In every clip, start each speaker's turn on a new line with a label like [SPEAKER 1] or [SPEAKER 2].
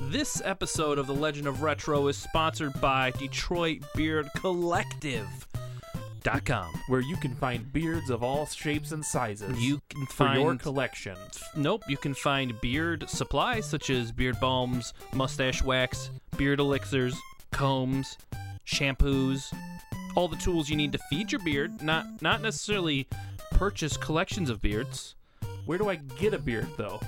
[SPEAKER 1] This episode of The Legend of Retro is sponsored by Detroit Beard Collective.com,
[SPEAKER 2] where you can find beards of all shapes and sizes.
[SPEAKER 1] You can
[SPEAKER 2] for your
[SPEAKER 1] find
[SPEAKER 2] collection.
[SPEAKER 1] Nope, you can find beard supplies such as beard balms, mustache wax, beard elixirs, combs, shampoos, all the tools you need to feed your beard, not not necessarily purchase collections of beards
[SPEAKER 2] Where do I get a beard though?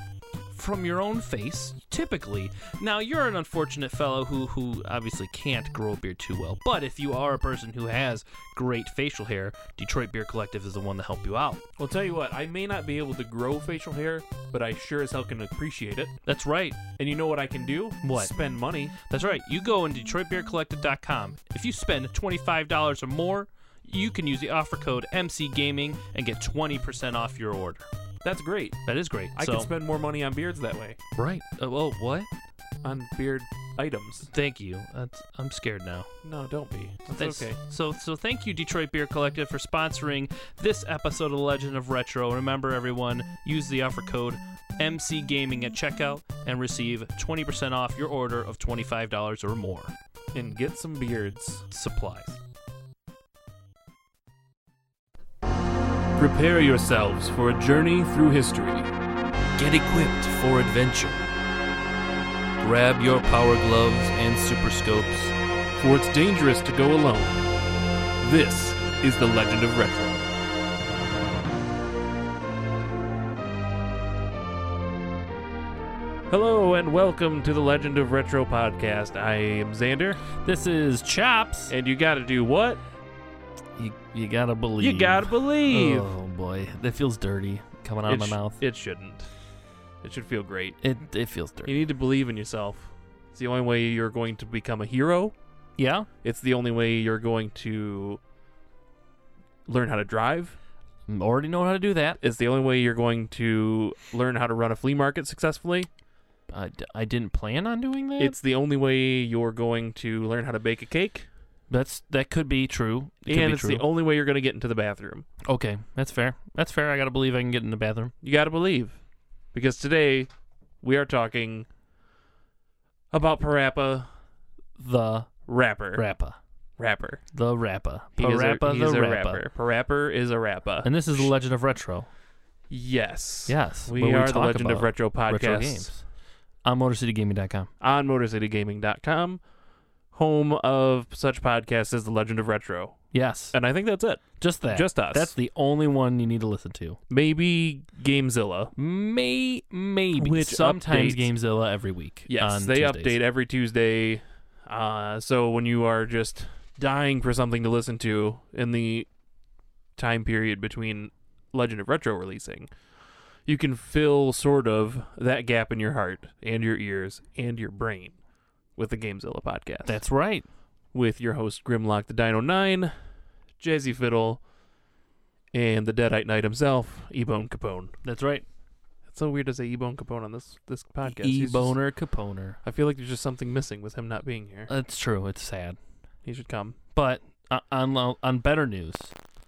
[SPEAKER 1] from your own face typically. Now, you're an unfortunate fellow who who obviously can't grow a beard too well, but if you are a person who has great facial hair, Detroit Beard Collective is the one to help you out.
[SPEAKER 2] Well, tell you what, I may not be able to grow facial hair, but I sure as hell can appreciate it.
[SPEAKER 1] That's right.
[SPEAKER 2] And you know what I can do?
[SPEAKER 1] What?
[SPEAKER 2] Spend money.
[SPEAKER 1] That's right. You go on DetroitBeerCollective.com. If you spend $25 or more, you can use the offer code MCGaming and get 20% off your order.
[SPEAKER 2] That's great.
[SPEAKER 1] That is great.
[SPEAKER 2] I
[SPEAKER 1] so,
[SPEAKER 2] can spend more money on beards that way.
[SPEAKER 1] Right. Uh, well, what?
[SPEAKER 2] On beard items.
[SPEAKER 1] Thank you. That's, I'm scared now.
[SPEAKER 2] No, don't be. That's
[SPEAKER 1] That's-
[SPEAKER 2] okay.
[SPEAKER 1] So, so thank you, Detroit Beer Collective, for sponsoring this episode of The Legend of Retro. Remember, everyone, use the offer code MCGaming at checkout and receive 20% off your order of $25 or more.
[SPEAKER 2] And get some beards.
[SPEAKER 1] Supplies.
[SPEAKER 2] Prepare yourselves for a journey through history.
[SPEAKER 1] Get equipped for adventure. Grab your power gloves and super scopes.
[SPEAKER 2] For it's dangerous to go alone. This is the Legend of Retro. Hello and welcome to the Legend of Retro podcast. I am Xander,
[SPEAKER 1] This is Chops.
[SPEAKER 2] and you gotta do what?
[SPEAKER 1] You, you gotta believe.
[SPEAKER 2] You gotta believe.
[SPEAKER 1] Oh boy, that feels dirty coming out
[SPEAKER 2] it
[SPEAKER 1] of my
[SPEAKER 2] sh-
[SPEAKER 1] mouth.
[SPEAKER 2] It shouldn't. It should feel great.
[SPEAKER 1] It it feels
[SPEAKER 2] You
[SPEAKER 1] dirty.
[SPEAKER 2] need to believe in yourself. It's the only way you're going to become a hero.
[SPEAKER 1] Yeah.
[SPEAKER 2] It's the only way you're going to learn how to drive.
[SPEAKER 1] Mm, I already know how to do that.
[SPEAKER 2] It's the only way you're going to learn how to run a flea market successfully.
[SPEAKER 1] I, d- I didn't plan on doing that.
[SPEAKER 2] It's the only way you're going to learn how to bake a cake.
[SPEAKER 1] that's that could be true. It could
[SPEAKER 2] and
[SPEAKER 1] be
[SPEAKER 2] it's
[SPEAKER 1] true.
[SPEAKER 2] the only way you're going to get into the bathroom.
[SPEAKER 1] okay, that's fair. That's fair. I gotta believe I can get in the bathroom.
[SPEAKER 2] You got to believe. Because today we are talking about Parappa
[SPEAKER 1] The
[SPEAKER 2] Rapper.
[SPEAKER 1] rapper.
[SPEAKER 2] rapper.
[SPEAKER 1] The rapper.
[SPEAKER 2] He is a-
[SPEAKER 1] Parappa
[SPEAKER 2] he's
[SPEAKER 1] the
[SPEAKER 2] a
[SPEAKER 1] rapper.
[SPEAKER 2] Parappa is a rapper.
[SPEAKER 1] And this is the Legend of Retro.
[SPEAKER 2] yes.
[SPEAKER 1] Yes.
[SPEAKER 2] We
[SPEAKER 1] where
[SPEAKER 2] are the
[SPEAKER 1] talk
[SPEAKER 2] Legend of
[SPEAKER 1] about-
[SPEAKER 2] Retro podcast.
[SPEAKER 1] retro games on MotorCityGaming.com.
[SPEAKER 2] on MotorCityGaming.com, home of such podcasts as The Legend of Retro.
[SPEAKER 1] Yes,
[SPEAKER 2] And I think that's it.
[SPEAKER 1] just that.
[SPEAKER 2] Uh, Just us.
[SPEAKER 1] That's the only one you need to listen to.
[SPEAKER 2] Maybe Gamezilla.
[SPEAKER 1] May maybe
[SPEAKER 2] Which
[SPEAKER 1] sometimes
[SPEAKER 2] updates-
[SPEAKER 1] Gamezilla every week.
[SPEAKER 2] Yes,
[SPEAKER 1] on
[SPEAKER 2] they
[SPEAKER 1] Tuesdays.
[SPEAKER 2] update every Tuesday. Uh, so when you are just dying for something to listen to in the time period between Legend of Retro releasing, you can fill sort of that gap in your heart and your ears and your brain with the Gamezilla podcast.
[SPEAKER 1] That's right.
[SPEAKER 2] with your host Grimlock the Dino Nine, Jazzy Fiddle, and the Deadite Knight himself, E Bone Capone.
[SPEAKER 1] That's right.
[SPEAKER 2] It's so weird to say E Bone Capone on this this podcast.
[SPEAKER 1] E
[SPEAKER 2] He's just-
[SPEAKER 1] Boner Caponer.
[SPEAKER 2] I feel like there's just something missing with him not being here.
[SPEAKER 1] That's true. It's sad,
[SPEAKER 2] He should come.
[SPEAKER 1] but uh, on lo- on better news,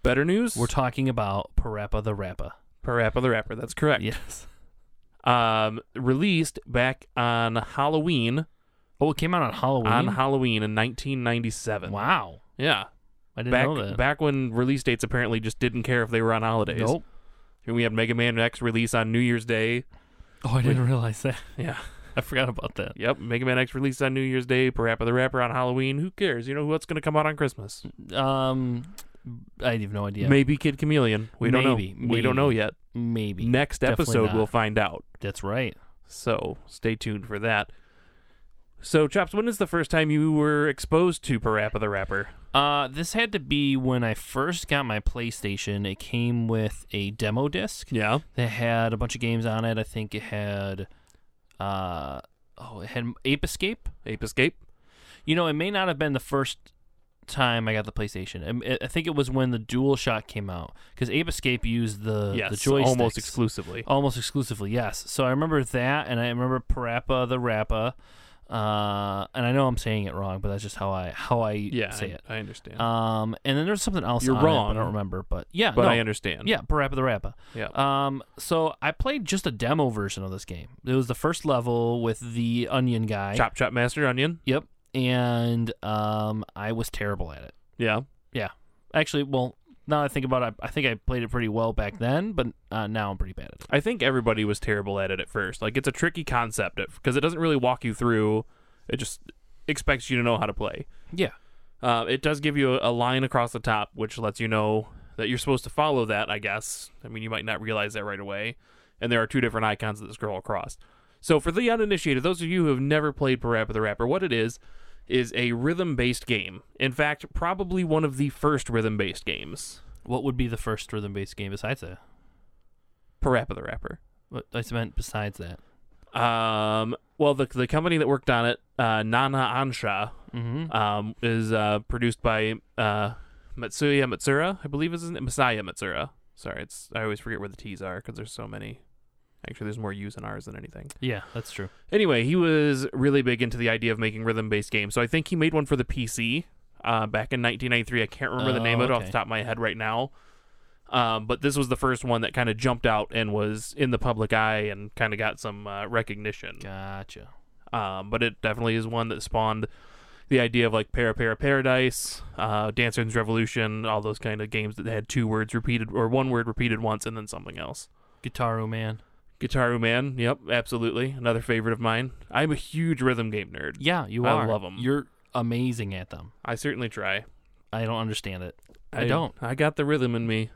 [SPEAKER 2] Better news?
[SPEAKER 1] we're talking about Parappa the Rapper.
[SPEAKER 2] Parappa the Rapper. That's correct.
[SPEAKER 1] Yes.
[SPEAKER 2] Um, released back on Halloween,
[SPEAKER 1] Oh, it came out on Halloween.
[SPEAKER 2] on Halloween in 1997.
[SPEAKER 1] wow,
[SPEAKER 2] Yeah.
[SPEAKER 1] I didn't know
[SPEAKER 2] Back
[SPEAKER 1] that.
[SPEAKER 2] back when release dates apparently just didn't care if they were on holidays.
[SPEAKER 1] nope.
[SPEAKER 2] We had Mega Man X release on New Year's Day.
[SPEAKER 1] Oh, I didn't realize that.
[SPEAKER 2] Yeah.
[SPEAKER 1] I forgot about that.
[SPEAKER 2] Yep, Mega Man X released on New Year's Day, Parappa the Rapper on Halloween. Who cares? You know what's going to come out on Christmas?
[SPEAKER 1] Um, I have no idea.
[SPEAKER 2] Maybe Kid Chameleon. We don't
[SPEAKER 1] Maybe,
[SPEAKER 2] know. We don't know
[SPEAKER 1] maybe.
[SPEAKER 2] yet.
[SPEAKER 1] Maybe.
[SPEAKER 2] Next
[SPEAKER 1] Definitely
[SPEAKER 2] episode,
[SPEAKER 1] not.
[SPEAKER 2] we'll find out.
[SPEAKER 1] That's right.
[SPEAKER 2] So stay tuned for that. So, Chops, when is the first time you were exposed to Parappa the Rapper?
[SPEAKER 1] Uh, this had to be when I first got my PlayStation. It came with a demo disc
[SPEAKER 2] Yeah.
[SPEAKER 1] that had a bunch of games on it. I think it had, uh, oh, it had Ape Escape.
[SPEAKER 2] Ape Escape?
[SPEAKER 1] You know, it may not have been the first time I got the PlayStation. Um, I- I think it was when the DualShock came out because Ape Escape used the
[SPEAKER 2] yes.
[SPEAKER 1] the joysticks
[SPEAKER 2] almost exclusively.
[SPEAKER 1] Almost exclusively, yes. So I remember that, and I remember Parappa the Rappa. Uh, and I know I'm saying it wrong, but that's just how I how I
[SPEAKER 2] Yeah,
[SPEAKER 1] say
[SPEAKER 2] I,
[SPEAKER 1] it.
[SPEAKER 2] I understand,
[SPEAKER 1] Um, and then there's something else.
[SPEAKER 2] You're
[SPEAKER 1] on it, but
[SPEAKER 2] wrong.
[SPEAKER 1] I don't remember, but yeah,
[SPEAKER 2] but
[SPEAKER 1] no.
[SPEAKER 2] I understand.
[SPEAKER 1] Yeah, Parappa the Rappa.
[SPEAKER 2] yeah.
[SPEAKER 1] Um, so I played just a demo version of this game. It was the first level with the onion guy.
[SPEAKER 2] chop chop master onion.
[SPEAKER 1] Yep. And um, I was terrible at it.
[SPEAKER 2] Yeah,
[SPEAKER 1] Actually, well, now that I think about it, I I think I played it pretty well back then, but uh, now I'm pretty bad at it.
[SPEAKER 2] I think everybody was terrible at it at first. Like it's a tricky concept because it doesn't really walk you through. It just expects you to know how to play.
[SPEAKER 1] Yeah.
[SPEAKER 2] Uh, it does give you a, a line across the top, which lets you know that you're supposed to follow that. I guess. I mean, you might not realize that right away. And there are two different icons that scroll across. So for the uninitiated, those of you who have never played Parappa the Rapper, what it is is a rhythm-based game. In fact, probably one of the first rhythm-based games.
[SPEAKER 1] What would be the first rhythm-based game besides that?
[SPEAKER 2] Parappa the Rapper.
[SPEAKER 1] What I meant besides that.
[SPEAKER 2] Um, well, the the company that worked on it, uh, Nana Ansha,
[SPEAKER 1] Mm-hmm.
[SPEAKER 2] um, is uh, produced by uh, Matsuya Matsura, I believe is his name. Masaya Matsura. Sorry, it's I always forget where the T's are because there's so many. Actually, there's more U's and R's than anything.
[SPEAKER 1] Yeah, that's true.
[SPEAKER 2] Anyway, he was really big into the idea of making rhythm-based games, so I think he made one for the PC uh, back in 1993. I can't remember the
[SPEAKER 1] Oh,
[SPEAKER 2] name of it off the
[SPEAKER 1] okay.
[SPEAKER 2] top of my head right now, um, but this was the first one that kind of jumped out and was in the public eye and kind of got some uh, recognition
[SPEAKER 1] Gotcha.
[SPEAKER 2] um, but it definitely is one that spawned the idea of like para para paradise uh, dancers revolution all those kind of games that had two words repeated or one word repeated once and then something else
[SPEAKER 1] Guitar Man.
[SPEAKER 2] guitar man yep absolutely another favorite of mine i'm a huge rhythm game nerd
[SPEAKER 1] Yeah, you
[SPEAKER 2] I
[SPEAKER 1] are.
[SPEAKER 2] love 'em.
[SPEAKER 1] You're amazing at them.
[SPEAKER 2] i certainly try
[SPEAKER 1] I don't understand it. I don't.
[SPEAKER 2] i got the rhythm in me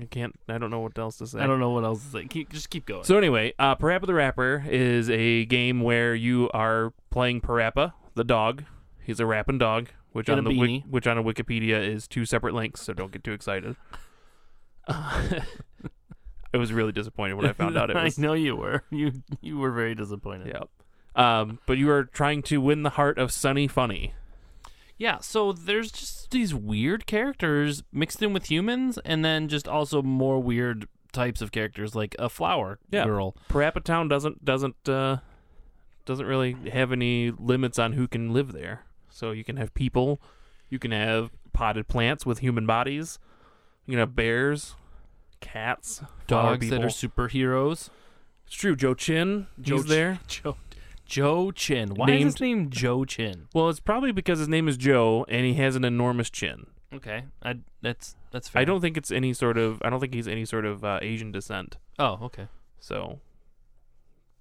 [SPEAKER 2] i can't i don't know what else to say
[SPEAKER 1] I don't know what else to say. Keep, just keep going.
[SPEAKER 2] So anyway, uh, Parappa the Rapper is a game where you are playing Parappa the dog. He's a rapping dog, which
[SPEAKER 1] In
[SPEAKER 2] on
[SPEAKER 1] a
[SPEAKER 2] the wik-
[SPEAKER 1] beanie.
[SPEAKER 2] which on a Wikipedia is two separate links. So don't get too excited. Uh, I was really disappointed when I found out it was.
[SPEAKER 1] I know you were. You you were very disappointed.
[SPEAKER 2] Yep. Um, but you are trying to win the heart of Sunny Funny.
[SPEAKER 1] Yeah, so there's just these weird characters mixed in with humans, and then just also more weird types of characters, like a flower
[SPEAKER 2] Yeah.
[SPEAKER 1] girl.
[SPEAKER 2] Parappa Town doesn't doesn't uh, doesn't really have any limits on who can live there. So you can have people, you can have potted plants with human bodies, you can have bears, cats, flower
[SPEAKER 1] Dogs that
[SPEAKER 2] people.
[SPEAKER 1] are superheroes.
[SPEAKER 2] It's true. Joe Chin,
[SPEAKER 1] Joe
[SPEAKER 2] he's
[SPEAKER 1] Ch-
[SPEAKER 2] there.
[SPEAKER 1] Joe, Joe Chin. Why is his name Joe Chin?
[SPEAKER 2] Well, it's probably because his name is Joe and he has an enormous chin.
[SPEAKER 1] Okay, I, that's that's fair.
[SPEAKER 2] I don't think it's any sort of. I don't think he's any sort of uh, Asian descent.
[SPEAKER 1] Oh, okay.
[SPEAKER 2] So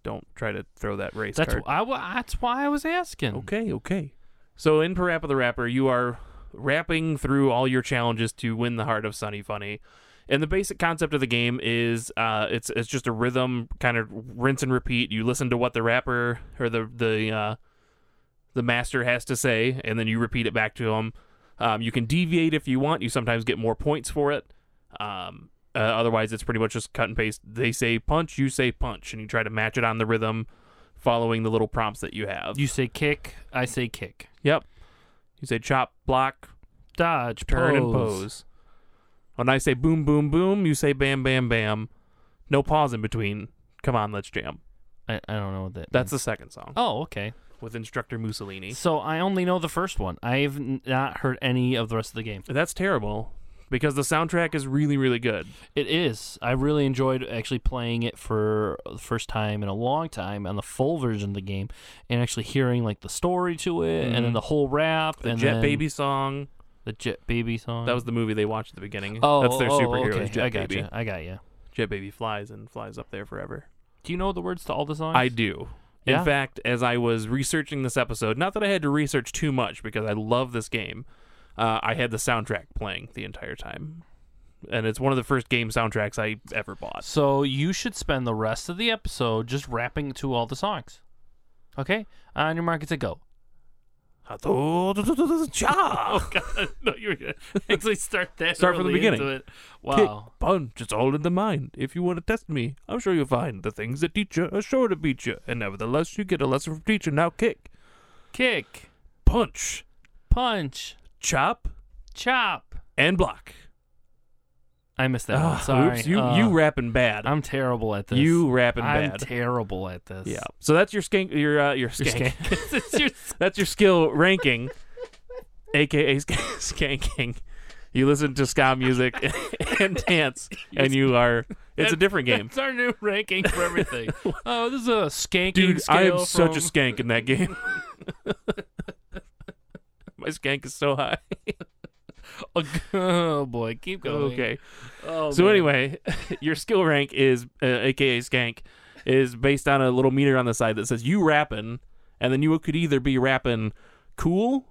[SPEAKER 2] don't try to throw that race
[SPEAKER 1] That's
[SPEAKER 2] card.
[SPEAKER 1] wh- I, wa- that's why I was asking.
[SPEAKER 2] Okay, okay. So in Parappa the Rapper, you are rapping through all your challenges to win the heart of Sunny Funny. And the basic concept of the game is uh, it's it's just a rhythm kind of rinse and repeat. You listen to what the rapper or the the uh, the master has to say, and then you repeat it back to him. Um, you can deviate if you want. You sometimes get more points for it. Um, uh, otherwise, it's pretty much just cut and paste. They say punch, you say punch, and you try to match it on the rhythm, following the little prompts that you have.
[SPEAKER 1] You say kick, I say kick.
[SPEAKER 2] Yep. You say chop, block,
[SPEAKER 1] Dodge,
[SPEAKER 2] turn, and pose. When I say boom, boom, boom, you say bam, bam, bam. No pause in between. Come on, let's jam.
[SPEAKER 1] I, I don't know what that.
[SPEAKER 2] That's
[SPEAKER 1] means.
[SPEAKER 2] the second song
[SPEAKER 1] oh, okay.
[SPEAKER 2] with instructor Mussolini.
[SPEAKER 1] So I only know the first one. I've n- not heard any of the rest of the game.
[SPEAKER 2] That's terrible because the soundtrack is really, really good.
[SPEAKER 1] It is. I really enjoyed actually playing it for the first time in a long time on the full version of the game, and actually hearing like the story to it, and
[SPEAKER 2] Mhm.
[SPEAKER 1] then the whole rap,
[SPEAKER 2] The
[SPEAKER 1] and
[SPEAKER 2] Jet
[SPEAKER 1] then
[SPEAKER 2] Baby song.
[SPEAKER 1] the Jet Baby song.
[SPEAKER 2] That was the movie they watched at the beginning.
[SPEAKER 1] oh,
[SPEAKER 2] That's their
[SPEAKER 1] oh,
[SPEAKER 2] superhero.
[SPEAKER 1] Okay.
[SPEAKER 2] is Jet
[SPEAKER 1] I got
[SPEAKER 2] Baby.
[SPEAKER 1] you. I got you.
[SPEAKER 2] Jet Baby flies and flies up there forever.
[SPEAKER 1] Do you know the words to all the songs?
[SPEAKER 2] I do.
[SPEAKER 1] Yeah?
[SPEAKER 2] In fact, as I was researching this episode, not that I had to research too much because I love this game, uh, I had the soundtrack playing the entire time. And it's one of the first game soundtracks I ever bought.
[SPEAKER 1] So you should spend the rest of the episode just rapping to all the songs. Okay, on your market to go.
[SPEAKER 2] Cha!
[SPEAKER 1] no, you were gonna actually start that.
[SPEAKER 2] Start from the
[SPEAKER 1] early
[SPEAKER 2] beginning.
[SPEAKER 1] into it.
[SPEAKER 2] Kick,
[SPEAKER 1] Wow.
[SPEAKER 2] punch, it's all in the mind. If you want to test me, I'm sure you'll find the things that teach you are sure to beat you. And nevertheless, you get a lesson from teacher. Now kick,
[SPEAKER 1] Kick,
[SPEAKER 2] punch,
[SPEAKER 1] punch,
[SPEAKER 2] chop,
[SPEAKER 1] chop,
[SPEAKER 2] and block.
[SPEAKER 1] I missed that. one.
[SPEAKER 2] Ah,
[SPEAKER 1] Sorry.
[SPEAKER 2] Oops, you
[SPEAKER 1] Uh,
[SPEAKER 2] you rapping bad.
[SPEAKER 1] I'm terrible at this.
[SPEAKER 2] you rapping
[SPEAKER 1] I'm
[SPEAKER 2] bad.
[SPEAKER 1] terrible at this.
[SPEAKER 2] yeah. So that's your skank. Your uh, your
[SPEAKER 1] You're
[SPEAKER 2] skank.
[SPEAKER 1] skank. It's your sk-
[SPEAKER 2] That's your skill ranking, aka sk- skanking. You listen to ska music and dance, and you are. It's a different game.
[SPEAKER 1] It's our new ranking for everything. oh, this is a skanking
[SPEAKER 2] Dude,
[SPEAKER 1] scale
[SPEAKER 2] I am such a
[SPEAKER 1] from-
[SPEAKER 2] skank in that game. My skank is so high.
[SPEAKER 1] oh boy, keep going.
[SPEAKER 2] Okay.
[SPEAKER 1] Oh,
[SPEAKER 2] So
[SPEAKER 1] man.
[SPEAKER 2] anyway, your skill rank is uh, aka skank is based on a little meter on the side that says you rapping and then you could either be rapping cool,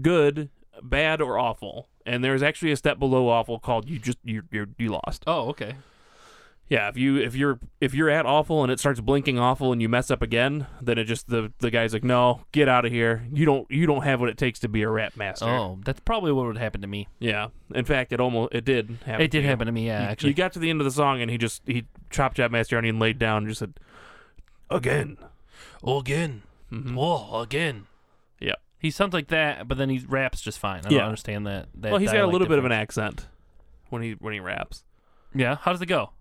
[SPEAKER 2] good, bad or awful. And there's actually a step below awful called you just you you you lost.
[SPEAKER 1] Oh, okay.
[SPEAKER 2] Yeah, if you if you're if you're at awful and it starts blinking awful and you mess up again, then it just the the guy's like, "No, get out of here. You don't you don't have what it takes to be a rap master."
[SPEAKER 1] Oh, that's probably what would happen to me.
[SPEAKER 2] Yeah. In fact, it almost it did happen.
[SPEAKER 1] It did
[SPEAKER 2] to you.
[SPEAKER 1] happen to me, yeah,
[SPEAKER 2] You-
[SPEAKER 1] actually.
[SPEAKER 2] You got to the end of the song and he just he chopped Jab Master and laid down and just said, "Again." Oh,
[SPEAKER 1] again.
[SPEAKER 2] Mhm.
[SPEAKER 1] Whoa, again.
[SPEAKER 2] Yep.
[SPEAKER 1] Mm-hmm. He sounds like that, but then he raps just fine. I don't
[SPEAKER 2] Yeah.
[SPEAKER 1] understand that. that
[SPEAKER 2] well, he's got a little bit of an accent when he when he raps.
[SPEAKER 1] an. Yeah. How does it go?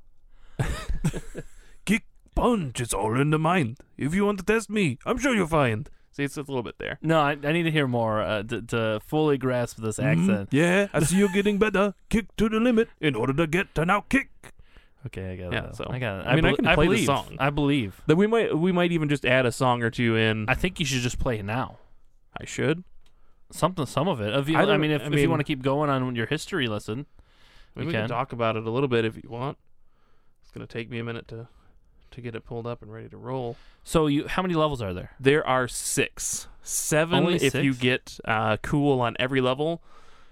[SPEAKER 2] Kick punch, it's all in the mind. If you want to test me, I'm sure you'll find. See, it's, it's a little bit there.
[SPEAKER 1] No, I, I need to hear more uh, to, to fully grasp this
[SPEAKER 2] Mm-hmm.
[SPEAKER 1] accent.
[SPEAKER 2] Mm, Yeah, I see you getting better. Kick to the limit in order to get an out kick.
[SPEAKER 1] Okay, I got it.
[SPEAKER 2] Yeah,
[SPEAKER 1] now.
[SPEAKER 2] so-
[SPEAKER 1] I got it.
[SPEAKER 2] I mean, I
[SPEAKER 1] bel-
[SPEAKER 2] can play the
[SPEAKER 1] believe.
[SPEAKER 2] song.
[SPEAKER 1] I believe.
[SPEAKER 2] Then we might we might even just add a song or two in.
[SPEAKER 1] I think you should just play it now.
[SPEAKER 2] I should.
[SPEAKER 1] Something, some of it. If you,
[SPEAKER 2] I
[SPEAKER 1] I,
[SPEAKER 2] don't-
[SPEAKER 1] mean, if,
[SPEAKER 2] I
[SPEAKER 1] if you
[SPEAKER 2] mean-
[SPEAKER 1] want to keep going on your history lesson,
[SPEAKER 2] We,
[SPEAKER 1] We
[SPEAKER 2] can.
[SPEAKER 1] can.
[SPEAKER 2] talk about it a little bit if you want. It's gonna take me a minute to to get it pulled up and ready to roll.
[SPEAKER 1] so you, how many levels are there?
[SPEAKER 2] There are six, seven
[SPEAKER 1] Only
[SPEAKER 2] if you
[SPEAKER 1] six?
[SPEAKER 2] get uh, cool on every level,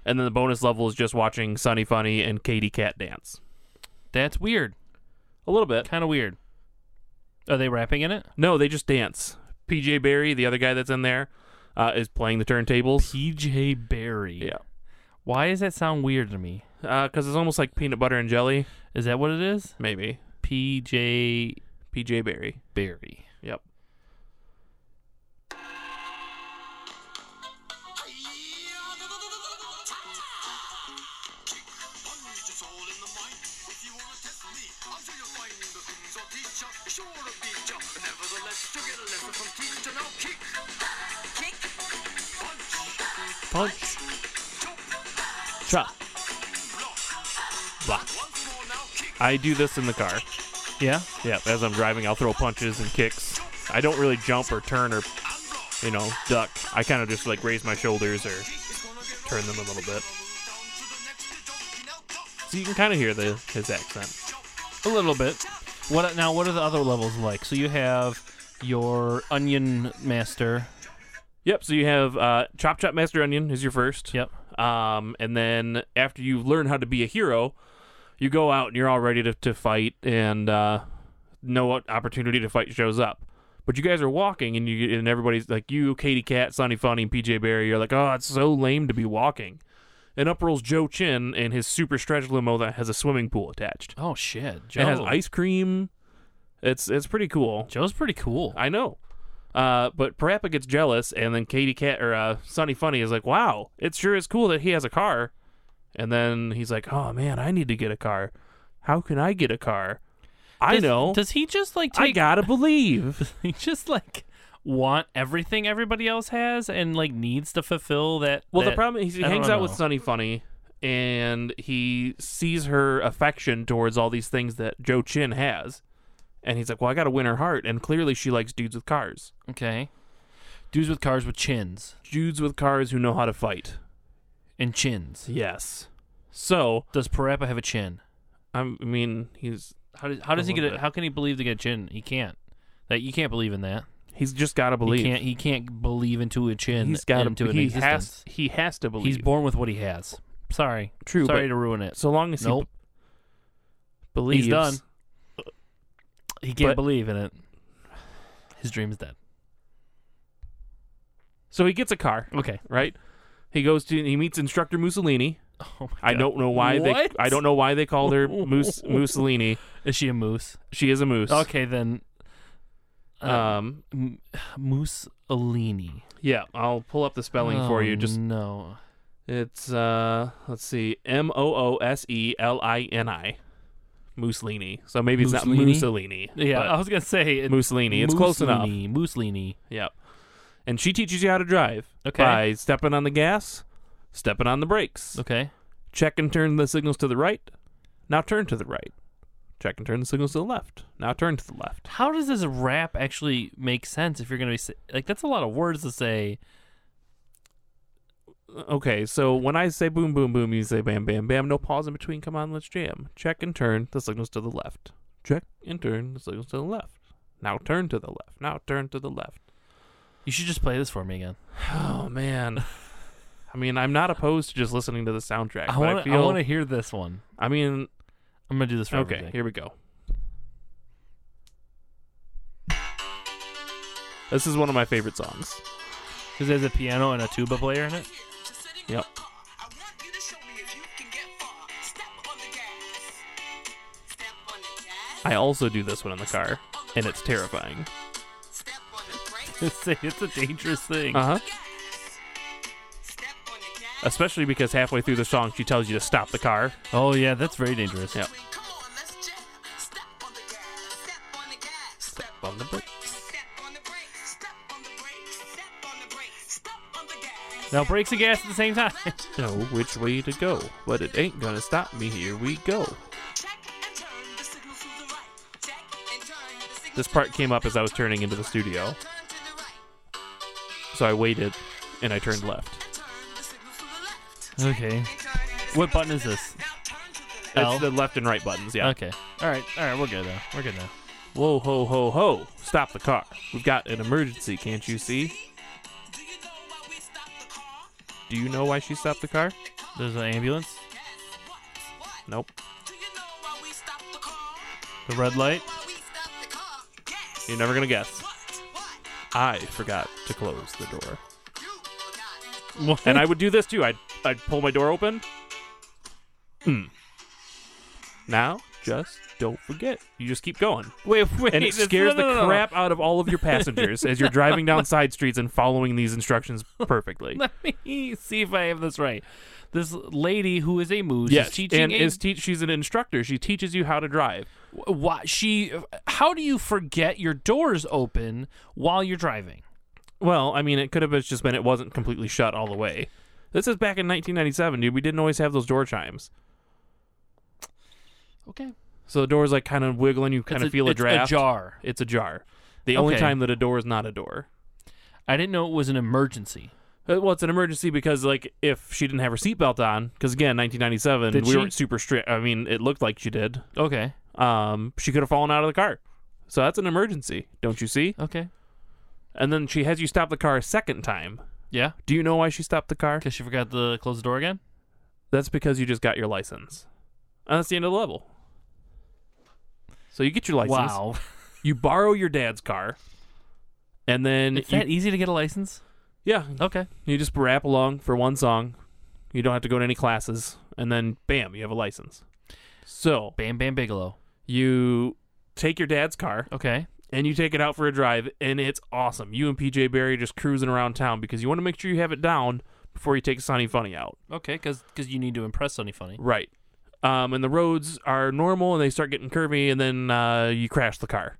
[SPEAKER 2] and then the bonus level is just watching Sunny Funny and Katie Cat dance
[SPEAKER 1] That's weird.
[SPEAKER 2] a little bit.
[SPEAKER 1] Kind of weird. Are they rapping in it?
[SPEAKER 2] No, they just dance. PJ Barry, the other guy that's in there, uh, is playing the turntables.
[SPEAKER 1] PJ Barry.
[SPEAKER 2] Yeah,
[SPEAKER 1] Why does that sound weird to me?
[SPEAKER 2] because Uh, it's almost like peanut butter and jelly.
[SPEAKER 1] Is that what it is?
[SPEAKER 2] Maybe
[SPEAKER 1] PJ
[SPEAKER 2] PJ Barry.
[SPEAKER 1] Barry.
[SPEAKER 2] Yep.
[SPEAKER 3] Nevertheless, to get a lesson from teacher, now kick, kick, punch,
[SPEAKER 2] Punch,
[SPEAKER 3] chop,
[SPEAKER 2] chop,
[SPEAKER 3] block.
[SPEAKER 2] block.
[SPEAKER 3] Once more now, kick,
[SPEAKER 2] I do this in the car.
[SPEAKER 1] Yeah.
[SPEAKER 2] Yeah, as I'm driving, I'll throw punches and kicks. I don't really jump or turn or, you know, duck. I kind of just like raise my shoulders or
[SPEAKER 3] it's gonna get
[SPEAKER 2] turn them a little bit.
[SPEAKER 3] rolled down to the next jockey, now duck,
[SPEAKER 2] So you can kind of hear the his accent.
[SPEAKER 1] A little bit. What now? What are the other levels like? So you have your Onion Master.
[SPEAKER 2] Yep. So you have uh, chop chop master onion is your first.
[SPEAKER 1] Yep.
[SPEAKER 2] Um, and then after you learn how to be a hero, you go out and you're all ready to, to fight, and uh, no o- opportunity to fight shows up. But you guys are walking, and you and everybody's like you, Katie Cat, Sonny Funny, and PJ Barry. You're like, oh, it's so lame to be walking. And up rolls Joe Chin in his super stretch limo that has a swimming pool attached.
[SPEAKER 1] Oh shit, Joe.
[SPEAKER 2] It has ice cream. It's it's pretty cool.
[SPEAKER 1] Joe's pretty cool.
[SPEAKER 2] I know. Uh, but Parappa gets jealous, and then Katie Cat or uh, Sonny Funny is like, "Wow, it sure is cool that he has a car." And then he's like, "Oh man, I need to get a car. How can I get a car? I
[SPEAKER 1] Does-
[SPEAKER 2] know.
[SPEAKER 1] Does he just like
[SPEAKER 2] I
[SPEAKER 1] take?
[SPEAKER 2] gotta believe."
[SPEAKER 1] he just like want everything everybody else has and like needs to fulfill that.
[SPEAKER 2] well, the
[SPEAKER 1] that-
[SPEAKER 2] problem is he
[SPEAKER 1] I don't
[SPEAKER 2] hangs out with
[SPEAKER 1] know.
[SPEAKER 2] Sonny Funny, and he sees her affection towards all these things that Joe Chin has, and he's like, "Well, I gotta win her heart." And clearly, she likes dudes with cars.
[SPEAKER 1] Okay. Dudes with cars with chins
[SPEAKER 2] Dudes with cars who know how to fight.
[SPEAKER 1] and chins.
[SPEAKER 2] Yes. So
[SPEAKER 1] Does Parappa have a chin?
[SPEAKER 2] I'm- I mean, he's
[SPEAKER 1] How does how does he
[SPEAKER 2] little
[SPEAKER 1] get? A,
[SPEAKER 2] bit.
[SPEAKER 1] how can he believe to get a chin? He can't. That you can't believe in that.
[SPEAKER 2] he's just got to believe.
[SPEAKER 1] He can't. He can't believe into a chin.
[SPEAKER 2] he's got
[SPEAKER 1] into
[SPEAKER 2] to.
[SPEAKER 1] an
[SPEAKER 2] He
[SPEAKER 1] existence.
[SPEAKER 2] has. He has to believe.
[SPEAKER 1] He's born with what he has. Sorry.
[SPEAKER 2] True,
[SPEAKER 1] Sorry
[SPEAKER 2] but-
[SPEAKER 1] to ruin it.
[SPEAKER 2] so long as
[SPEAKER 1] Nope.
[SPEAKER 2] he b- believes.
[SPEAKER 1] He's done. He can't
[SPEAKER 2] but-
[SPEAKER 1] believe in it. His dream is dead.
[SPEAKER 2] So he gets a car,
[SPEAKER 1] Okay.
[SPEAKER 2] right? He goes to. He meets Instructor Mussolini.
[SPEAKER 1] Oh my God.
[SPEAKER 2] I don't know why
[SPEAKER 1] What?
[SPEAKER 2] they. I don't know why they called her Mus- Mussolini.
[SPEAKER 1] Is she a moose?
[SPEAKER 2] She is a moose.
[SPEAKER 1] Okay then. Uh,
[SPEAKER 2] Um.
[SPEAKER 1] m- Moose Alini. Oh, Um,
[SPEAKER 2] Yeah. I'll pull up the spelling for you. Just
[SPEAKER 1] no.
[SPEAKER 2] It's uh let's see, M O O S E L I N I. Mussolini. So maybe it's not
[SPEAKER 1] Mussolini?
[SPEAKER 2] Mussolini.
[SPEAKER 1] Yeah, I
[SPEAKER 2] but
[SPEAKER 1] was gonna say it,
[SPEAKER 2] Mussolini. It's close enough.
[SPEAKER 1] Mussolini, Mussolini.
[SPEAKER 2] Yep. And she teaches you how to drive
[SPEAKER 1] Okay.
[SPEAKER 2] by stepping on the gas, stepping on the brakes.
[SPEAKER 1] Okay.
[SPEAKER 2] Check and turn the signals to the right. Now turn to the right. Check and turn the signals to the left. Now turn to the left.
[SPEAKER 1] How does this rap actually make sense if you're gonna be sa- like that's a lot of words to say?
[SPEAKER 2] Okay, so when I say boom, boom, boom, you say bam, bam, bam. No pause in between. Come on, let's jam. Check and turn the signals to the left. Check and turn the signals to the left. Now turn to the left. Now turn to the left.
[SPEAKER 1] You should just play this for me again.
[SPEAKER 2] Oh man. I mean, I'm not opposed to just listening to the soundtrack.
[SPEAKER 1] I
[SPEAKER 2] but
[SPEAKER 1] want
[SPEAKER 2] I
[SPEAKER 1] to. I
[SPEAKER 2] feel.
[SPEAKER 1] want to hear this one.
[SPEAKER 2] I mean,
[SPEAKER 1] I'm gonna do this for
[SPEAKER 2] okay.
[SPEAKER 1] everything.
[SPEAKER 2] Here we go. This is one of my favorite songs.
[SPEAKER 1] Because there's a piano and a tuba player in it.
[SPEAKER 2] Yep.
[SPEAKER 3] I want you to show me if you can get far. Step on the gas. Step on the gas.
[SPEAKER 2] I also do this one in the car, and it's terrifying.
[SPEAKER 3] Step on the brake.
[SPEAKER 1] It's a, it's a dangerous thing.
[SPEAKER 2] Uh huh.
[SPEAKER 3] Gas. Step on the gas.
[SPEAKER 2] Especially because halfway through the song, she tells you to stop the car.
[SPEAKER 1] Oh yeah, that's very dangerous.
[SPEAKER 2] Yeah.
[SPEAKER 3] Come on, let's jam. Step on the gas. Step on the gas. Step
[SPEAKER 2] on the brake.
[SPEAKER 3] Step on the brake. Step on the brake. Step on the brake. Step on the gas.
[SPEAKER 1] Now breaks the gas at the same time.
[SPEAKER 2] Know which way to go, but it ain't gonna stop me. Here we go.
[SPEAKER 3] Check and turn the signal to the right. Check and turn the signal
[SPEAKER 2] This
[SPEAKER 3] to
[SPEAKER 2] part
[SPEAKER 3] the
[SPEAKER 2] came up
[SPEAKER 3] right.
[SPEAKER 2] as I was turning into the studio,
[SPEAKER 3] Turn to the right.
[SPEAKER 2] so I waited and I turned left.
[SPEAKER 3] Turn the signal to the left.
[SPEAKER 1] okay. Mm. What button is this?
[SPEAKER 3] Now turn to the left.
[SPEAKER 1] L.
[SPEAKER 2] It's the left and right buttons, yeah.
[SPEAKER 1] Okay. All right. All right. We're good now. We're good now.
[SPEAKER 2] Whoa, ho, ho, ho! Stop the car. We've got an emergency, can't you see?
[SPEAKER 3] Do you know why we stopped the car?
[SPEAKER 2] Do you know why she stopped the car?
[SPEAKER 1] There's an ambulance.
[SPEAKER 3] Yes. What? What?
[SPEAKER 2] Nope.
[SPEAKER 3] Do you know why we stopped the car?
[SPEAKER 1] The red light.
[SPEAKER 3] Why we stopped the car? Yes.
[SPEAKER 2] You're never gonna guess.
[SPEAKER 3] What? What?
[SPEAKER 2] I forgot to close the door.
[SPEAKER 3] You forgot.
[SPEAKER 1] What?
[SPEAKER 2] And I would do this too. I'd I'd pull my door open. Hmm. Now, just don't forget. You just keep going.
[SPEAKER 1] wait, wait.
[SPEAKER 2] And it
[SPEAKER 1] this-
[SPEAKER 2] scares
[SPEAKER 1] no, no, no,
[SPEAKER 2] the
[SPEAKER 1] no.
[SPEAKER 2] crap out of all of your passengers as you're driving down side streets and following these instructions perfectly.
[SPEAKER 1] Let me see if I have this right. This lady who is a moose
[SPEAKER 2] Yes,
[SPEAKER 1] is teaching
[SPEAKER 2] and
[SPEAKER 1] a,
[SPEAKER 2] is te- she's an instructor. She teaches you how to drive.
[SPEAKER 1] why she how do you forget your doors open while you're driving?
[SPEAKER 2] Well, I mean, it could have just been it wasn't completely shut all the way. This is back in 1997, dude. We didn't always have those door chimes.
[SPEAKER 1] Okay.
[SPEAKER 2] So the door's like kind of wiggling. You kind
[SPEAKER 1] It's
[SPEAKER 2] of feel a
[SPEAKER 1] it's
[SPEAKER 2] draft.
[SPEAKER 1] jar.
[SPEAKER 2] It's ajar. The only
[SPEAKER 1] Okay.
[SPEAKER 2] time that a door is not a door.
[SPEAKER 1] I didn't know it was an emergency.
[SPEAKER 2] Uh, Well, it's an emergency because, like, if she didn't have her seatbelt on, because again, 1997,
[SPEAKER 1] Did
[SPEAKER 2] we
[SPEAKER 1] she?
[SPEAKER 2] weren't super strict. I mean, it looked like she did.
[SPEAKER 1] Okay.
[SPEAKER 2] Um, she could have fallen out of the car, so that's an emergency, don't you see?
[SPEAKER 1] Okay.
[SPEAKER 2] And then she has you stop the car a second time.
[SPEAKER 1] Yeah.
[SPEAKER 2] Do you know why she stopped the car?
[SPEAKER 1] Because she forgot to close the door again.
[SPEAKER 2] That's because you just got your license. And that's the end of the level. So you get your license.
[SPEAKER 1] Wow.
[SPEAKER 2] You borrow your dad's car, and then
[SPEAKER 1] It's
[SPEAKER 2] you-
[SPEAKER 1] that easy to get a license?
[SPEAKER 2] yeah,
[SPEAKER 1] e-, Okay.
[SPEAKER 2] You just rap along for one song. You don't have to go to any classes, and then bam, you have a license. So
[SPEAKER 1] Bam Bam Bigelow.
[SPEAKER 2] you take your dad's car
[SPEAKER 1] Okay.
[SPEAKER 2] and you take it out for a drive, and it's awesome. You and PJ Barry just cruising around town because you want to make sure you have it down before you take Sonny Funny out.
[SPEAKER 1] Okay, because you need to impress Sonny Funny.
[SPEAKER 2] Right. Um, and the roads are normal, and they start getting curvy, and then uh, you crash the car.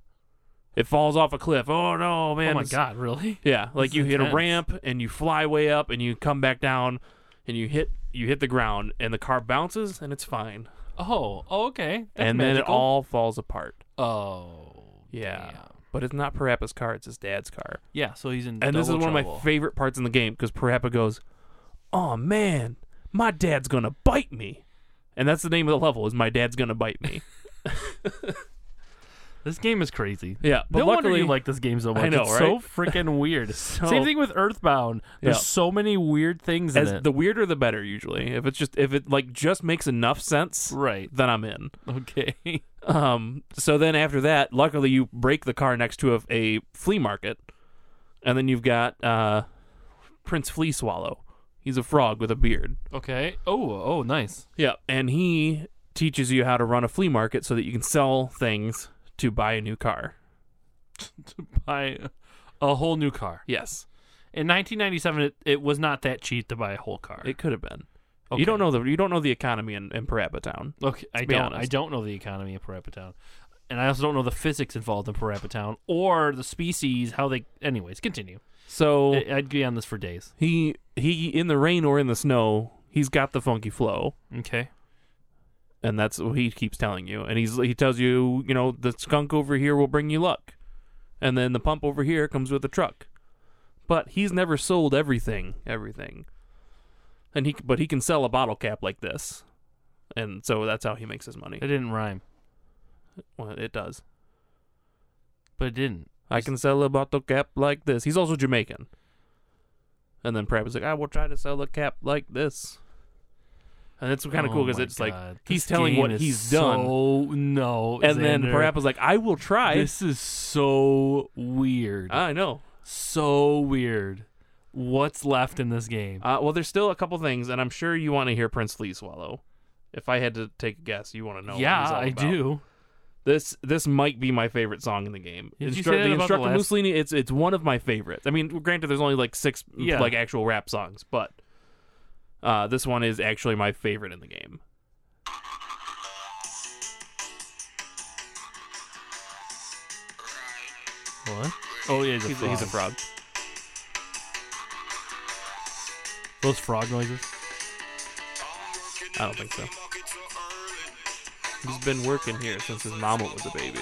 [SPEAKER 2] It falls off a cliff. Oh no, man!
[SPEAKER 1] oh my
[SPEAKER 2] It's-
[SPEAKER 1] God, really?
[SPEAKER 2] Yeah, like
[SPEAKER 1] This
[SPEAKER 2] you
[SPEAKER 1] is
[SPEAKER 2] hit a
[SPEAKER 1] intense.
[SPEAKER 2] ramp and you fly way up and you come back down and you hit you hit the ground and the car bounces and it's fine.
[SPEAKER 1] Oh, oh okay. That's
[SPEAKER 2] and then it
[SPEAKER 1] magical.
[SPEAKER 2] all falls apart.
[SPEAKER 1] Oh.
[SPEAKER 2] Yeah.
[SPEAKER 1] damn.
[SPEAKER 2] But it's not Parappa's car, it's his dad's car.
[SPEAKER 1] Yeah, so he's in.
[SPEAKER 2] And this is
[SPEAKER 1] double
[SPEAKER 2] one of
[SPEAKER 1] trouble.
[SPEAKER 2] my favorite parts in the game because Parappa goes, "Oh man, my dad's going to bite me." And that's the name of the level is my dad's going to bite me.
[SPEAKER 1] This game is crazy.
[SPEAKER 2] Yeah, but
[SPEAKER 1] no wonder
[SPEAKER 2] luckily-
[SPEAKER 1] you like this game so much.
[SPEAKER 2] I know,
[SPEAKER 1] it's
[SPEAKER 2] right?
[SPEAKER 1] so freaking weird.
[SPEAKER 2] So-
[SPEAKER 1] Same thing with Earthbound. There's
[SPEAKER 2] Yeah.
[SPEAKER 1] so many weird things in
[SPEAKER 2] As
[SPEAKER 1] it.
[SPEAKER 2] the weirder the better usually. If it's just if it like just makes enough sense,
[SPEAKER 1] right.
[SPEAKER 2] then I'm in.
[SPEAKER 1] Okay.
[SPEAKER 2] Um, so then after that, luckily you break the car next to a, a flea market, and then you've got uh, Prince Flea Swallow. He's a frog with a beard.
[SPEAKER 1] okay. Oh, oh, nice.
[SPEAKER 2] Yeah, and he teaches you how to run a flea market so that you can sell things to buy a new car.
[SPEAKER 1] Buy a whole new car.
[SPEAKER 2] Yes,
[SPEAKER 1] In 1997, it, it was not that cheap to buy a whole car.
[SPEAKER 2] It could have been.
[SPEAKER 1] Okay.
[SPEAKER 2] You don't know the you don't know the economy in, in Parappa Town.
[SPEAKER 1] Okay, I
[SPEAKER 2] be
[SPEAKER 1] don't. I
[SPEAKER 2] honest.
[SPEAKER 1] don't know the economy of Parappa Town, and I also don't know the physics involved in Parappa Town or the species. How they, anyways, continue.
[SPEAKER 2] So
[SPEAKER 1] I, I'd be on this for days.
[SPEAKER 2] he he in the rain or in the snow, he's got the funky flow.
[SPEAKER 1] Okay.
[SPEAKER 2] and that's what he keeps telling you. And he's he tells you, you know, the skunk over here will bring you luck, and then the pump over here comes with a truck. But he's never sold everything, everything. And he, but he can sell a bottle cap like this, and so that's how he makes his money.
[SPEAKER 1] It didn't rhyme,
[SPEAKER 2] Well, it does.
[SPEAKER 1] but it didn't.
[SPEAKER 2] I can sell a bottle cap like this. He's also Jamaican. And then Pratt was like, I will try to sell a cap like this. And it's kind of cool
[SPEAKER 1] Oh
[SPEAKER 2] because
[SPEAKER 1] my
[SPEAKER 2] it's like
[SPEAKER 1] God,
[SPEAKER 2] he's
[SPEAKER 1] this
[SPEAKER 2] telling
[SPEAKER 1] game
[SPEAKER 2] what
[SPEAKER 1] is
[SPEAKER 2] he's
[SPEAKER 1] so,
[SPEAKER 2] done.
[SPEAKER 1] no.
[SPEAKER 2] and then
[SPEAKER 1] Xander.
[SPEAKER 2] Parappa's like, I will try.
[SPEAKER 1] This is so weird.
[SPEAKER 2] Ah, I know.
[SPEAKER 1] so weird. What's left in this game?
[SPEAKER 2] Uh, well, there's still a couple things, and I'm sure you want to hear Prince Lee swallow. If I had to take a guess, you want to know. what
[SPEAKER 1] yeah,
[SPEAKER 2] he's all
[SPEAKER 1] I
[SPEAKER 2] about.
[SPEAKER 1] do.
[SPEAKER 2] This this might be my favorite song in the game.
[SPEAKER 1] Did you say that
[SPEAKER 2] the
[SPEAKER 1] about the
[SPEAKER 2] Instructor
[SPEAKER 1] last-
[SPEAKER 2] Mussolini. It's it's one of my favorites. I mean, granted, there's only like six
[SPEAKER 1] Yeah.
[SPEAKER 2] like actual rap songs, but uh, this one is actually my favorite in the game.
[SPEAKER 1] What? Oh yeah, he's a
[SPEAKER 2] He's,
[SPEAKER 1] frog.
[SPEAKER 2] he's a frog.
[SPEAKER 1] Those frog noises.
[SPEAKER 2] I don't think so. He's been working here since his mama was a baby.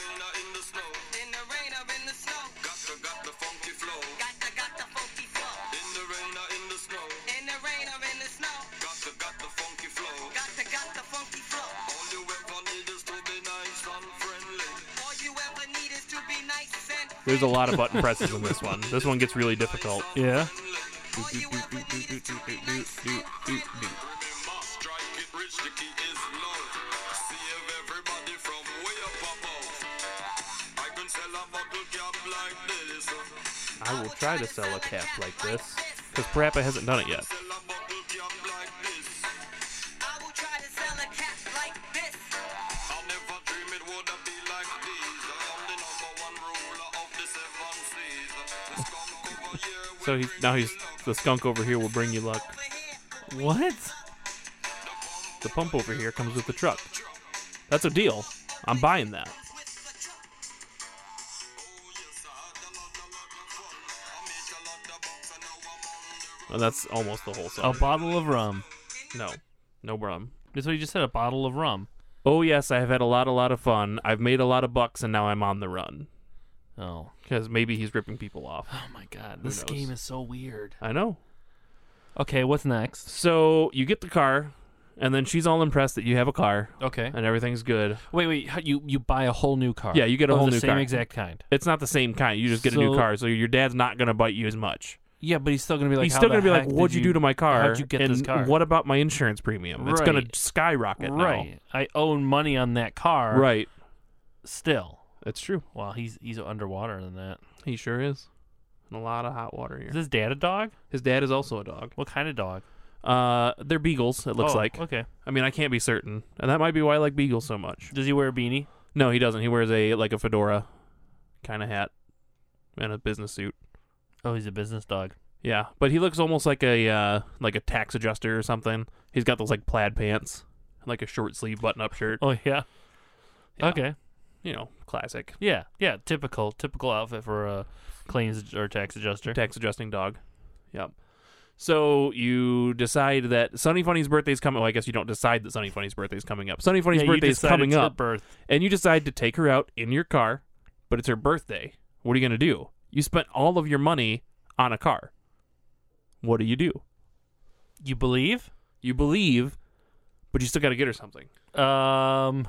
[SPEAKER 3] In the rain or in the snow. Got the, got the funky flow. In the rain or in the snow. Got the, got the funky flow. All you ever need is to be nice and
[SPEAKER 2] There's a lot of button presses in this one. This one gets really difficult.
[SPEAKER 1] Yeah.
[SPEAKER 3] all you ever need is to be nice and friendly.
[SPEAKER 2] I will try to sell a cap like this because Parappa hasn't done it yet.
[SPEAKER 3] I will try to sell a cat like this.
[SPEAKER 2] So he's now he's the skunk over here will bring you luck.
[SPEAKER 3] Over here.
[SPEAKER 1] What?
[SPEAKER 2] The pump over here comes with the truck. That's a deal. I'm buying that. And that's almost the whole
[SPEAKER 1] A
[SPEAKER 2] song.
[SPEAKER 1] bottle of rum.
[SPEAKER 2] no, no problem.
[SPEAKER 1] That's what you just said. A bottle of rum.
[SPEAKER 2] Oh yes, I have had a lot, a lot of fun. I've made a lot of bucks, and now I'm on the run
[SPEAKER 1] Oh.
[SPEAKER 2] because maybe he's ripping people off.
[SPEAKER 1] Oh my god. This
[SPEAKER 2] knows?
[SPEAKER 1] game is so weird.
[SPEAKER 2] I know.
[SPEAKER 1] Okay, what's next?
[SPEAKER 2] So you get the car, and then she's all impressed that you have a car
[SPEAKER 1] Okay.
[SPEAKER 2] and everything's good.
[SPEAKER 1] Wait, wait. how- You you buy a whole new car.
[SPEAKER 2] Yeah, you get a
[SPEAKER 1] Of
[SPEAKER 2] whole
[SPEAKER 1] the
[SPEAKER 2] new
[SPEAKER 1] same
[SPEAKER 2] car.
[SPEAKER 1] exact kind.
[SPEAKER 2] It's not the same kind. You just get a new
[SPEAKER 1] So-
[SPEAKER 2] car, so your dad's not gonna bite you as much.
[SPEAKER 1] Yeah, but he's still gonna be like.
[SPEAKER 2] he's
[SPEAKER 1] "How
[SPEAKER 2] still
[SPEAKER 1] the
[SPEAKER 2] gonna be like,
[SPEAKER 1] heck did
[SPEAKER 2] "What'd you do to my car?
[SPEAKER 1] How'd you get
[SPEAKER 2] and
[SPEAKER 1] this car?
[SPEAKER 2] What about my insurance premium? It's gonna
[SPEAKER 1] Right.
[SPEAKER 2] skyrocket now."
[SPEAKER 1] Right. I own money on that car.
[SPEAKER 2] Right.
[SPEAKER 1] Still.
[SPEAKER 2] That's true.
[SPEAKER 1] Well, he's he's underwater than that.
[SPEAKER 2] He sure is. And a lot of hot water
[SPEAKER 1] Is
[SPEAKER 2] here.
[SPEAKER 1] his dad a dog?
[SPEAKER 2] His dad is also a dog.
[SPEAKER 1] What kind of dog?
[SPEAKER 2] Uh, they're beagles. It looks
[SPEAKER 1] Oh,
[SPEAKER 2] like.
[SPEAKER 1] Okay.
[SPEAKER 2] I mean, I can't be certain, and that might be why I like beagles so much.
[SPEAKER 1] Does he wear a beanie?
[SPEAKER 2] No, he doesn't. He wears a like a fedora, kind of hat, and a business suit.
[SPEAKER 1] Oh, he's a business dog.
[SPEAKER 2] Yeah, but he looks almost like a uh, like a tax adjuster or something. He's got those like plaid pants, and, like a short sleeve button up shirt.
[SPEAKER 1] Oh yeah.
[SPEAKER 2] Yeah.
[SPEAKER 1] Okay.
[SPEAKER 2] You know, classic
[SPEAKER 1] Yeah. Yeah. Typical. Typical outfit for a claims or tax adjuster.
[SPEAKER 2] tax adjusting dog. Yep. So you decide that Sunny Funny's birthday's coming. Well, I guess you don't decide that Sunny Funny's birthday's coming up. Sunny Funny's
[SPEAKER 1] Yeah, you
[SPEAKER 2] birthday's
[SPEAKER 1] decided
[SPEAKER 2] coming
[SPEAKER 1] it's her
[SPEAKER 2] up,
[SPEAKER 1] birth.
[SPEAKER 2] and you decide to take her out in your car, but it's her birthday. What are you gonna do? You spent all of your money on a car. What do you do?
[SPEAKER 1] You believe?
[SPEAKER 2] You believe, but you still got to get her something.
[SPEAKER 1] Um,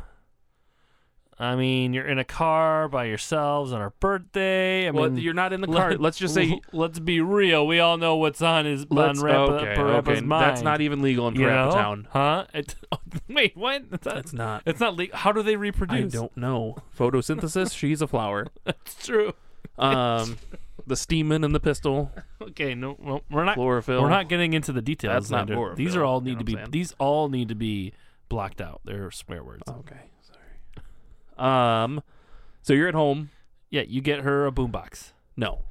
[SPEAKER 1] I mean, you're in a car by yourselves on our birthday. I
[SPEAKER 2] Well,
[SPEAKER 1] mean,
[SPEAKER 2] you're not in the car. Let's just say
[SPEAKER 1] let's be real. We all know what's on his
[SPEAKER 2] let's,
[SPEAKER 1] on Rappa,
[SPEAKER 2] okay,
[SPEAKER 1] Parappa's
[SPEAKER 2] okay.
[SPEAKER 1] mind.
[SPEAKER 2] That's not even legal in
[SPEAKER 1] you know?
[SPEAKER 2] Parappa Town.
[SPEAKER 1] huh? It, wait, what? It's not.
[SPEAKER 2] That's not.
[SPEAKER 1] It's not legal. How do they
[SPEAKER 2] I
[SPEAKER 1] reproduce?
[SPEAKER 2] don't know. Photosynthesis. she's a flower.
[SPEAKER 1] It's true.
[SPEAKER 2] Um, the steamin and the pistol,
[SPEAKER 1] Okay, no, well, we're not.
[SPEAKER 2] chlorophyll.
[SPEAKER 1] We're not getting into the details.
[SPEAKER 2] That's not
[SPEAKER 1] Xander.
[SPEAKER 2] chlorophyll,
[SPEAKER 1] These are all
[SPEAKER 2] you
[SPEAKER 1] need
[SPEAKER 2] know
[SPEAKER 1] to
[SPEAKER 2] what I'm
[SPEAKER 1] be.
[SPEAKER 2] saying?
[SPEAKER 1] These all need to be blocked out. They're swear words.
[SPEAKER 2] Okay, sorry. Um, so you're at home.
[SPEAKER 1] Yeah, you get her a boombox,
[SPEAKER 2] No,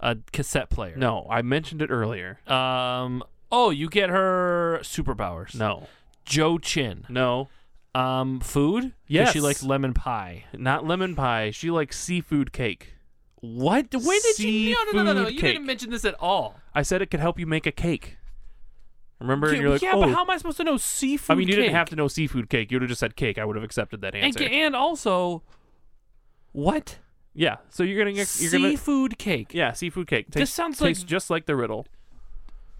[SPEAKER 1] a cassette player.
[SPEAKER 2] no, I mentioned it earlier.
[SPEAKER 1] Um. Oh, you get her superpowers.
[SPEAKER 2] No,
[SPEAKER 1] Joe Chin.
[SPEAKER 2] no,
[SPEAKER 1] Um. Food. 'Cause
[SPEAKER 2] Yes.
[SPEAKER 1] She likes lemon pie.
[SPEAKER 2] not lemon pie. She likes seafood cake.
[SPEAKER 1] What? When did you? No, no, no, no, no.
[SPEAKER 2] Seafood
[SPEAKER 1] You
[SPEAKER 2] cake.
[SPEAKER 1] didn't mention this at all.
[SPEAKER 2] I said it could help you make a cake. Remember?
[SPEAKER 1] Yeah,
[SPEAKER 2] and you're like,
[SPEAKER 1] yeah
[SPEAKER 2] oh.
[SPEAKER 1] but how am I supposed to know seafood?
[SPEAKER 2] I mean, you
[SPEAKER 1] cake?
[SPEAKER 2] didn't have to know seafood cake. You would have just said cake. I would have accepted that
[SPEAKER 1] And,
[SPEAKER 2] answer.
[SPEAKER 1] and also, what?
[SPEAKER 2] yeah. So you're gonna get you're gonna
[SPEAKER 1] seafood cake.
[SPEAKER 2] yeah seafood cake. Tastes,
[SPEAKER 1] This sounds like-
[SPEAKER 2] tastes just like the riddle.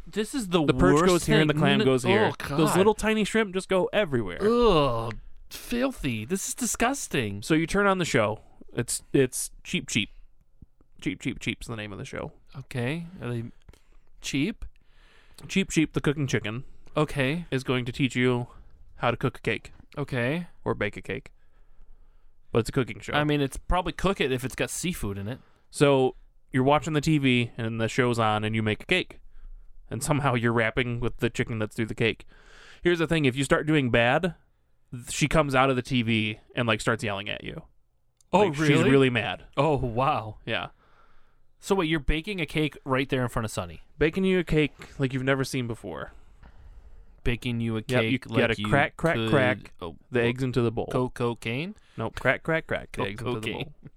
[SPEAKER 1] This is the
[SPEAKER 2] The perch
[SPEAKER 1] worst
[SPEAKER 2] goes here and the
[SPEAKER 1] thing.
[SPEAKER 2] clam
[SPEAKER 1] N-
[SPEAKER 2] goes here.
[SPEAKER 1] Oh, God.
[SPEAKER 2] Those little tiny shrimp just go everywhere.
[SPEAKER 1] Ugh, filthy. This is disgusting.
[SPEAKER 2] So you turn on the show. It's it's cheap cheap. Cheap cheap cheap's the name of the show.
[SPEAKER 1] Okay, are they cheap?
[SPEAKER 2] Cheap cheap the cooking chicken
[SPEAKER 1] Okay,
[SPEAKER 2] is going to teach you how to cook a cake
[SPEAKER 1] okay.
[SPEAKER 2] or bake a cake. But it's a cooking show.
[SPEAKER 1] I mean, it's probably cook it if it's got seafood in it.
[SPEAKER 2] so you're watching the TV and the show's on and you make a cake. And somehow you're wrapping with the chicken that's through the cake. Here's the thing, if you start doing bad, th- she comes out of the TV and like starts yelling at you. Like, She's Oh, really mad.
[SPEAKER 1] Oh wow.
[SPEAKER 2] Yeah.
[SPEAKER 1] So wait, you're baking a cake right there in front of Sunny.
[SPEAKER 2] Baking you a cake like you've never seen before.
[SPEAKER 1] Baking you a
[SPEAKER 2] Yep,
[SPEAKER 1] cake.
[SPEAKER 2] you
[SPEAKER 1] like
[SPEAKER 2] gotta crack, crack,
[SPEAKER 1] could-
[SPEAKER 2] crack
[SPEAKER 1] Oh,
[SPEAKER 2] The eggs into the bowl.
[SPEAKER 1] Co- cocaine.
[SPEAKER 2] Nope. Crack, crack, crack. The
[SPEAKER 1] Co-
[SPEAKER 2] eggs into the
[SPEAKER 1] cocaine.
[SPEAKER 2] bowl.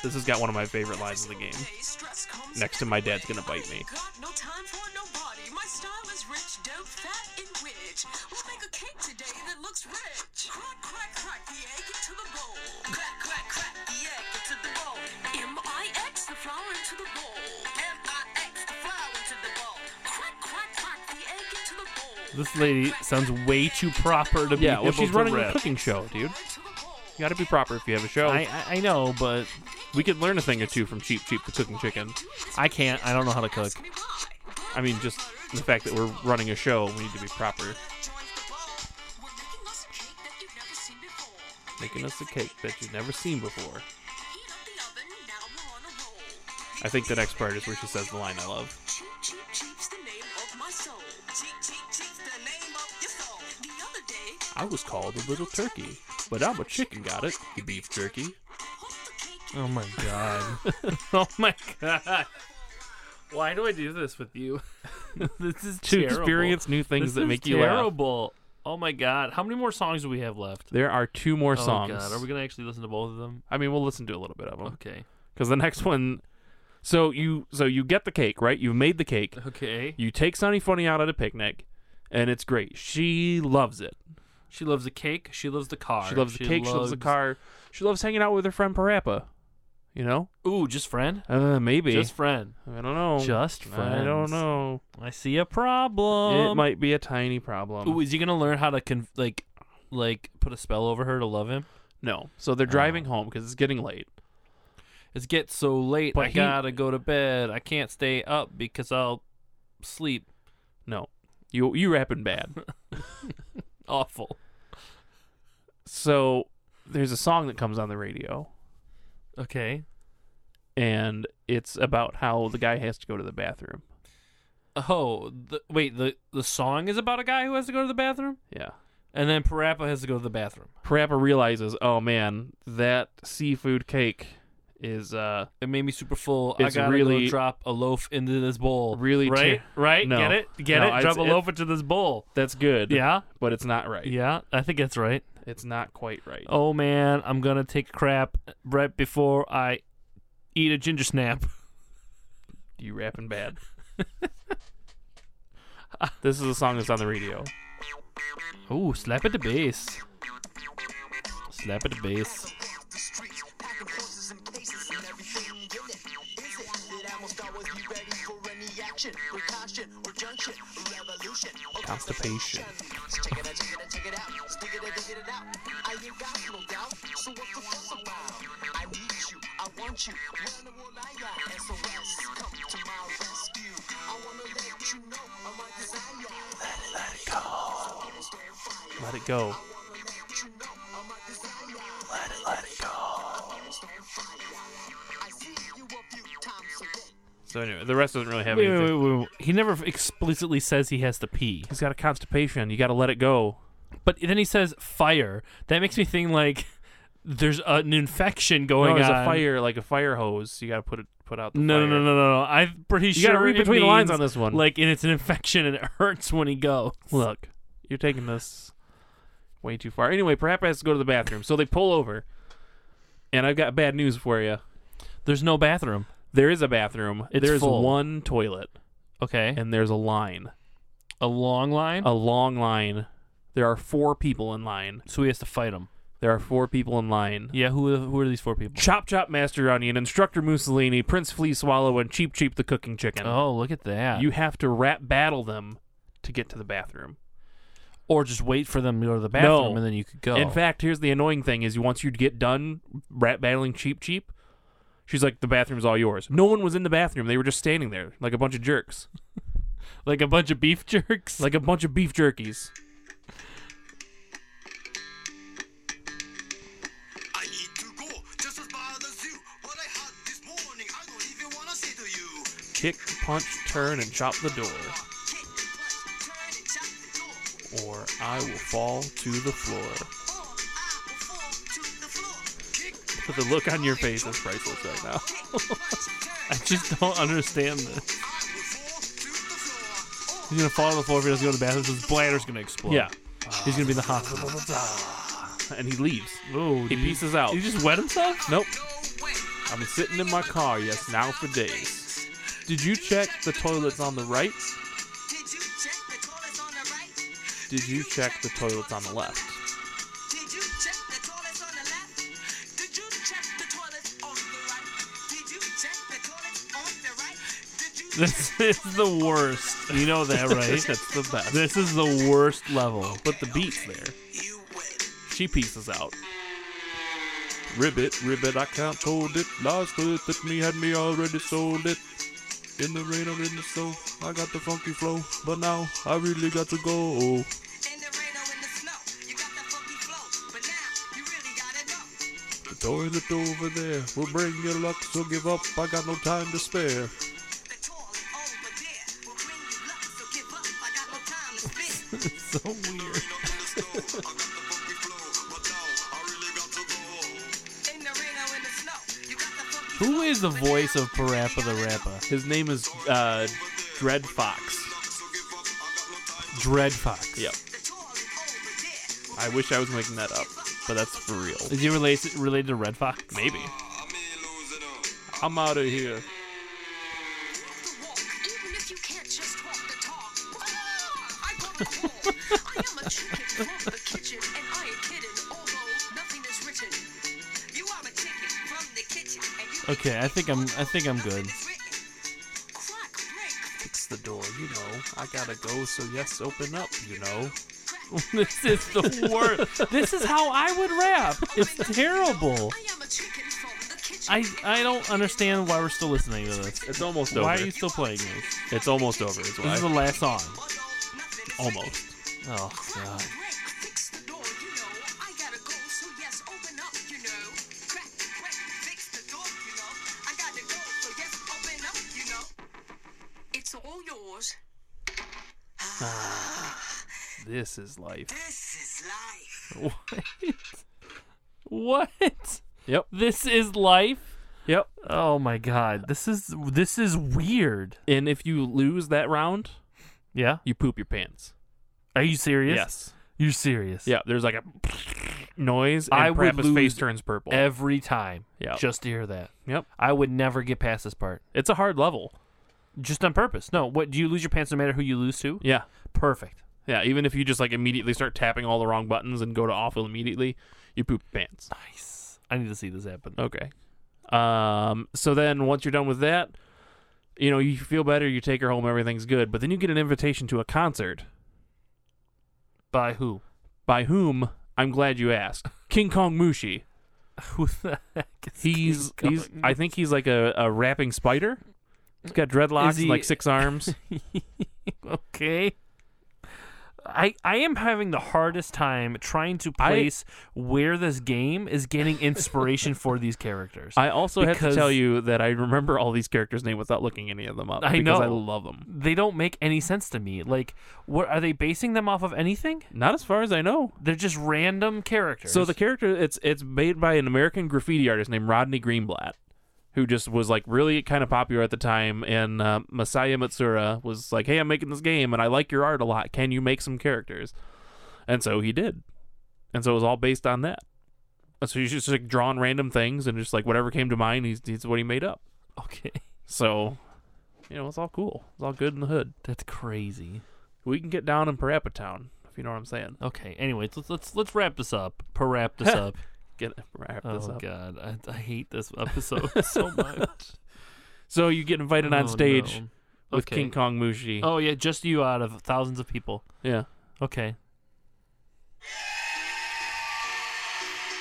[SPEAKER 2] This has got one of my favorite lines in the game. Next to my dad's gonna bite me.
[SPEAKER 4] Got no time for nobody. My style is rich, dope, fat, and rich. We'll make a cake today that looks rich. Crack, crack, crack the egg into the bowl. Crack, crack, crack the egg into the bowl. M-I-X the flour into the bowl. M-I-X the flour into the bowl. Crack, crack, crack the egg into the bowl.
[SPEAKER 1] This lady sounds way too proper to be
[SPEAKER 2] Yeah,
[SPEAKER 1] able
[SPEAKER 2] well, she's
[SPEAKER 1] to
[SPEAKER 2] running a
[SPEAKER 1] rap.
[SPEAKER 2] cooking show,
[SPEAKER 4] Flour
[SPEAKER 2] dude.
[SPEAKER 4] into the bowl.
[SPEAKER 2] You gotta be proper if you have a show.
[SPEAKER 1] I, I I know, but
[SPEAKER 2] we could learn a thing or two from Cheap Cheap the Cooking Chicken.
[SPEAKER 1] I can't. I don't know how to cook.
[SPEAKER 4] Ask me why.
[SPEAKER 2] I mean, just the fact that we're running a show, we need to be proper. Making us a cake that you've never seen before. I think the next part is where she says the line I love.
[SPEAKER 4] Cheap, cheap, cheap's the name of my soul. Cheap, cheap, cheap's the name of your soul. The other day,
[SPEAKER 2] I was called a little turkey, but I'm a chicken, got it? You beef jerky.
[SPEAKER 4] hooked the cake
[SPEAKER 1] Oh my god. oh my god. Why do I do this with you? this is
[SPEAKER 2] To
[SPEAKER 1] terrible.
[SPEAKER 2] experience new things
[SPEAKER 1] This
[SPEAKER 2] that
[SPEAKER 1] is
[SPEAKER 2] make you laugh.
[SPEAKER 1] terrible. Oh my god. How many more songs do we have left?
[SPEAKER 2] There are two more songs. Oh.
[SPEAKER 1] Oh god. Are we gonna actually listen to both of them?
[SPEAKER 2] I mean, we'll listen to a little bit of them
[SPEAKER 1] Okay.
[SPEAKER 2] because the next one. So you so you get the cake right. You've made the cake.
[SPEAKER 1] Uh-huh. Okay.
[SPEAKER 2] You take Sunny Funny out at a picnic, and it's great. She loves it.
[SPEAKER 1] She loves the cake. She loves the car.
[SPEAKER 2] She loves the cake. She loves the car. She loves hanging out with her friend Parappa. You know,
[SPEAKER 1] Ooh, just friend.
[SPEAKER 2] uh, maybe
[SPEAKER 1] Just friend.
[SPEAKER 2] I don't know.
[SPEAKER 1] Just
[SPEAKER 2] I don't
[SPEAKER 1] friends.
[SPEAKER 2] know.
[SPEAKER 1] I see a problem.
[SPEAKER 2] it might be a tiny problem.
[SPEAKER 1] Ooh, is he gonna learn how to con- like, like put a spell over her to love him?
[SPEAKER 2] no. So they're driving
[SPEAKER 1] Oh.
[SPEAKER 2] home because it's getting late.
[SPEAKER 1] It's get so late.
[SPEAKER 2] But
[SPEAKER 1] I
[SPEAKER 2] he-
[SPEAKER 1] gotta go to bed. I can't stay up because I'll sleep
[SPEAKER 2] No, you you rapping bad.
[SPEAKER 1] awful.
[SPEAKER 2] so there's a song that comes on the radio.
[SPEAKER 1] Okay.
[SPEAKER 2] and it's about how the guy has to go to the bathroom.
[SPEAKER 1] Oh, the, wait. The the song is about a guy who has to go to the bathroom,
[SPEAKER 2] Yeah.
[SPEAKER 1] and then Parappa has to go to the bathroom.
[SPEAKER 2] Parappa realizes, oh man, that seafood cake is uh
[SPEAKER 1] It made me super full.
[SPEAKER 2] It's
[SPEAKER 1] I gotta
[SPEAKER 2] really-
[SPEAKER 1] go drop a loaf into this bowl.
[SPEAKER 2] Really
[SPEAKER 1] right?
[SPEAKER 2] ter-
[SPEAKER 1] right?
[SPEAKER 2] No.
[SPEAKER 1] Get it? Get
[SPEAKER 2] No,
[SPEAKER 1] it?
[SPEAKER 2] it's-
[SPEAKER 1] Drop a
[SPEAKER 2] it-
[SPEAKER 1] loaf into this bowl.
[SPEAKER 2] that's good.
[SPEAKER 1] Yeah.
[SPEAKER 2] But it's not right.
[SPEAKER 1] Yeah. I think that's right.
[SPEAKER 2] It's not quite right.
[SPEAKER 1] Oh man, I'm gonna take a crap right before I eat a ginger snap.
[SPEAKER 2] You rapping bad. this is a song that's on the radio.
[SPEAKER 1] Oh, slap at the base. Slap at the base.
[SPEAKER 2] Constipation. Let it go. So anyway, the rest doesn't really have
[SPEAKER 1] Wait,
[SPEAKER 2] anything.
[SPEAKER 1] wait, wait, wait, wait. He never explicitly says he has to pee,
[SPEAKER 2] He's got a constipation. You got to let it go.
[SPEAKER 1] but then he says fire. That makes me think like there's an infection going
[SPEAKER 2] No, it's
[SPEAKER 1] on.
[SPEAKER 2] a fire, like a fire hose. You got to put it put out. The
[SPEAKER 1] No, no,
[SPEAKER 2] fire.
[SPEAKER 1] no, no, no, no. I'm pretty
[SPEAKER 2] You
[SPEAKER 1] sure.
[SPEAKER 2] gotta read
[SPEAKER 1] it
[SPEAKER 2] between the lines
[SPEAKER 1] means,
[SPEAKER 2] on this one.
[SPEAKER 1] Like, and it's an infection, and it hurts when he goes.
[SPEAKER 2] Look, you're taking this way too far. Anyway, perhaps I have to go to the bathroom. So they pull over, and I've got bad news for you.
[SPEAKER 1] There's no bathroom.
[SPEAKER 2] There is a bathroom.
[SPEAKER 1] It's
[SPEAKER 2] there's
[SPEAKER 1] full.
[SPEAKER 2] one toilet,
[SPEAKER 1] Okay, Oh,
[SPEAKER 2] and there's a line,
[SPEAKER 1] a long line,
[SPEAKER 2] a long line. There are four people in line.
[SPEAKER 1] so he has to fight him.
[SPEAKER 2] There are four people in line.
[SPEAKER 1] Yeah, who who are these four people?
[SPEAKER 2] Chop Chop Master Onion, Instructor Mussolini, Prince Flea Swallow, and Cheap Cheap the Cooking Chicken.
[SPEAKER 1] Oh, look at that.
[SPEAKER 2] You have to rap battle them to get to the bathroom.
[SPEAKER 1] or just wait for them to go to the bathroom,
[SPEAKER 2] No.
[SPEAKER 1] and then you could go.
[SPEAKER 2] In fact, here's the annoying thing: is you once you get done rat battling Cheap Cheap, she's like, "The bathroom's all yours." No one was in the bathroom; they were just standing there, like a bunch of jerks,
[SPEAKER 1] like a bunch of beef jerks.
[SPEAKER 2] like a bunch of beef jerkies.
[SPEAKER 5] I need to go, just as bad as you. What I had this morning, I don't even wanna say to you.
[SPEAKER 2] Kick, punch, turn, and chop the door,
[SPEAKER 3] Kick, punch, turn, and chop the door.
[SPEAKER 2] or I will fall to the floor.
[SPEAKER 3] Or I will fall to the floor. Kick,
[SPEAKER 2] The look on your face is priceless right now.
[SPEAKER 3] kick, punch, turn.
[SPEAKER 1] I just don't understand this.
[SPEAKER 5] I will fall to the floor.
[SPEAKER 1] He's gonna fall on the floor if he doesn't go to the bathroom. so His bladder's gonna explode.
[SPEAKER 2] Yeah,
[SPEAKER 1] he's gonna be in the hospital.
[SPEAKER 2] and he leaves.
[SPEAKER 1] Oh,
[SPEAKER 2] He pieces out.
[SPEAKER 1] He just wet himself.
[SPEAKER 5] No
[SPEAKER 2] Nope.
[SPEAKER 5] way.
[SPEAKER 2] I've been sitting in my car, yes, now for days. Did you check the toilets on the right?
[SPEAKER 3] Did you check the toilets on the right?
[SPEAKER 2] Did you check the toilets on the left?
[SPEAKER 3] Did you check the toilets on the left? Did you check the toilets on the right? Did you check the toilets on the right? Did you
[SPEAKER 1] This is the worst. You know that, right?
[SPEAKER 2] That's the best.
[SPEAKER 1] This is the worst level.
[SPEAKER 2] Put the beats there.
[SPEAKER 3] You win.
[SPEAKER 2] She pieces out. Ribbit, ribbit, I can't hold it. Last foot that me had me already sold it. In the rain or in the snow, I got the funky flow. But now I really got to go.
[SPEAKER 3] In the rain or in the snow, you got the funky flow. But now, you really gotta know.
[SPEAKER 2] The toilet over there will bring you luck, so give up. I got no time to spare.
[SPEAKER 3] The toilet over there will bring you luck, so give up. I got no time to spend.
[SPEAKER 1] So weird.
[SPEAKER 5] Rain up in the snow, I got the funky flow. But now, I really got to go.
[SPEAKER 3] In the rain or in the snow, you got the funky
[SPEAKER 1] Who is the voice of Parappa the Rappa?
[SPEAKER 2] His name is uh, Dread Fox.
[SPEAKER 1] Dread Fox.
[SPEAKER 2] Yep.
[SPEAKER 3] The toilet over there will
[SPEAKER 2] I wish I was making that up, but that's for real.
[SPEAKER 1] Is he related related to Red Fox?
[SPEAKER 2] Maybe. I'm out of here.
[SPEAKER 3] walk the walk, even if you can't just walk the talk. Ah, I walk the walk. I am a chicken from the kitchen, and I ain't kidding, although nothing is written. You are a chicken from the kitchen, and you ain't
[SPEAKER 1] Okay, I think I'm- I think I'm
[SPEAKER 3] kidding,
[SPEAKER 1] good.
[SPEAKER 3] nothing is written. Crack, break,
[SPEAKER 2] It's the door, you know. I gotta go, so yes, open up, you know.
[SPEAKER 1] This is the worst. this is how I would rap. It's terrible.
[SPEAKER 3] I am a chicken from the kitchen.
[SPEAKER 1] I I don't understand why we're still listening to this.
[SPEAKER 2] It's almost over.
[SPEAKER 1] Why are you still playing this?
[SPEAKER 2] It's almost over. Is
[SPEAKER 1] This
[SPEAKER 2] why.
[SPEAKER 1] is the last song.
[SPEAKER 3] Although nothing is
[SPEAKER 2] almost.
[SPEAKER 3] written.
[SPEAKER 1] Oh
[SPEAKER 3] Crack,
[SPEAKER 1] god.
[SPEAKER 3] break, fix the door, you know. I gotta go, so yes, open up, you know. Crack, break, fix the door, you know. I gotta go, so yes, open up, you know. It's all yours.
[SPEAKER 2] This is life.
[SPEAKER 3] This is life.
[SPEAKER 1] What?
[SPEAKER 2] Yep.
[SPEAKER 1] This is life.
[SPEAKER 2] Yep.
[SPEAKER 1] Oh my god. This is this is weird.
[SPEAKER 2] And if you lose that round,
[SPEAKER 1] Yeah.
[SPEAKER 2] you poop your pants.
[SPEAKER 1] Are you serious?
[SPEAKER 2] Yes.
[SPEAKER 1] You're serious.
[SPEAKER 2] Yeah. There's like a noise. And
[SPEAKER 1] I would
[SPEAKER 2] Parappa's face
[SPEAKER 1] lose
[SPEAKER 2] turns purple.
[SPEAKER 1] Every time.
[SPEAKER 2] Yeah.
[SPEAKER 1] Just to hear that.
[SPEAKER 2] yep.
[SPEAKER 1] I would never get past this part.
[SPEAKER 2] It's a hard level.
[SPEAKER 1] Just on purpose. No. What do you lose your pants no matter who you lose to?
[SPEAKER 2] Yeah.
[SPEAKER 1] Perfect.
[SPEAKER 2] Yeah. Even if you just like immediately start tapping all the wrong buttons and go to awful immediately, you poop your pants.
[SPEAKER 1] Nice. I need to see this happen.
[SPEAKER 2] Okay. Um. So then, once you're done with that, you know you feel better. You take her home. Everything's good. But then you get an invitation to a concert.
[SPEAKER 1] By who?
[SPEAKER 2] By whom? I'm glad you asked. King Kong Mushi.
[SPEAKER 1] Who the heck is
[SPEAKER 2] He's
[SPEAKER 1] King
[SPEAKER 2] he's.
[SPEAKER 1] Kong?
[SPEAKER 2] I think he's like a, a rapping spider. He's got dreadlocks,
[SPEAKER 1] Is he-
[SPEAKER 2] and like six arms.
[SPEAKER 1] okay. I, I am having the hardest time trying to
[SPEAKER 2] I-
[SPEAKER 1] place where this game is getting inspiration for these characters.
[SPEAKER 2] I also have to
[SPEAKER 1] Because-
[SPEAKER 2] tell you that I remember all these characters' names without looking any of them up.
[SPEAKER 1] I
[SPEAKER 2] because I
[SPEAKER 1] know.
[SPEAKER 2] love them.
[SPEAKER 1] they don't make any sense to me. Like, what are they basing them off of anything?
[SPEAKER 2] Not as far as I know.
[SPEAKER 1] They're just random characters.
[SPEAKER 2] So the character it's it's made by an American graffiti artist named Rodney Greenblatt, who just was like really kind of popular at the time. And uh, Masaya Matsura was like, "Hey, I'm making this game, and I like your art a lot. Can you make some characters?" And so he did, and so it was all based on that. And so he's just like drawing random things and just like whatever came to mind, he's, he's what he made up.
[SPEAKER 1] okay,
[SPEAKER 2] So, you know, it's all cool. It's all good in the hood.
[SPEAKER 1] that's crazy.
[SPEAKER 2] We can get down in Parappa Town if you know what I'm saying.
[SPEAKER 1] Okay, anyways, let's let's let's wrap this up. Per wrap this up.
[SPEAKER 2] Get wrap
[SPEAKER 1] oh
[SPEAKER 2] this up.
[SPEAKER 1] God, I, I hate this episode so much.
[SPEAKER 2] So you get invited on
[SPEAKER 1] Oh,
[SPEAKER 2] stage.
[SPEAKER 1] no.
[SPEAKER 2] with
[SPEAKER 1] Okay.
[SPEAKER 2] King Kong Mushi.
[SPEAKER 1] Oh yeah, just you out of thousands of people.
[SPEAKER 2] Yeah.
[SPEAKER 1] Okay.
[SPEAKER 3] Yo,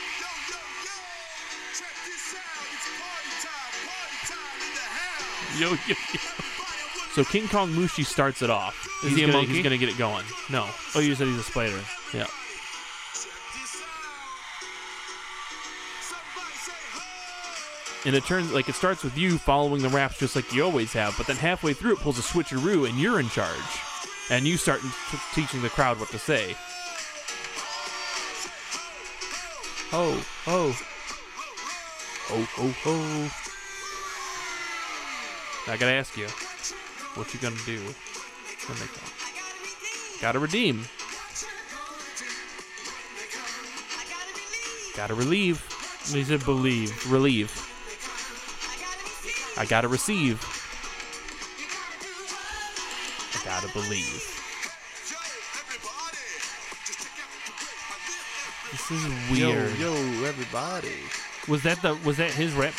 [SPEAKER 3] yo, yo! Check this out. It's party time. Party time in the house.
[SPEAKER 1] Yo yo.
[SPEAKER 3] Everybody with
[SPEAKER 2] So King Kong Mushi starts it off.
[SPEAKER 1] Is
[SPEAKER 2] he's
[SPEAKER 1] he a
[SPEAKER 2] gonna,
[SPEAKER 1] monkey?
[SPEAKER 2] He's gonna get it going. No.
[SPEAKER 1] Oh, you said he's a spider.
[SPEAKER 2] Yeah.
[SPEAKER 3] Check this out. Somebody say ho!
[SPEAKER 2] And it turns like it starts with you following the raps just like you always have, but then halfway through it pulls a switcheroo and you're in charge, and you start t- teaching the crowd what to say. Oh, oh, oh, oh, oh. Now I gotta ask you, what you gonna do when they come? Gotta redeem. Gotta relieve.
[SPEAKER 1] He said believe.
[SPEAKER 2] Relieve. I gotta receive. I gotta believe.
[SPEAKER 3] Yo, everybody! Just check out the way I live every
[SPEAKER 1] This is weird.
[SPEAKER 6] Yo, yo, everybody.
[SPEAKER 1] Was that the was that his rap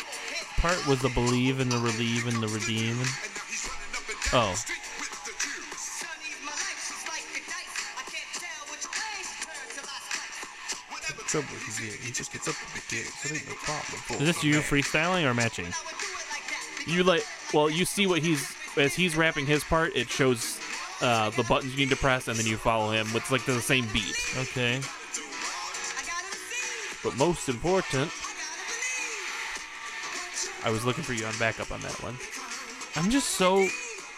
[SPEAKER 1] part? Was the believe and the relieve and the redeem?
[SPEAKER 3] And now he's running up and down
[SPEAKER 1] Oh.
[SPEAKER 3] the street with the crew. Whatever
[SPEAKER 6] Trouble he's in, he just gets up and begins. It ain't no problem for
[SPEAKER 1] Is this you freestyling or matching?
[SPEAKER 2] You like well, you see what he's as he's rapping his part, it shows uh, the buttons you need to press and then you follow him with like the same beat.
[SPEAKER 1] Okay.
[SPEAKER 2] But most important I was looking for you on backup on that one.
[SPEAKER 1] I'm just so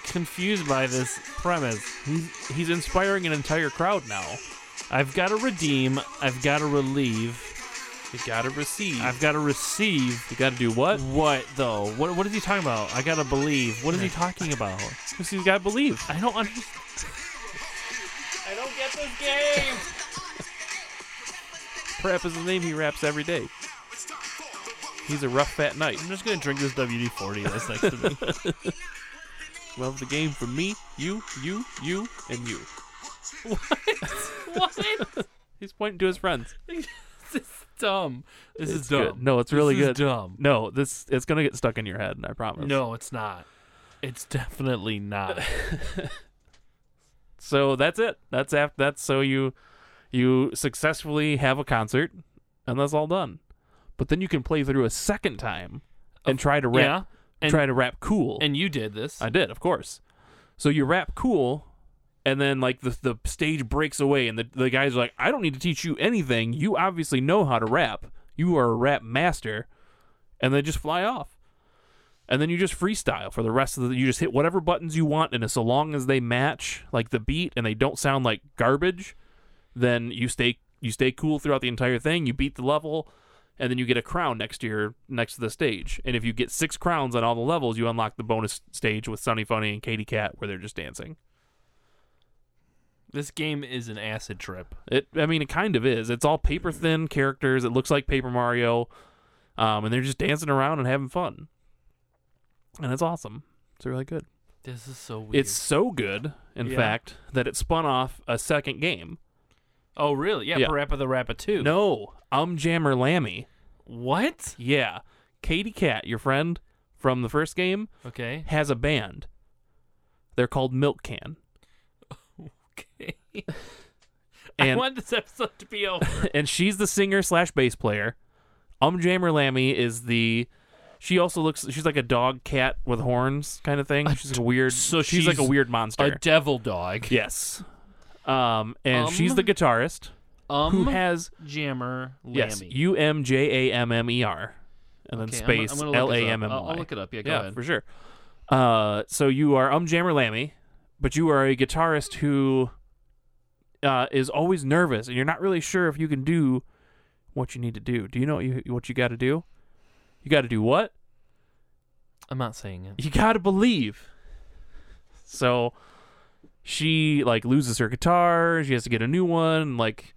[SPEAKER 1] confused by this premise.
[SPEAKER 2] He's he's inspiring an entire crowd now.
[SPEAKER 1] I've got to redeem. I've got to relieve.
[SPEAKER 2] You gotta receive.
[SPEAKER 1] I've got to receive.
[SPEAKER 2] you gotta do what?
[SPEAKER 1] What though? What what is he talking about? I gotta believe. What is he talking about?
[SPEAKER 2] Because he's gotta believe.
[SPEAKER 1] I don't understand.
[SPEAKER 2] Prep is the name he raps every day. He's a rough fat knight.
[SPEAKER 1] I'm just gonna drink this WD-40 that's next to me.
[SPEAKER 2] Love the game for me, you, you, you, and you.
[SPEAKER 1] what?
[SPEAKER 2] He's pointing to his friends.
[SPEAKER 1] This is dumb. This is dumb.
[SPEAKER 2] good. No, it's really
[SPEAKER 1] This is
[SPEAKER 2] good.
[SPEAKER 1] dumb.
[SPEAKER 2] No, this it's gonna get stuck in your head. I promise.
[SPEAKER 1] No, it's not. It's definitely not.
[SPEAKER 2] So that's it. That's after that's so you you successfully have a concert, and that's all done. But then you can play through a second time and try to
[SPEAKER 1] yeah.
[SPEAKER 2] rap.
[SPEAKER 1] And
[SPEAKER 2] try to rap cool.
[SPEAKER 1] and you did this.
[SPEAKER 2] I did, of course. So you rap cool, and then like the the stage breaks away, and the the guys are like, "I don't need to teach you anything. You obviously know how to rap. You are a rap master," and they just fly off. And then you just freestyle for the rest of the. You just hit whatever buttons you want, and so long as they match like the beat and they don't sound like garbage, then you stay you stay cool throughout the entire thing. You beat the level, and then you get a crown next to your next to the stage. And if you get six crowns on all the levels, you unlock the bonus stage with Sunny Funny and Katie Cat, where they're just dancing.
[SPEAKER 1] This game is an acid trip.
[SPEAKER 2] It, I mean, it kind of is. It's all paper thin characters. It looks like Paper Mario, um, and they're just dancing around and having fun, and it's awesome. It's really good.
[SPEAKER 1] This is so weird.
[SPEAKER 2] It's so good, in
[SPEAKER 1] Yeah.
[SPEAKER 2] fact, that it spun off a second game.
[SPEAKER 1] oh really? Yeah,
[SPEAKER 2] Yeah.
[SPEAKER 1] Parappa the Rappa too.
[SPEAKER 2] No, Um Jammer Lammy.
[SPEAKER 1] What?
[SPEAKER 2] Yeah, Katie Cat, your friend from the first game,
[SPEAKER 1] Okay.
[SPEAKER 2] has a band. They're called Milk Can.
[SPEAKER 1] Okay. I
[SPEAKER 2] And
[SPEAKER 1] want this episode to be over.
[SPEAKER 2] and she's the singer slash bass player. Um Jammer Lammy is the she also looks she's like a dog cat with horns kind of thing. She's like a weird
[SPEAKER 1] so
[SPEAKER 2] she's, like a
[SPEAKER 1] she's
[SPEAKER 2] weird monster.
[SPEAKER 1] devil dog.
[SPEAKER 2] yes. Um, and
[SPEAKER 1] Um?
[SPEAKER 2] she's the guitarist
[SPEAKER 1] Um,
[SPEAKER 2] who has
[SPEAKER 1] Jammer Lammy.
[SPEAKER 2] yes, U M J A M M E R, and then
[SPEAKER 1] Okay, I'm gonna- I'm
[SPEAKER 2] space
[SPEAKER 1] gonna look
[SPEAKER 2] L
[SPEAKER 1] this
[SPEAKER 2] A
[SPEAKER 1] up.
[SPEAKER 2] M M Y.
[SPEAKER 1] I'll- I'll look it up. Yeah, go ahead.
[SPEAKER 2] for sure. Uh, so you are Um Jammer Lammy, but you are a guitarist who uh, is always nervous, and you're not really sure if you can do what you need to do. Do you know what you what you got to do? You got to do what?
[SPEAKER 1] I'm not saying it.
[SPEAKER 2] you gotta believe. So she like loses her guitar, she has to get a new one, like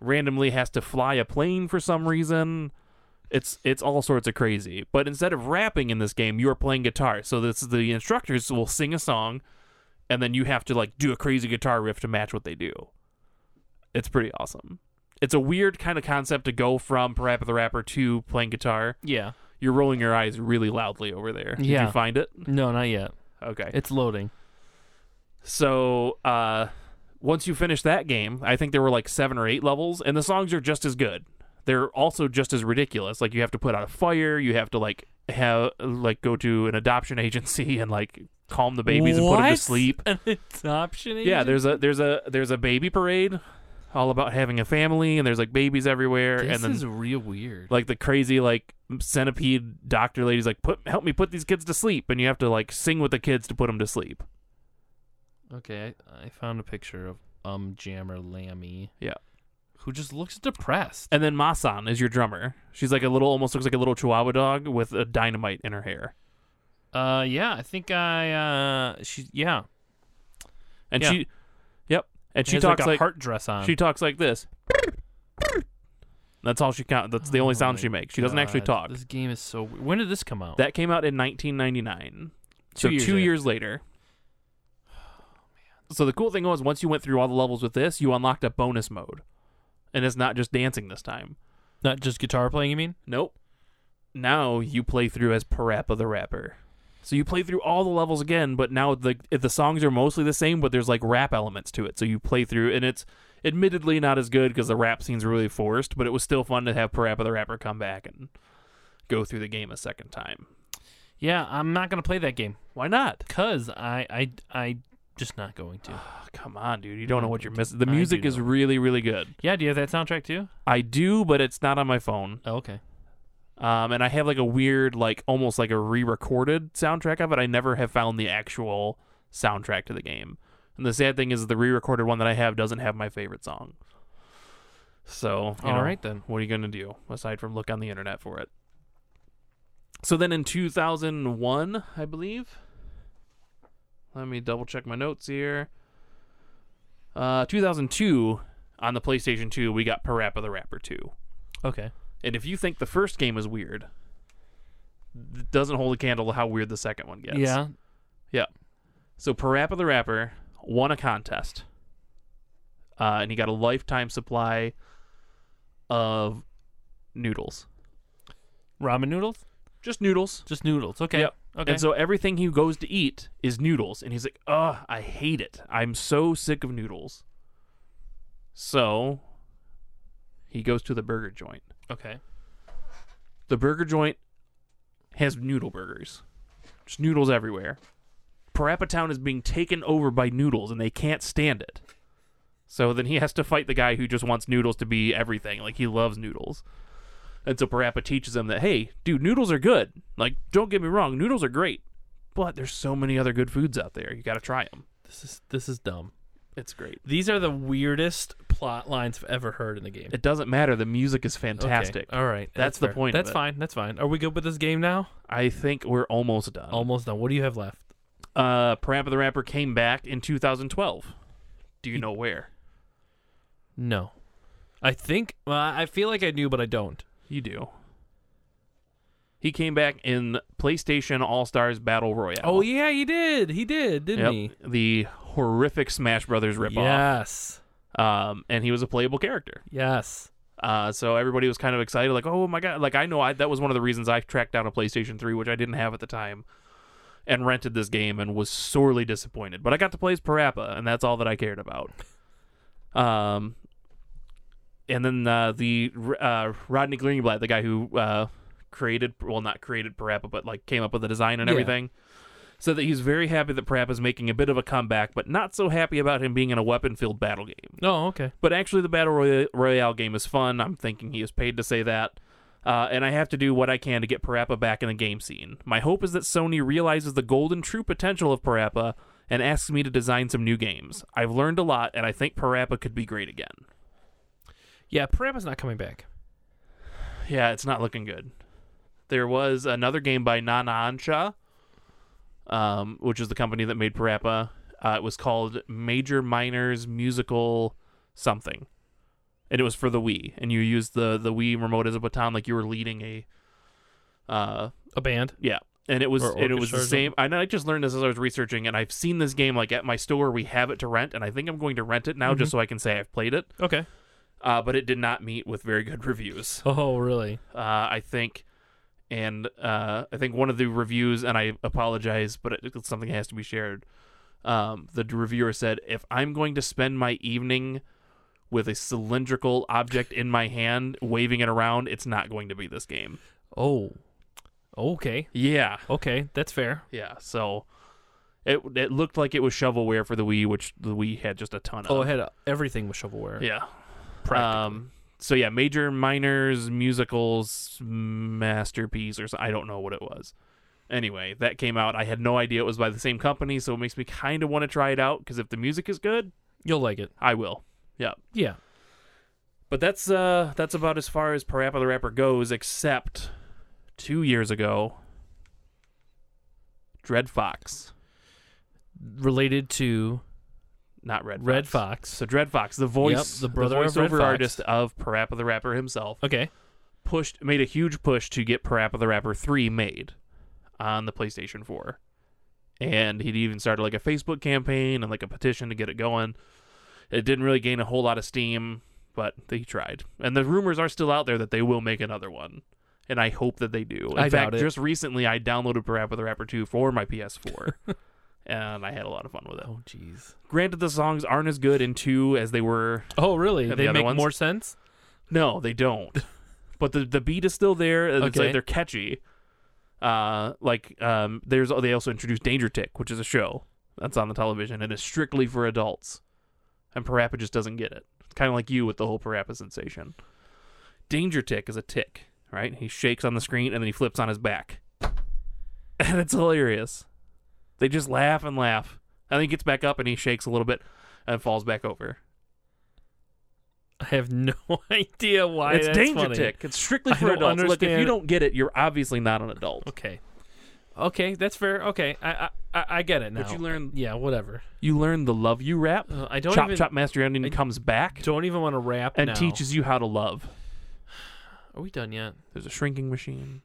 [SPEAKER 2] randomly has to fly a plane for some reason. It's it's all sorts of crazy. But instead of rapping in this game, you're playing guitar. So this the instructors will sing a song and then you have to like do a crazy guitar riff to match what they do. It's pretty awesome. It's a weird kind of concept to go from Parappa the Rapper to playing guitar.
[SPEAKER 1] Yeah.
[SPEAKER 2] You're rolling your eyes really loudly over there. Did
[SPEAKER 1] Yeah.
[SPEAKER 2] you find it?
[SPEAKER 1] No, not yet.
[SPEAKER 2] Okay.
[SPEAKER 1] It's loading.
[SPEAKER 2] so uh, once you finish that game, I think there were like seven or eight levels, and the songs are just as good. They're also just as ridiculous. Like you have to put out a fire, you have to like have like go to an adoption agency and like calm the babies and put them to
[SPEAKER 7] What?
[SPEAKER 2] sleep.
[SPEAKER 7] An adoption
[SPEAKER 2] Yeah,
[SPEAKER 7] agent?
[SPEAKER 2] there's a there's a there's a baby parade, all about having a family, and there's like babies everywhere,
[SPEAKER 1] This
[SPEAKER 2] and then
[SPEAKER 1] is real weird.
[SPEAKER 2] like the crazy like centipede doctor lady's like put help me put these kids to sleep, and you have to like sing with the kids to put them to sleep.
[SPEAKER 1] Okay, I, I found a picture of Um Jammer Lammy.
[SPEAKER 2] Yeah.
[SPEAKER 1] Who just looks depressed.
[SPEAKER 2] And then Masan is your drummer. She's like a little, almost looks like a little Chihuahua dog with a dynamite in her hair.
[SPEAKER 1] Uh, yeah, I think I uh she yeah
[SPEAKER 2] And
[SPEAKER 1] Yeah.
[SPEAKER 2] she, yep. And she
[SPEAKER 1] has,
[SPEAKER 2] talks
[SPEAKER 1] like a
[SPEAKER 2] like,
[SPEAKER 1] heart dress on.
[SPEAKER 2] she talks like this. That's all she count. That's the only
[SPEAKER 1] Oh
[SPEAKER 2] sound
[SPEAKER 1] my
[SPEAKER 2] she makes. She doesn't actually
[SPEAKER 1] God,
[SPEAKER 2] talk.
[SPEAKER 1] This game is so. weird. When did this come out?
[SPEAKER 2] That came out in 1999.
[SPEAKER 1] Two
[SPEAKER 2] so
[SPEAKER 1] years
[SPEAKER 2] two
[SPEAKER 1] later.
[SPEAKER 2] years later. So the cool thing was, once you went through all the levels with this, you unlocked a bonus mode, and it's not just dancing this time.
[SPEAKER 1] Not just guitar playing, you mean?
[SPEAKER 2] Nope. Now you play through as Parappa the Rapper. So you play through all the levels again, but now the if the songs are mostly the same, but there's like rap elements to it. So you play through, and it's admittedly not as good because the rap scene's really forced, but it was still fun to have Parappa the Rapper come back and go through the game a second time.
[SPEAKER 1] Yeah, I'm not gonna play that game
[SPEAKER 2] Why not?
[SPEAKER 1] because I I I just not going to.
[SPEAKER 2] Oh, come on, dude. You don't Mm. know what you're missing. The
[SPEAKER 1] I
[SPEAKER 2] music
[SPEAKER 1] do
[SPEAKER 2] is
[SPEAKER 1] know.
[SPEAKER 2] really, really good.
[SPEAKER 1] Yeah, do you have that soundtrack too?
[SPEAKER 2] I do, but it's not on my phone.
[SPEAKER 1] Oh, okay.
[SPEAKER 2] Um, and I have like a weird, like almost like a re-recorded soundtrack of it. I never have found the actual soundtrack to the game. And the sad thing is, the re-recorded one that I have doesn't have my favorite song. So, you
[SPEAKER 1] All
[SPEAKER 2] know,
[SPEAKER 1] right, then.
[SPEAKER 2] what are you gonna do aside from look on the internet for it? So then, in 2001, I believe. Let me double check my notes here. Uh, 2002 on the PlayStation 2, we got Parappa the Rapper 2.
[SPEAKER 1] Okay.
[SPEAKER 2] And if you think the first game is weird, it doesn't hold a candle to how weird the second one gets.
[SPEAKER 1] Yeah.
[SPEAKER 2] Yeah. So Parappa the Rapper won a contest. Uh, and he got a lifetime supply of noodles.
[SPEAKER 1] Ramen noodles?
[SPEAKER 2] Just noodles.
[SPEAKER 1] Just noodles. Okay.
[SPEAKER 2] Yep.
[SPEAKER 1] Okay.
[SPEAKER 2] And so everything he goes to eat is noodles. And he's like, ugh, I hate it. I'm so sick of noodles. So he goes to the burger joint.
[SPEAKER 1] okay.
[SPEAKER 2] the burger joint has noodle burgers. Just noodles everywhere. Parappa Town is being taken over by noodles and they can't stand it. So then he has to fight the guy who just wants noodles to be everything. Like he loves noodles. And so Parappa teaches him that, hey, dude, noodles are good. Like, don't get me wrong, noodles are great. But there's so many other good foods out there. You got to try them.
[SPEAKER 7] This is this is dumb.
[SPEAKER 2] It's great.
[SPEAKER 7] These are the weirdest plot lines I've ever heard in the game.
[SPEAKER 2] It doesn't matter. The music is
[SPEAKER 7] Okay,
[SPEAKER 2] fantastic.
[SPEAKER 7] All right.
[SPEAKER 2] That's the
[SPEAKER 7] fair.
[SPEAKER 2] point of
[SPEAKER 7] That's
[SPEAKER 2] it.
[SPEAKER 7] fine. That's fine. Are we good with this game now?
[SPEAKER 2] I think we're almost done.
[SPEAKER 7] Almost done. What do you have left?
[SPEAKER 2] uh, Parappa the Rapper came back in 2012. Do you know where?
[SPEAKER 7] No. I think well, I feel like I knew, but I don't.
[SPEAKER 2] You do. He came back in PlayStation All Stars Battle Royale.
[SPEAKER 7] Oh yeah, he did. He did, didn't
[SPEAKER 2] Yep.
[SPEAKER 7] he?
[SPEAKER 2] The horrific Smash Brothers ripoff.
[SPEAKER 7] Yes.
[SPEAKER 2] Um, and he was a playable character.
[SPEAKER 7] Yes.
[SPEAKER 2] Uh, so everybody was kind of excited, like, oh my god! Like I know I, that was one of the reasons I tracked down a PlayStation 3, which I didn't have at the time, and rented this game and was sorely disappointed. But I got to play as Parappa, and that's all that I cared about. Um, and then uh, the uh, Rodney Greenblatt, the guy who uh, created, well, not created Parappa, but like came up with the design and
[SPEAKER 7] Yeah.
[SPEAKER 2] everything. said that he's very happy that Prapp is making a bit of a comeback, but not so happy about him being in a weapon filled battle game.
[SPEAKER 1] Oh, okay.
[SPEAKER 2] But actually, the Battle Roy- Royale game is fun. I'm thinking he is paid to say that. Uh, and I have to do what I can to get Parappa back in the game scene. My hope is that Sony realizes the golden true potential of Parappa and asks me to design some new games. I've learned a lot, and I think Parappa could be great again.
[SPEAKER 1] Yeah, Parappa's not coming back.
[SPEAKER 2] Yeah, it's not looking good. There was another game by Nana Ancha, um, which is the company that made Parappa. Uh, it was called Major Minors Musical Something, and it was for the Wii. And you used the the Wii remote as a baton, like you were leading a. Uh,
[SPEAKER 1] A band.
[SPEAKER 2] yeah, and it was
[SPEAKER 1] Or
[SPEAKER 2] and it was
[SPEAKER 1] orchestra or
[SPEAKER 2] the same. I know I just learned this as I was researching, and I've seen this game like at my store. We have it to rent, and I think I'm going to rent it now just
[SPEAKER 1] Mm-hmm.
[SPEAKER 2] so I can say I've played it.
[SPEAKER 1] Okay.
[SPEAKER 2] Uh, but it did not meet with very good reviews
[SPEAKER 1] Oh, really?
[SPEAKER 2] uh, I think, and uh, I think one of the reviews, and I apologize, but it, it's something that has to be shared. Um, the reviewer said, "If I'm going to spend my evening with a cylindrical object in my hand, waving it around, it's not going to be this game."
[SPEAKER 1] Oh. Okay.
[SPEAKER 2] Yeah,
[SPEAKER 1] Okay, that's fair.
[SPEAKER 2] yeah. So it it looked like it was shovelware for the Wii, which the Wii had just a ton of.
[SPEAKER 1] Oh, it had uh, everything with shovelware.
[SPEAKER 2] yeah.
[SPEAKER 1] Practically.
[SPEAKER 2] Um, so yeah, major, minors, musicals, masterpiece, or so, I don't know what it was. Anyway, that came out. I had no idea it was by the same company, so it makes me kind of want to try it out because if the music is good,
[SPEAKER 1] You'll like it.
[SPEAKER 2] I will. Yeah.
[SPEAKER 1] Yeah.
[SPEAKER 2] But that's uh that's about as far as Parappa the Rapper goes, except two years ago, Dread Fox,
[SPEAKER 1] Related to
[SPEAKER 2] not Red Fox.
[SPEAKER 1] Red Fox.
[SPEAKER 2] So Dread Fox, the voice,
[SPEAKER 1] the brother of
[SPEAKER 2] the
[SPEAKER 1] Red
[SPEAKER 2] voiceover
[SPEAKER 1] Fox.
[SPEAKER 2] artist of Parappa the Rapper himself.
[SPEAKER 1] okay.
[SPEAKER 2] pushed made a huge push to get Parappa the Rapper 3 made on the PlayStation 4. And he'd even started like a Facebook campaign and like a petition to get it going. It didn't really gain a whole lot of steam, but they tried. And the rumors are still out there that they will make another one. And I hope that they do. In
[SPEAKER 1] I doubt
[SPEAKER 2] fact,
[SPEAKER 1] it.
[SPEAKER 2] just recently I downloaded Parappa the Rapper 2 for my PS4. and I had a lot of fun with it.
[SPEAKER 1] Oh, jeez.
[SPEAKER 2] Granted the songs aren't as good in 2 as they were
[SPEAKER 1] Oh, really?
[SPEAKER 2] And the
[SPEAKER 1] they
[SPEAKER 2] other
[SPEAKER 1] make
[SPEAKER 2] ones?
[SPEAKER 1] more sense?
[SPEAKER 2] no, they don't. but the the beat is still there. and It's
[SPEAKER 1] Okay.
[SPEAKER 2] like they're catchy. Uh, like um, there's they also introduced Danger Tick, which is a show that's on the television and is strictly for adults. And Parappa just doesn't get it. It's kind of like you with the whole Parappa sensation. Danger Tick is a tick, right? He shakes on the screen and then he flips on his back, and it's hilarious. They just laugh and laugh. And then he gets back up and he shakes a little bit and falls back over.
[SPEAKER 1] I have no idea why
[SPEAKER 2] it's
[SPEAKER 1] that's
[SPEAKER 2] danger
[SPEAKER 1] funny.
[SPEAKER 2] tick. It's strictly
[SPEAKER 1] I
[SPEAKER 2] for
[SPEAKER 1] don't
[SPEAKER 2] adults. Look, if you
[SPEAKER 1] understand-
[SPEAKER 2] don't get it, you're obviously not an adult.
[SPEAKER 1] Okay. Okay, that's fair. Okay, I I, I- I get it now. Uh,
[SPEAKER 2] But you learn-
[SPEAKER 1] yeah, whatever.
[SPEAKER 2] You learn the love you rap.
[SPEAKER 1] Uh, I don't
[SPEAKER 2] chop
[SPEAKER 1] even
[SPEAKER 2] chop master onion comes back
[SPEAKER 1] don't even want to rap
[SPEAKER 2] and
[SPEAKER 1] now.
[SPEAKER 2] teaches you how to love.
[SPEAKER 1] Are we done yet?
[SPEAKER 2] There's a shrinking machine.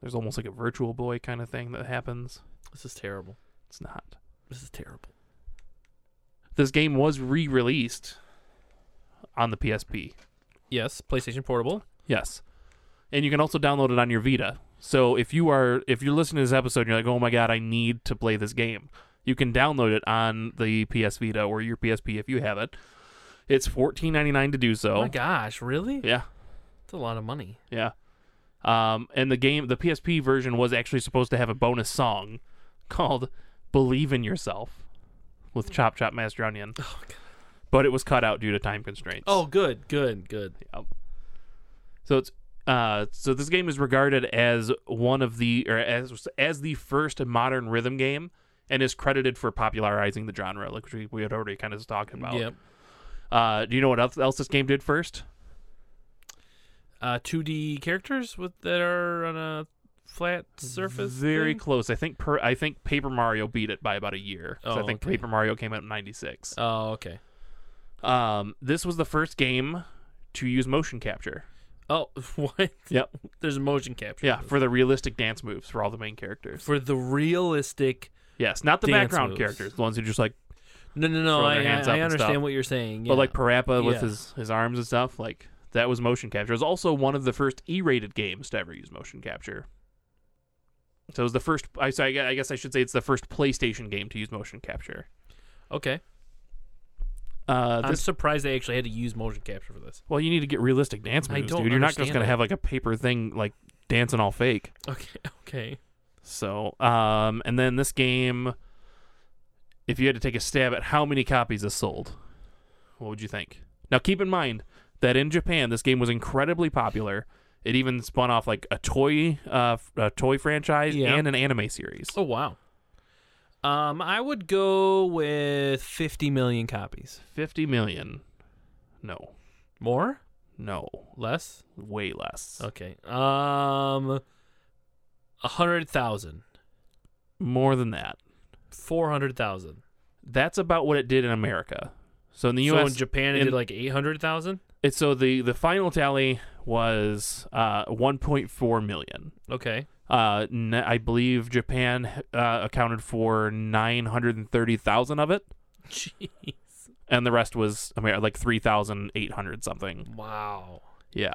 [SPEAKER 2] There's almost like a virtual boy kind of thing that happens.
[SPEAKER 1] This is terrible.
[SPEAKER 2] It's not.
[SPEAKER 1] This is terrible.
[SPEAKER 2] This game was re-released on the PSP.
[SPEAKER 1] Yes, PlayStation Portable.
[SPEAKER 2] Yes. And you can also download it on your Vita. So if you are if you're listening to this episode and you're like, "Oh my god, I need to play this game." You can download it on the PS Vita or your PSP if you have it. It's $14.99 to do so.
[SPEAKER 1] Oh my gosh, really?
[SPEAKER 2] Yeah.
[SPEAKER 1] That's a lot of money.
[SPEAKER 2] Yeah. Um, and the game, the PSP version was actually supposed to have a bonus song called Believe in Yourself with Chop Chop Master Onion. But it was cut out due to time constraints.
[SPEAKER 1] Oh, good, good, good.
[SPEAKER 2] So it's uh so this game is regarded as one of the or as as the first modern rhythm game and is credited for popularizing the genre, like which we, we had already kind of talked about.
[SPEAKER 1] Mm, Yep.
[SPEAKER 2] Uh do you know what else, else this game did first?
[SPEAKER 1] Uh, 2D characters with that are on a flat surface.
[SPEAKER 2] Very
[SPEAKER 1] thing?
[SPEAKER 2] close. I think per I think Paper Mario beat it by about a year. 'cause
[SPEAKER 1] Oh,
[SPEAKER 2] I think
[SPEAKER 1] okay.
[SPEAKER 2] Paper Mario came out in 96.
[SPEAKER 1] Oh, okay.
[SPEAKER 2] Um this was the first game to use motion capture.
[SPEAKER 1] Oh, what?
[SPEAKER 2] Yep.
[SPEAKER 1] There's motion capture.
[SPEAKER 2] Yeah, for the realistic dance moves for all the main characters.
[SPEAKER 1] For the realistic.
[SPEAKER 2] Yes, not the
[SPEAKER 1] Dance
[SPEAKER 2] background
[SPEAKER 1] moves.
[SPEAKER 2] characters, the ones who just like
[SPEAKER 1] No, no, no.
[SPEAKER 2] Throw
[SPEAKER 1] I, uh,
[SPEAKER 2] their hands
[SPEAKER 1] I,
[SPEAKER 2] up
[SPEAKER 1] I
[SPEAKER 2] and
[SPEAKER 1] understand
[SPEAKER 2] stuff.
[SPEAKER 1] what you're saying.
[SPEAKER 2] But like Parappa
[SPEAKER 1] Yeah.
[SPEAKER 2] with his his arms and stuff, like that was motion capture. It was also one of the first E-rated games to ever use motion capture. So it was the first. I so I, gue- I guess I should say it's the first PlayStation game to use motion capture.
[SPEAKER 1] okay.
[SPEAKER 2] Uh,
[SPEAKER 1] I'm
[SPEAKER 2] this,
[SPEAKER 1] surprised they actually had to use motion capture for this.
[SPEAKER 2] well, you need to get realistic dance
[SPEAKER 1] I
[SPEAKER 2] moves,
[SPEAKER 1] don't
[SPEAKER 2] dude. You're not just
[SPEAKER 1] understand
[SPEAKER 2] gonna
[SPEAKER 1] that.
[SPEAKER 2] have like a paper thing like dancing all fake.
[SPEAKER 1] Okay, okay.
[SPEAKER 2] So, um, and then this game, if you had to take a stab at how many copies is sold, what would you think? Now, keep in mind that in Japan, this game was incredibly popular. It even spun off like a toy, uh, f- a toy franchise
[SPEAKER 1] Yeah.
[SPEAKER 2] and an anime series.
[SPEAKER 1] Oh wow. Um, I would go with 50 million copies.
[SPEAKER 2] Fifty million. No,
[SPEAKER 1] More?
[SPEAKER 2] no,
[SPEAKER 1] Less?
[SPEAKER 2] way less.
[SPEAKER 1] Okay. Um, a hundred thousand.
[SPEAKER 2] More than that.
[SPEAKER 1] Four hundred thousand.
[SPEAKER 2] That's about what it did in America. So in the
[SPEAKER 1] So
[SPEAKER 2] U.S.,
[SPEAKER 1] in Japan, it
[SPEAKER 2] in-
[SPEAKER 1] did like eight hundred thousand.
[SPEAKER 2] It's so the the final tally was uh 1.4 million.
[SPEAKER 1] Okay.
[SPEAKER 2] Uh, n- I believe Japan uh, accounted for 930,000 of it,
[SPEAKER 1] Gee.
[SPEAKER 2] and the rest was I mean like 3,800 something.
[SPEAKER 1] Wow.
[SPEAKER 2] Yeah.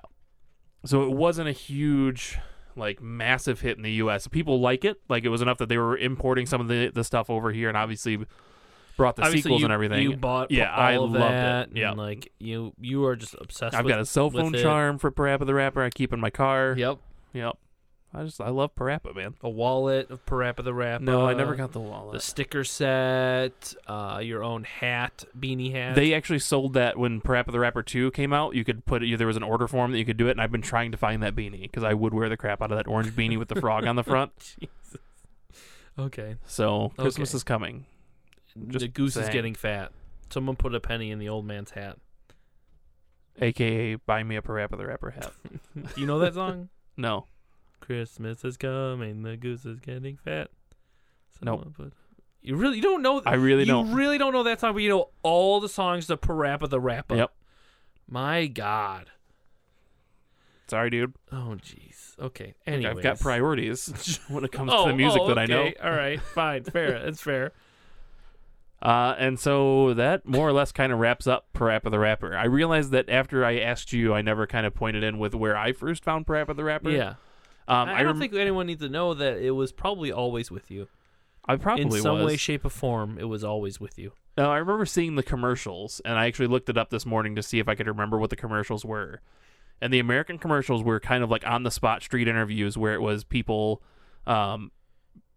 [SPEAKER 2] So it wasn't a huge like massive hit in the US. People like it. Like it was enough that they were importing some of the the stuff over here and obviously brought the
[SPEAKER 1] Obviously,
[SPEAKER 2] sequels
[SPEAKER 1] you-
[SPEAKER 2] and everything.
[SPEAKER 1] You bought
[SPEAKER 2] yeah,
[SPEAKER 1] all
[SPEAKER 2] I
[SPEAKER 1] of
[SPEAKER 2] loved
[SPEAKER 1] that,
[SPEAKER 2] it. Yeah.
[SPEAKER 1] and like you, you are just obsessed.
[SPEAKER 2] I've
[SPEAKER 1] with,
[SPEAKER 2] got a cell phone
[SPEAKER 1] with it.
[SPEAKER 2] charm for Parappa the Rapper I keep in my car.
[SPEAKER 1] Yep,
[SPEAKER 2] Yep. I just I love Parappa, man.
[SPEAKER 1] a wallet of Parappa the Rapper.
[SPEAKER 2] No, I never got the wallet.
[SPEAKER 1] the sticker set, uh, your own hat, beanie hat.
[SPEAKER 2] they actually sold that when Parappa the Rapper 2 came out. You could put it, there was an order form that you could do it, and I've been trying to find that beanie because I would wear the crap out of that orange beanie with the frog on the front.
[SPEAKER 1] okay.
[SPEAKER 2] So Christmas
[SPEAKER 1] Okay.
[SPEAKER 2] is coming. Just
[SPEAKER 1] the goose is
[SPEAKER 2] saying.
[SPEAKER 1] getting fat. Someone put a penny in the old man's hat.
[SPEAKER 2] AKA buy me a Parappa the Rapper hat.
[SPEAKER 1] You know that song?
[SPEAKER 2] No.
[SPEAKER 1] Christmas is coming, the goose is getting fat.
[SPEAKER 2] Nope.
[SPEAKER 1] Someone put- You really you don't know
[SPEAKER 2] I really
[SPEAKER 1] you
[SPEAKER 2] don't.
[SPEAKER 1] really don't know that song, but you know all the songs to Parappa the Rapper.
[SPEAKER 2] Yep.
[SPEAKER 1] My God.
[SPEAKER 2] Sorry, dude.
[SPEAKER 1] Oh jeez. Okay.
[SPEAKER 2] Like,
[SPEAKER 1] Anyways.
[SPEAKER 2] I've got priorities when it comes
[SPEAKER 1] Oh,
[SPEAKER 2] to the music
[SPEAKER 1] oh,
[SPEAKER 2] that I know.
[SPEAKER 1] okay. All right, fine, fair. That's fair.
[SPEAKER 2] Uh, and so that more or less kind of wraps up Parappa the Rapper. I realized that after I asked you, I never kind of pointed in with where I first found Parappa the Rapper.
[SPEAKER 1] Yeah.
[SPEAKER 2] Um, I,
[SPEAKER 1] I, I don't
[SPEAKER 2] rem-
[SPEAKER 1] think anyone needs to know that it was probably always with you.
[SPEAKER 2] I probably
[SPEAKER 1] In some
[SPEAKER 2] was.
[SPEAKER 1] way, shape, or form, it was always with you.
[SPEAKER 2] No, I remember seeing the commercials, and I actually looked it up this morning to see if I could remember what the commercials were. And the American commercials were kind of like on the spot street interviews where it was people um,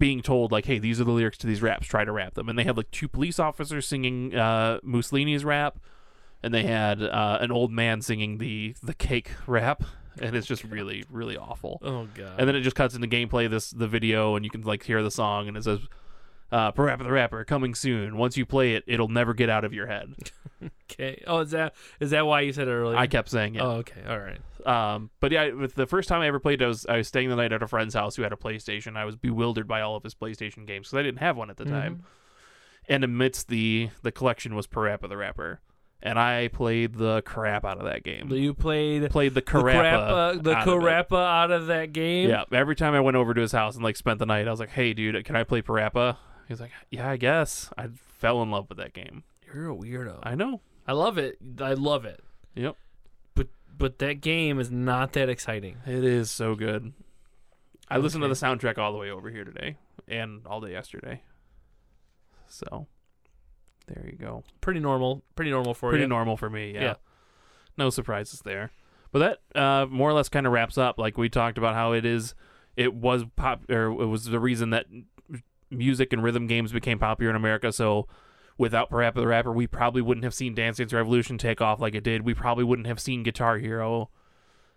[SPEAKER 2] being told, like, hey, these are the lyrics to these raps, try to rap them. And they had like two police officers singing uh, Mussolini's rap, and they had uh, an old man singing the, the cake rap. And it's just really, really awful.
[SPEAKER 1] Oh god.
[SPEAKER 2] And then it just cuts into gameplay this the video and you can like hear the song and it says uh Parappa the Rapper coming soon. Once you play it, it'll never get out of your head.
[SPEAKER 1] okay. Oh, is that is that why you said it earlier?
[SPEAKER 2] I kept saying it.
[SPEAKER 1] Oh, okay. All right.
[SPEAKER 2] Um but yeah, with the first time I ever played it, I was I was staying the night at a friend's house who had a PlayStation. I was bewildered by all of his PlayStation games cuz I didn't have one at the
[SPEAKER 1] Mm-hmm.
[SPEAKER 2] time. And amidst the the collection was Parappa the Rapper. And I played the crap out of that game.
[SPEAKER 1] You played
[SPEAKER 2] played
[SPEAKER 1] the
[SPEAKER 2] the crap
[SPEAKER 1] Karappa, the Karappa out of that game.
[SPEAKER 2] Yeah, every time I went over to his house and like spent the night, I was like, "Hey, dude, can I play Parappa?" He was like, "Yeah, I guess." I fell in love with that game.
[SPEAKER 1] You're a weirdo. I,
[SPEAKER 2] I know.
[SPEAKER 1] love it. I love it.
[SPEAKER 2] Yep,
[SPEAKER 1] But but that game is not that exciting.
[SPEAKER 2] it is so good. I listened to
[SPEAKER 1] Okay.
[SPEAKER 2] the soundtrack all the way over here today and all day yesterday. So there you go.
[SPEAKER 1] Pretty normal. Pretty normal for
[SPEAKER 2] Pretty
[SPEAKER 1] you.
[SPEAKER 2] normal for me. Yeah.
[SPEAKER 1] Yeah.
[SPEAKER 2] No surprises there. But that uh, more or less kind of wraps up. Like we talked about how it is, it was pop, or it was the reason that music and rhythm games became popular in America. So without Parappa the Rapper, we probably wouldn't have seen Dance Dance Revolution take off like it did. We probably wouldn't have seen Guitar Hero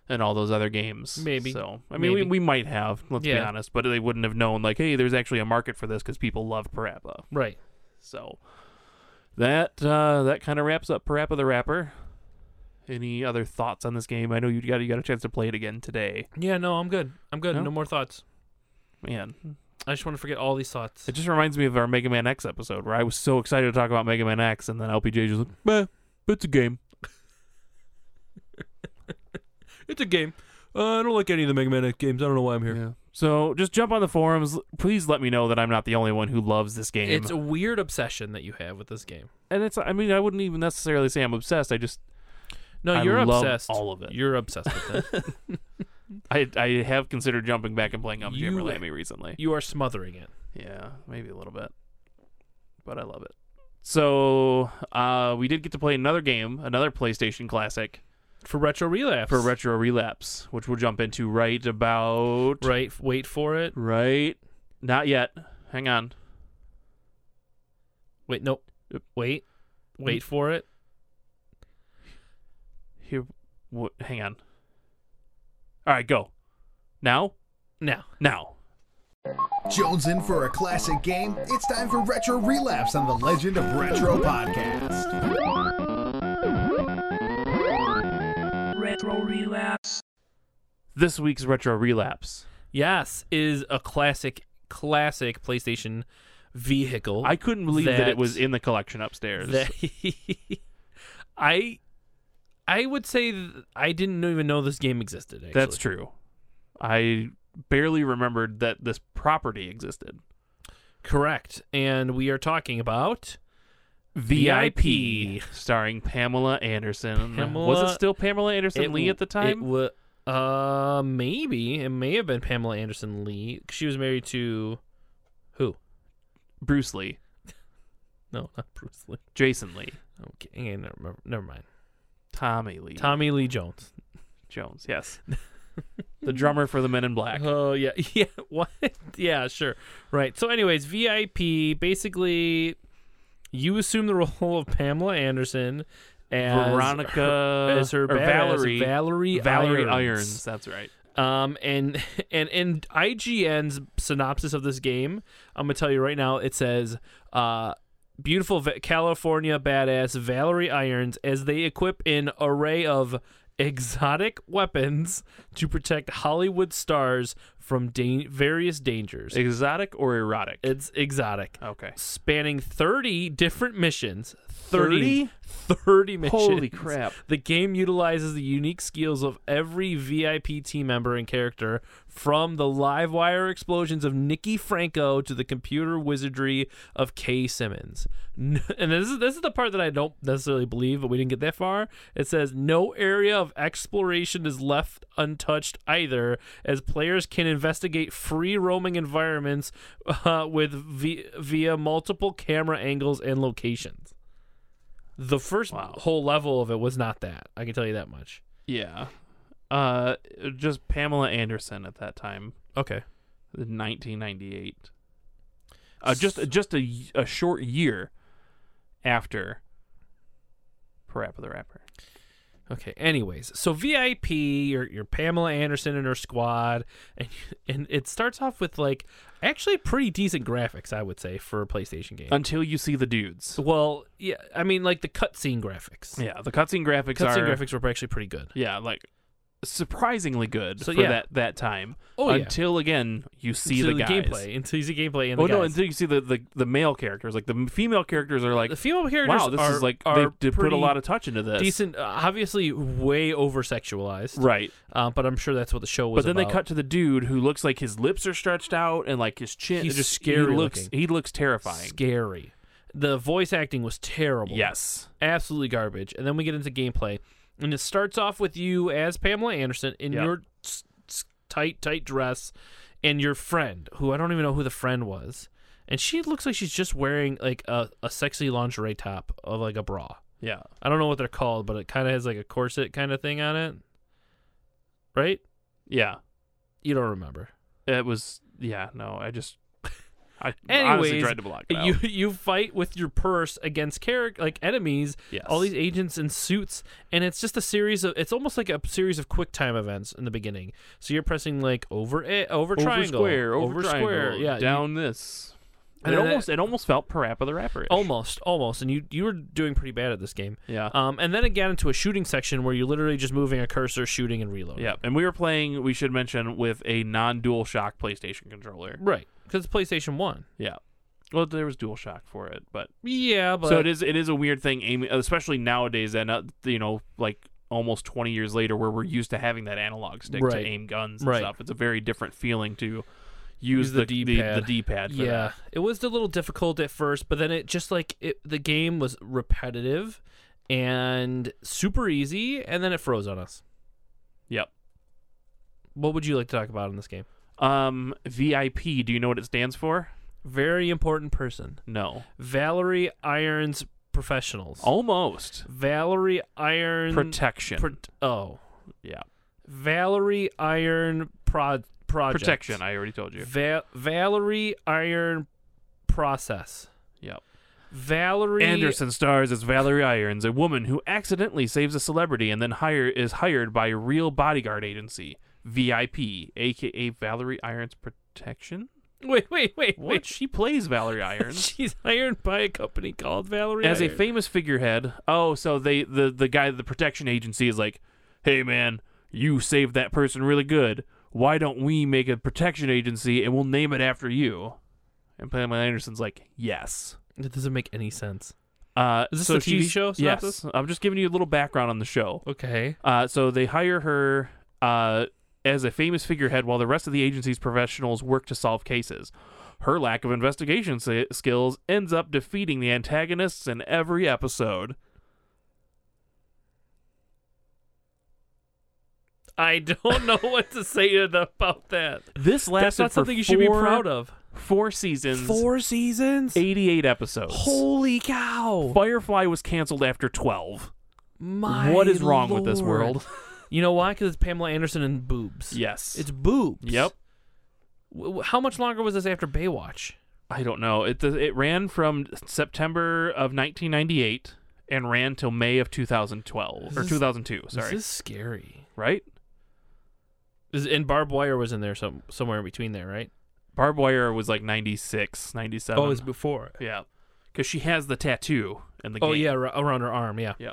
[SPEAKER 2] and all those other games.
[SPEAKER 1] Maybe.
[SPEAKER 2] So, I mean,
[SPEAKER 1] Maybe.
[SPEAKER 2] We, we might have, let's be
[SPEAKER 1] Yeah.
[SPEAKER 2] honest, but they wouldn't have known, like, hey, there's actually a market for this because people love Parappa.
[SPEAKER 1] Right.
[SPEAKER 2] So that uh, that kind of wraps up Parappa the Rapper. Any other thoughts on this game? I know you got you got a chance to play it again today.
[SPEAKER 1] Yeah. No, I'm good. I'm good.
[SPEAKER 2] No?
[SPEAKER 1] No, more thoughts.
[SPEAKER 2] Man,
[SPEAKER 1] I just want to forget all these thoughts.
[SPEAKER 2] it just reminds me of our Mega Man X episode where I was so excited to talk about Mega Man X, and then LPJ just like, "Meh, it's a game."
[SPEAKER 1] It's a game. Uh, I don't like any of the Mega Man X games. I don't know why I'm here.
[SPEAKER 2] Yeah. So just jump on the forums. Please let me know that I'm not the only one who loves this game.
[SPEAKER 1] It's a weird obsession that you have with this game.
[SPEAKER 2] and it's I mean I wouldn't even necessarily say I'm obsessed. I just
[SPEAKER 1] No,
[SPEAKER 2] I
[SPEAKER 1] you're
[SPEAKER 2] love
[SPEAKER 1] obsessed.
[SPEAKER 2] all of it.
[SPEAKER 1] You're obsessed with it.
[SPEAKER 2] I I have considered jumping back and playing
[SPEAKER 1] You-
[SPEAKER 2] Umjammer Lammy recently.
[SPEAKER 1] you are smothering it.
[SPEAKER 2] Yeah, maybe a little bit. But I love it. So uh, we did get to play another game, another PlayStation classic
[SPEAKER 1] For retro relapse.
[SPEAKER 2] for Retro Relapse, which we'll jump into right about
[SPEAKER 1] Right. Wait for it.
[SPEAKER 2] right Not yet. Hang on.
[SPEAKER 1] Wait, no. Wait. Wait
[SPEAKER 2] Mm.
[SPEAKER 1] for it.
[SPEAKER 2] Here. Wh- hang on. All right, go. Now?
[SPEAKER 1] Now.
[SPEAKER 2] Now.
[SPEAKER 8] Jones in for a classic game? It's time for Retro Relapse on the Legend of Retro podcast.
[SPEAKER 2] This week's Retro Relapse.
[SPEAKER 1] Yes, is a classic, classic PlayStation vehicle.
[SPEAKER 2] I couldn't believe that, it
[SPEAKER 1] That-
[SPEAKER 2] was in the collection upstairs.
[SPEAKER 1] that- I, I would say th- I didn't even know this game existed. Actually.
[SPEAKER 2] That's true. I barely remembered that this property existed.
[SPEAKER 1] correct. And we are talking about
[SPEAKER 2] VIP, starring Pamela Anderson. was
[SPEAKER 1] Pamela-
[SPEAKER 2] it still Pamela Anderson Lee
[SPEAKER 1] w-
[SPEAKER 2] at the
[SPEAKER 1] It
[SPEAKER 2] time?
[SPEAKER 1] wa- uh, maybe it may have been Pamela Anderson Lee. She was married to who?
[SPEAKER 2] Bruce Lee,
[SPEAKER 1] No, not Bruce Lee.
[SPEAKER 2] Jason Lee,
[SPEAKER 1] Okay, I never remember. Never mind.
[SPEAKER 2] Tommy Lee,
[SPEAKER 1] Tommy Lee Jones.
[SPEAKER 2] Jones. Yes, the drummer for the Men in Black.
[SPEAKER 1] Oh yeah, yeah. What? Yeah, sure. Right. So, anyways, VIP. Basically, you assume the role of Pamela Anderson as
[SPEAKER 2] Veronica
[SPEAKER 1] as her
[SPEAKER 2] or
[SPEAKER 1] badass,
[SPEAKER 2] Valerie,
[SPEAKER 1] Valerie
[SPEAKER 2] Valerie
[SPEAKER 1] Irons.
[SPEAKER 2] Irons. That's right.
[SPEAKER 1] Um, and and in IGN's synopsis of this game, I'm gonna tell you right now, it says, uh, beautiful Va- California badass Valerie Irons as they equip an array of exotic weapons to protect Hollywood stars from dan- various dangers.
[SPEAKER 2] Exotic or erotic?
[SPEAKER 1] It's exotic.
[SPEAKER 2] okay.
[SPEAKER 1] Spanning 30 different missions. 30? 30, missions.
[SPEAKER 2] Holy crap.
[SPEAKER 1] The game utilizes the unique skills of every VIP team member and character, from the live wire explosions of Nikki Franco to the computer wizardry of Kay Simmons. N- And this is this is the part that I don't necessarily believe, but we didn't get that far. It says no area of exploration is left untouched either, as players can investigate free roaming environments uh, with vi- via multiple camera angles and locations the first whole level of it was not that. I can tell you that much.
[SPEAKER 2] Yeah. Uh, just Pamela Anderson at that time,
[SPEAKER 1] Okay.
[SPEAKER 2] 1998. Uh, just just a, y- a short year after Parappa the Rapper.
[SPEAKER 1] Okay. Anyways, so VIP, your your Pamela Anderson and her squad, and and it starts off with like actually pretty decent graphics, I would say, for a PlayStation game.
[SPEAKER 2] Until you see the dudes.
[SPEAKER 1] well, yeah, I mean like the cutscene graphics.
[SPEAKER 2] Yeah, the cutscene graphics
[SPEAKER 1] cutscene
[SPEAKER 2] are
[SPEAKER 1] graphics were actually pretty good.
[SPEAKER 2] yeah, like surprisingly good
[SPEAKER 1] So,
[SPEAKER 2] for
[SPEAKER 1] yeah.
[SPEAKER 2] that that time.
[SPEAKER 1] Oh, yeah.
[SPEAKER 2] until again you see
[SPEAKER 1] Until
[SPEAKER 2] the, guys.
[SPEAKER 1] gameplay, until you see gameplay, and
[SPEAKER 2] Oh
[SPEAKER 1] the
[SPEAKER 2] no!
[SPEAKER 1] guys.
[SPEAKER 2] Until you see the, the, the male characters, like the m- female characters, are like
[SPEAKER 1] the female characters
[SPEAKER 2] wow, this
[SPEAKER 1] are,
[SPEAKER 2] is like
[SPEAKER 1] are
[SPEAKER 2] they put a
[SPEAKER 1] pretty
[SPEAKER 2] lot of touch into this.
[SPEAKER 1] decent, uh, obviously way over sexualized,
[SPEAKER 2] right?
[SPEAKER 1] uh, but I'm sure that's what the show was.
[SPEAKER 2] But then
[SPEAKER 1] about.
[SPEAKER 2] they cut to the dude who looks like his lips are stretched out and like his chin.
[SPEAKER 1] He's
[SPEAKER 2] just
[SPEAKER 1] scary
[SPEAKER 2] He looks,
[SPEAKER 1] looking.
[SPEAKER 2] he looks terrifying.
[SPEAKER 1] scary. The voice acting was terrible.
[SPEAKER 2] Yes,
[SPEAKER 1] absolutely garbage. And then we get into gameplay, and it starts off with you as Pamela Anderson in
[SPEAKER 2] Yeah.
[SPEAKER 1] your s- s- tight, tight dress, and your friend, who I don't even know who the friend was, and she looks like she's just wearing like a, a sexy lingerie top of like a bra.
[SPEAKER 2] yeah,
[SPEAKER 1] I don't know what they're called, but it kind of has like a corset kind of thing on it, right?
[SPEAKER 2] yeah.
[SPEAKER 1] You don't remember.
[SPEAKER 2] It was yeah. No, I just I honestly
[SPEAKER 1] Anyways,
[SPEAKER 2] tried to block it out.
[SPEAKER 1] you you fight with your purse against character like enemies
[SPEAKER 2] Yes.
[SPEAKER 1] all these agents in suits and it's just a series of it's almost like a series of quick time events in the beginning so you're pressing like over it over,
[SPEAKER 2] over
[SPEAKER 1] triangle
[SPEAKER 2] square, over, triangle,
[SPEAKER 1] square yeah you-
[SPEAKER 2] down this.
[SPEAKER 1] And
[SPEAKER 2] it
[SPEAKER 1] then Oh,
[SPEAKER 2] almost it almost felt Parappa the Rapper.
[SPEAKER 1] almost almost and you you were doing pretty bad at this game
[SPEAKER 2] Yeah.
[SPEAKER 1] um and then again into a shooting section where you're literally just moving a cursor shooting and reloading
[SPEAKER 2] yeah, and we were playing. We should mention with a non-dual shock PlayStation controller.
[SPEAKER 1] right because it's PlayStation One
[SPEAKER 2] Yeah. Well, there was dual shock for it, but
[SPEAKER 1] yeah but
[SPEAKER 2] so it is it is a weird thing aiming especially nowadays and uh, you know like almost 20 years later where we're used to having that analog stick to
[SPEAKER 1] Right.
[SPEAKER 2] aim guns and
[SPEAKER 1] Right.
[SPEAKER 2] stuff it's a very different feeling to
[SPEAKER 1] Use
[SPEAKER 2] use, the,
[SPEAKER 1] the
[SPEAKER 2] the,
[SPEAKER 1] D-pad.
[SPEAKER 2] the d-pad for
[SPEAKER 1] yeah
[SPEAKER 2] that.
[SPEAKER 1] it was a little difficult at first but then it just like it, the game was repetitive and super easy and then it froze on us
[SPEAKER 2] yep
[SPEAKER 1] what would you like to talk about in this game
[SPEAKER 2] um vip do you know what it stands for
[SPEAKER 1] very important person
[SPEAKER 2] no
[SPEAKER 1] valerie irons professionals
[SPEAKER 2] Oh. almost
[SPEAKER 1] valerie iron
[SPEAKER 2] protection
[SPEAKER 1] Pro- oh
[SPEAKER 2] yeah
[SPEAKER 1] valerie iron prod project.
[SPEAKER 2] Protection, I already told you.
[SPEAKER 1] Va- Valerie Iron Process.
[SPEAKER 2] Yep.
[SPEAKER 1] Valerie
[SPEAKER 2] Anderson stars as Valerie Irons, a woman who accidentally saves a celebrity and then hire is hired by a real bodyguard agency, VIP, aka Valerie Irons Protection.
[SPEAKER 1] Wait, wait, wait,
[SPEAKER 2] What?
[SPEAKER 1] wait.
[SPEAKER 2] She plays Valerie Irons.
[SPEAKER 1] She's hired by a company called Valerie
[SPEAKER 2] as a
[SPEAKER 1] Iron.
[SPEAKER 2] famous figurehead. Oh, so they the the guy at the protection agency is like, "Hey man, you saved that person really good. Why don't we make a protection agency and we'll name it after you?" And Pamela Anderson's like, "Yes."
[SPEAKER 1] It doesn't make any sense.
[SPEAKER 2] Uh,
[SPEAKER 1] Is this
[SPEAKER 2] so
[SPEAKER 1] a TV
[SPEAKER 2] she's-
[SPEAKER 1] show synopsis?
[SPEAKER 2] Yes. I'm just giving you a little background on the show.
[SPEAKER 1] Okay.
[SPEAKER 2] Uh, so they hire her uh, as a famous figurehead while the rest of the agency's professionals work to solve cases. Her lack of investigation s- skills ends up defeating the antagonists in every episode.
[SPEAKER 1] I don't know what to say about that.
[SPEAKER 2] This lasted
[SPEAKER 1] That's not
[SPEAKER 2] for
[SPEAKER 1] something you should be
[SPEAKER 2] four-
[SPEAKER 1] proud of.
[SPEAKER 2] Four seasons,
[SPEAKER 1] seasons?
[SPEAKER 2] 88 episodes.
[SPEAKER 1] Holy cow.
[SPEAKER 2] Firefly was canceled after 12.
[SPEAKER 1] My
[SPEAKER 2] what is wrong with this
[SPEAKER 1] lord.
[SPEAKER 2] world?
[SPEAKER 1] You know why? Because it's Pamela Anderson and boobs.
[SPEAKER 2] Yes.
[SPEAKER 1] It's boobs.
[SPEAKER 2] Yep.
[SPEAKER 1] W- w- how much longer was this after Baywatch?
[SPEAKER 2] I don't know. It it ran from September of 1998 and ran till May of 2012 or
[SPEAKER 1] This is-
[SPEAKER 2] 2002. Sorry,
[SPEAKER 1] This is scary.
[SPEAKER 2] right?
[SPEAKER 1] Is- And barbed wire was in there some somewhere in between there, right?
[SPEAKER 2] Barbed Wire was like 96, 97.
[SPEAKER 9] Oh, it's before.
[SPEAKER 2] yeah, because she has the tattoo in the game.
[SPEAKER 1] Oh yeah, ar- around her arm. Yeah.
[SPEAKER 2] yeah.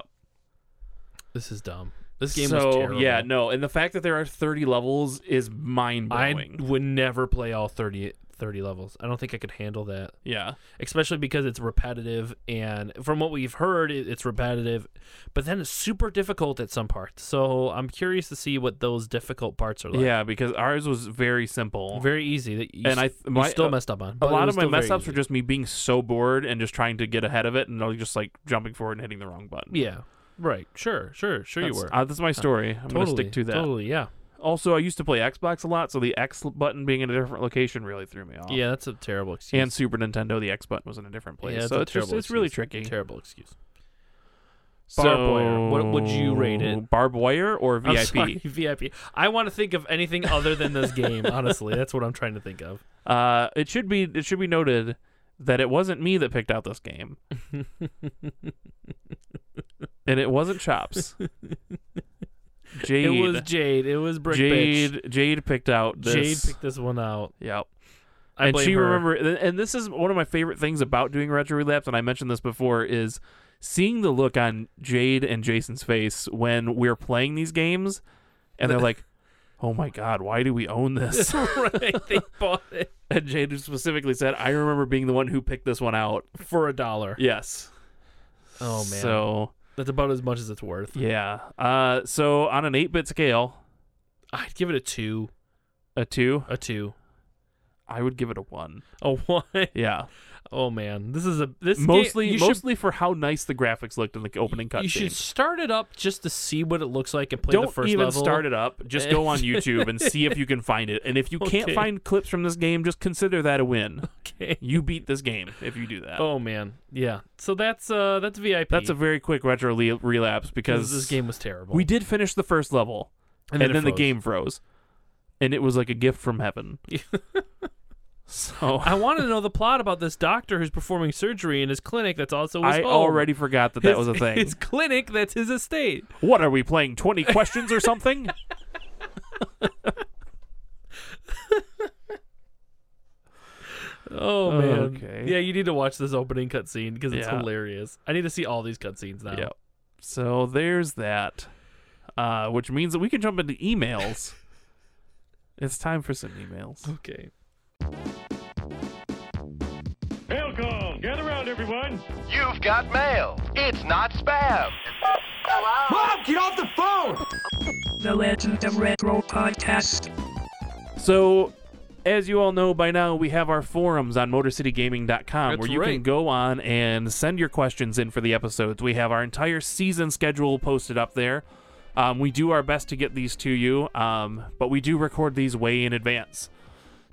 [SPEAKER 1] This is dumb. This game
[SPEAKER 2] so
[SPEAKER 1] was terrible.
[SPEAKER 2] yeah, no, and the fact that there are 30 levels is mind
[SPEAKER 1] I
[SPEAKER 2] blowing.
[SPEAKER 1] would never play all 30, 30 levels. I don't think I could handle that,
[SPEAKER 2] Yeah,
[SPEAKER 1] especially because it's repetitive. And from what we've heard, it, it's repetitive, but then it's super difficult at some parts. So I'm curious to see what those difficult parts are like.
[SPEAKER 2] yeah, because ours was very simple.
[SPEAKER 1] Very easy. That you,
[SPEAKER 2] And I-
[SPEAKER 1] s- you
[SPEAKER 2] my-
[SPEAKER 1] still
[SPEAKER 2] uh,
[SPEAKER 1] messed up on.
[SPEAKER 2] a
[SPEAKER 1] but it
[SPEAKER 2] lot
[SPEAKER 1] was
[SPEAKER 2] of my
[SPEAKER 1] still very
[SPEAKER 2] mess ups were
[SPEAKER 1] easy.
[SPEAKER 2] just me being so bored and just trying to get ahead of it, and I was just like jumping forward and hitting the wrong button.
[SPEAKER 1] Yeah. Right. Sure. Sure. Sure.
[SPEAKER 2] That's-
[SPEAKER 1] you were.
[SPEAKER 2] uh, that's my story. I'm
[SPEAKER 1] totally.
[SPEAKER 2] gonna stick to that.
[SPEAKER 1] Totally. Yeah.
[SPEAKER 2] Also, I used to play Xbox a lot, so the X button being in a different location really threw me off.
[SPEAKER 1] Yeah. That's a terrible excuse.
[SPEAKER 2] Oh. And Super Nintendo, the X button was in a different place,
[SPEAKER 1] Yeah,
[SPEAKER 2] so
[SPEAKER 1] a
[SPEAKER 2] it's just
[SPEAKER 1] terrible
[SPEAKER 2] it's really
[SPEAKER 1] excuse.
[SPEAKER 2] tricky.
[SPEAKER 1] Terrible excuse.
[SPEAKER 2] so,
[SPEAKER 1] Barbed wire. What would you rate it?
[SPEAKER 2] Barbed wire or
[SPEAKER 1] I'm
[SPEAKER 2] VIP?
[SPEAKER 1] sorry, VIP. I want to think of anything other than this game. Honestly, that's what I'm trying to think of.
[SPEAKER 2] Uh, it should be it should be noted that it wasn't me that picked out this game, and it wasn't Chops. Jade,
[SPEAKER 1] It was Jade. It was Brick Bitch.
[SPEAKER 2] Jade, Jade picked out this.
[SPEAKER 1] Jade picked this one out.
[SPEAKER 2] Yep.
[SPEAKER 1] I
[SPEAKER 2] and
[SPEAKER 1] blame
[SPEAKER 2] she
[SPEAKER 1] her.
[SPEAKER 2] remember and this is one of my favorite things about doing retro relapse and i mentioned this before is seeing the look on jade and jason's face when we're playing these games and they're like oh my god why do we own this
[SPEAKER 1] right, they bought it
[SPEAKER 2] and jade specifically said i remember being the one who picked this one out
[SPEAKER 1] for a dollar.
[SPEAKER 2] yes
[SPEAKER 1] Oh man,
[SPEAKER 2] so
[SPEAKER 1] that's about as much as it's worth.
[SPEAKER 2] yeah uh so on an 8-bit scale
[SPEAKER 1] I'd give it a two,
[SPEAKER 2] a 2
[SPEAKER 1] a two,
[SPEAKER 2] i would give it a 1
[SPEAKER 1] a one.
[SPEAKER 2] yeah
[SPEAKER 1] Oh man, this is a this game-
[SPEAKER 2] mostly
[SPEAKER 1] you should-
[SPEAKER 2] mostly for how nice the graphics looked in the opening cut
[SPEAKER 1] you should start it up just to see what it looks like and play
[SPEAKER 2] don't
[SPEAKER 1] the first
[SPEAKER 2] even
[SPEAKER 1] level.
[SPEAKER 2] start it up. Just go on YouTube and see if you can find it. And if you can't
[SPEAKER 1] Okay.
[SPEAKER 2] find clips from this game, just consider that a win.
[SPEAKER 1] Okay.
[SPEAKER 2] You beat this game if you do that.
[SPEAKER 1] Oh man, yeah. So that's uh that's VIP.
[SPEAKER 2] That's a very quick retro le- relapse because
[SPEAKER 1] because this game was terrible.
[SPEAKER 2] we did finish the first level, and,
[SPEAKER 1] then
[SPEAKER 2] then,
[SPEAKER 1] it
[SPEAKER 2] the
[SPEAKER 1] froze.
[SPEAKER 2] game froze, and it was like a gift from heaven. so
[SPEAKER 1] I want to know the plot about this doctor who's performing surgery in his clinic. That's also his
[SPEAKER 2] I oh,
[SPEAKER 1] home.
[SPEAKER 2] already forgot that that
[SPEAKER 1] His-
[SPEAKER 2] was a thing.
[SPEAKER 1] His clinic, that's his estate.
[SPEAKER 2] What are we playing? Twenty questions or something?
[SPEAKER 1] Oh man.
[SPEAKER 2] Okay.
[SPEAKER 1] Yeah, you need to watch this opening cutscene because it's
[SPEAKER 2] Yeah.
[SPEAKER 1] hilarious. I need to see all these cutscenes now.
[SPEAKER 2] Yeah. So there's that. Uh, which means that we can jump into emails. it's time for some emails.
[SPEAKER 1] Okay.
[SPEAKER 10] You've got mail. It's not spam.
[SPEAKER 11] The Legend of Retro Podcast.
[SPEAKER 2] So, as you all know by now, we have our forums on MotorCityGaming.com where
[SPEAKER 12] That's
[SPEAKER 2] you can
[SPEAKER 12] right.
[SPEAKER 2] go on and send your questions in for the episodes. We have our entire season schedule posted up there. Um, we do our best to get these to you, um, but we do record these way in advance.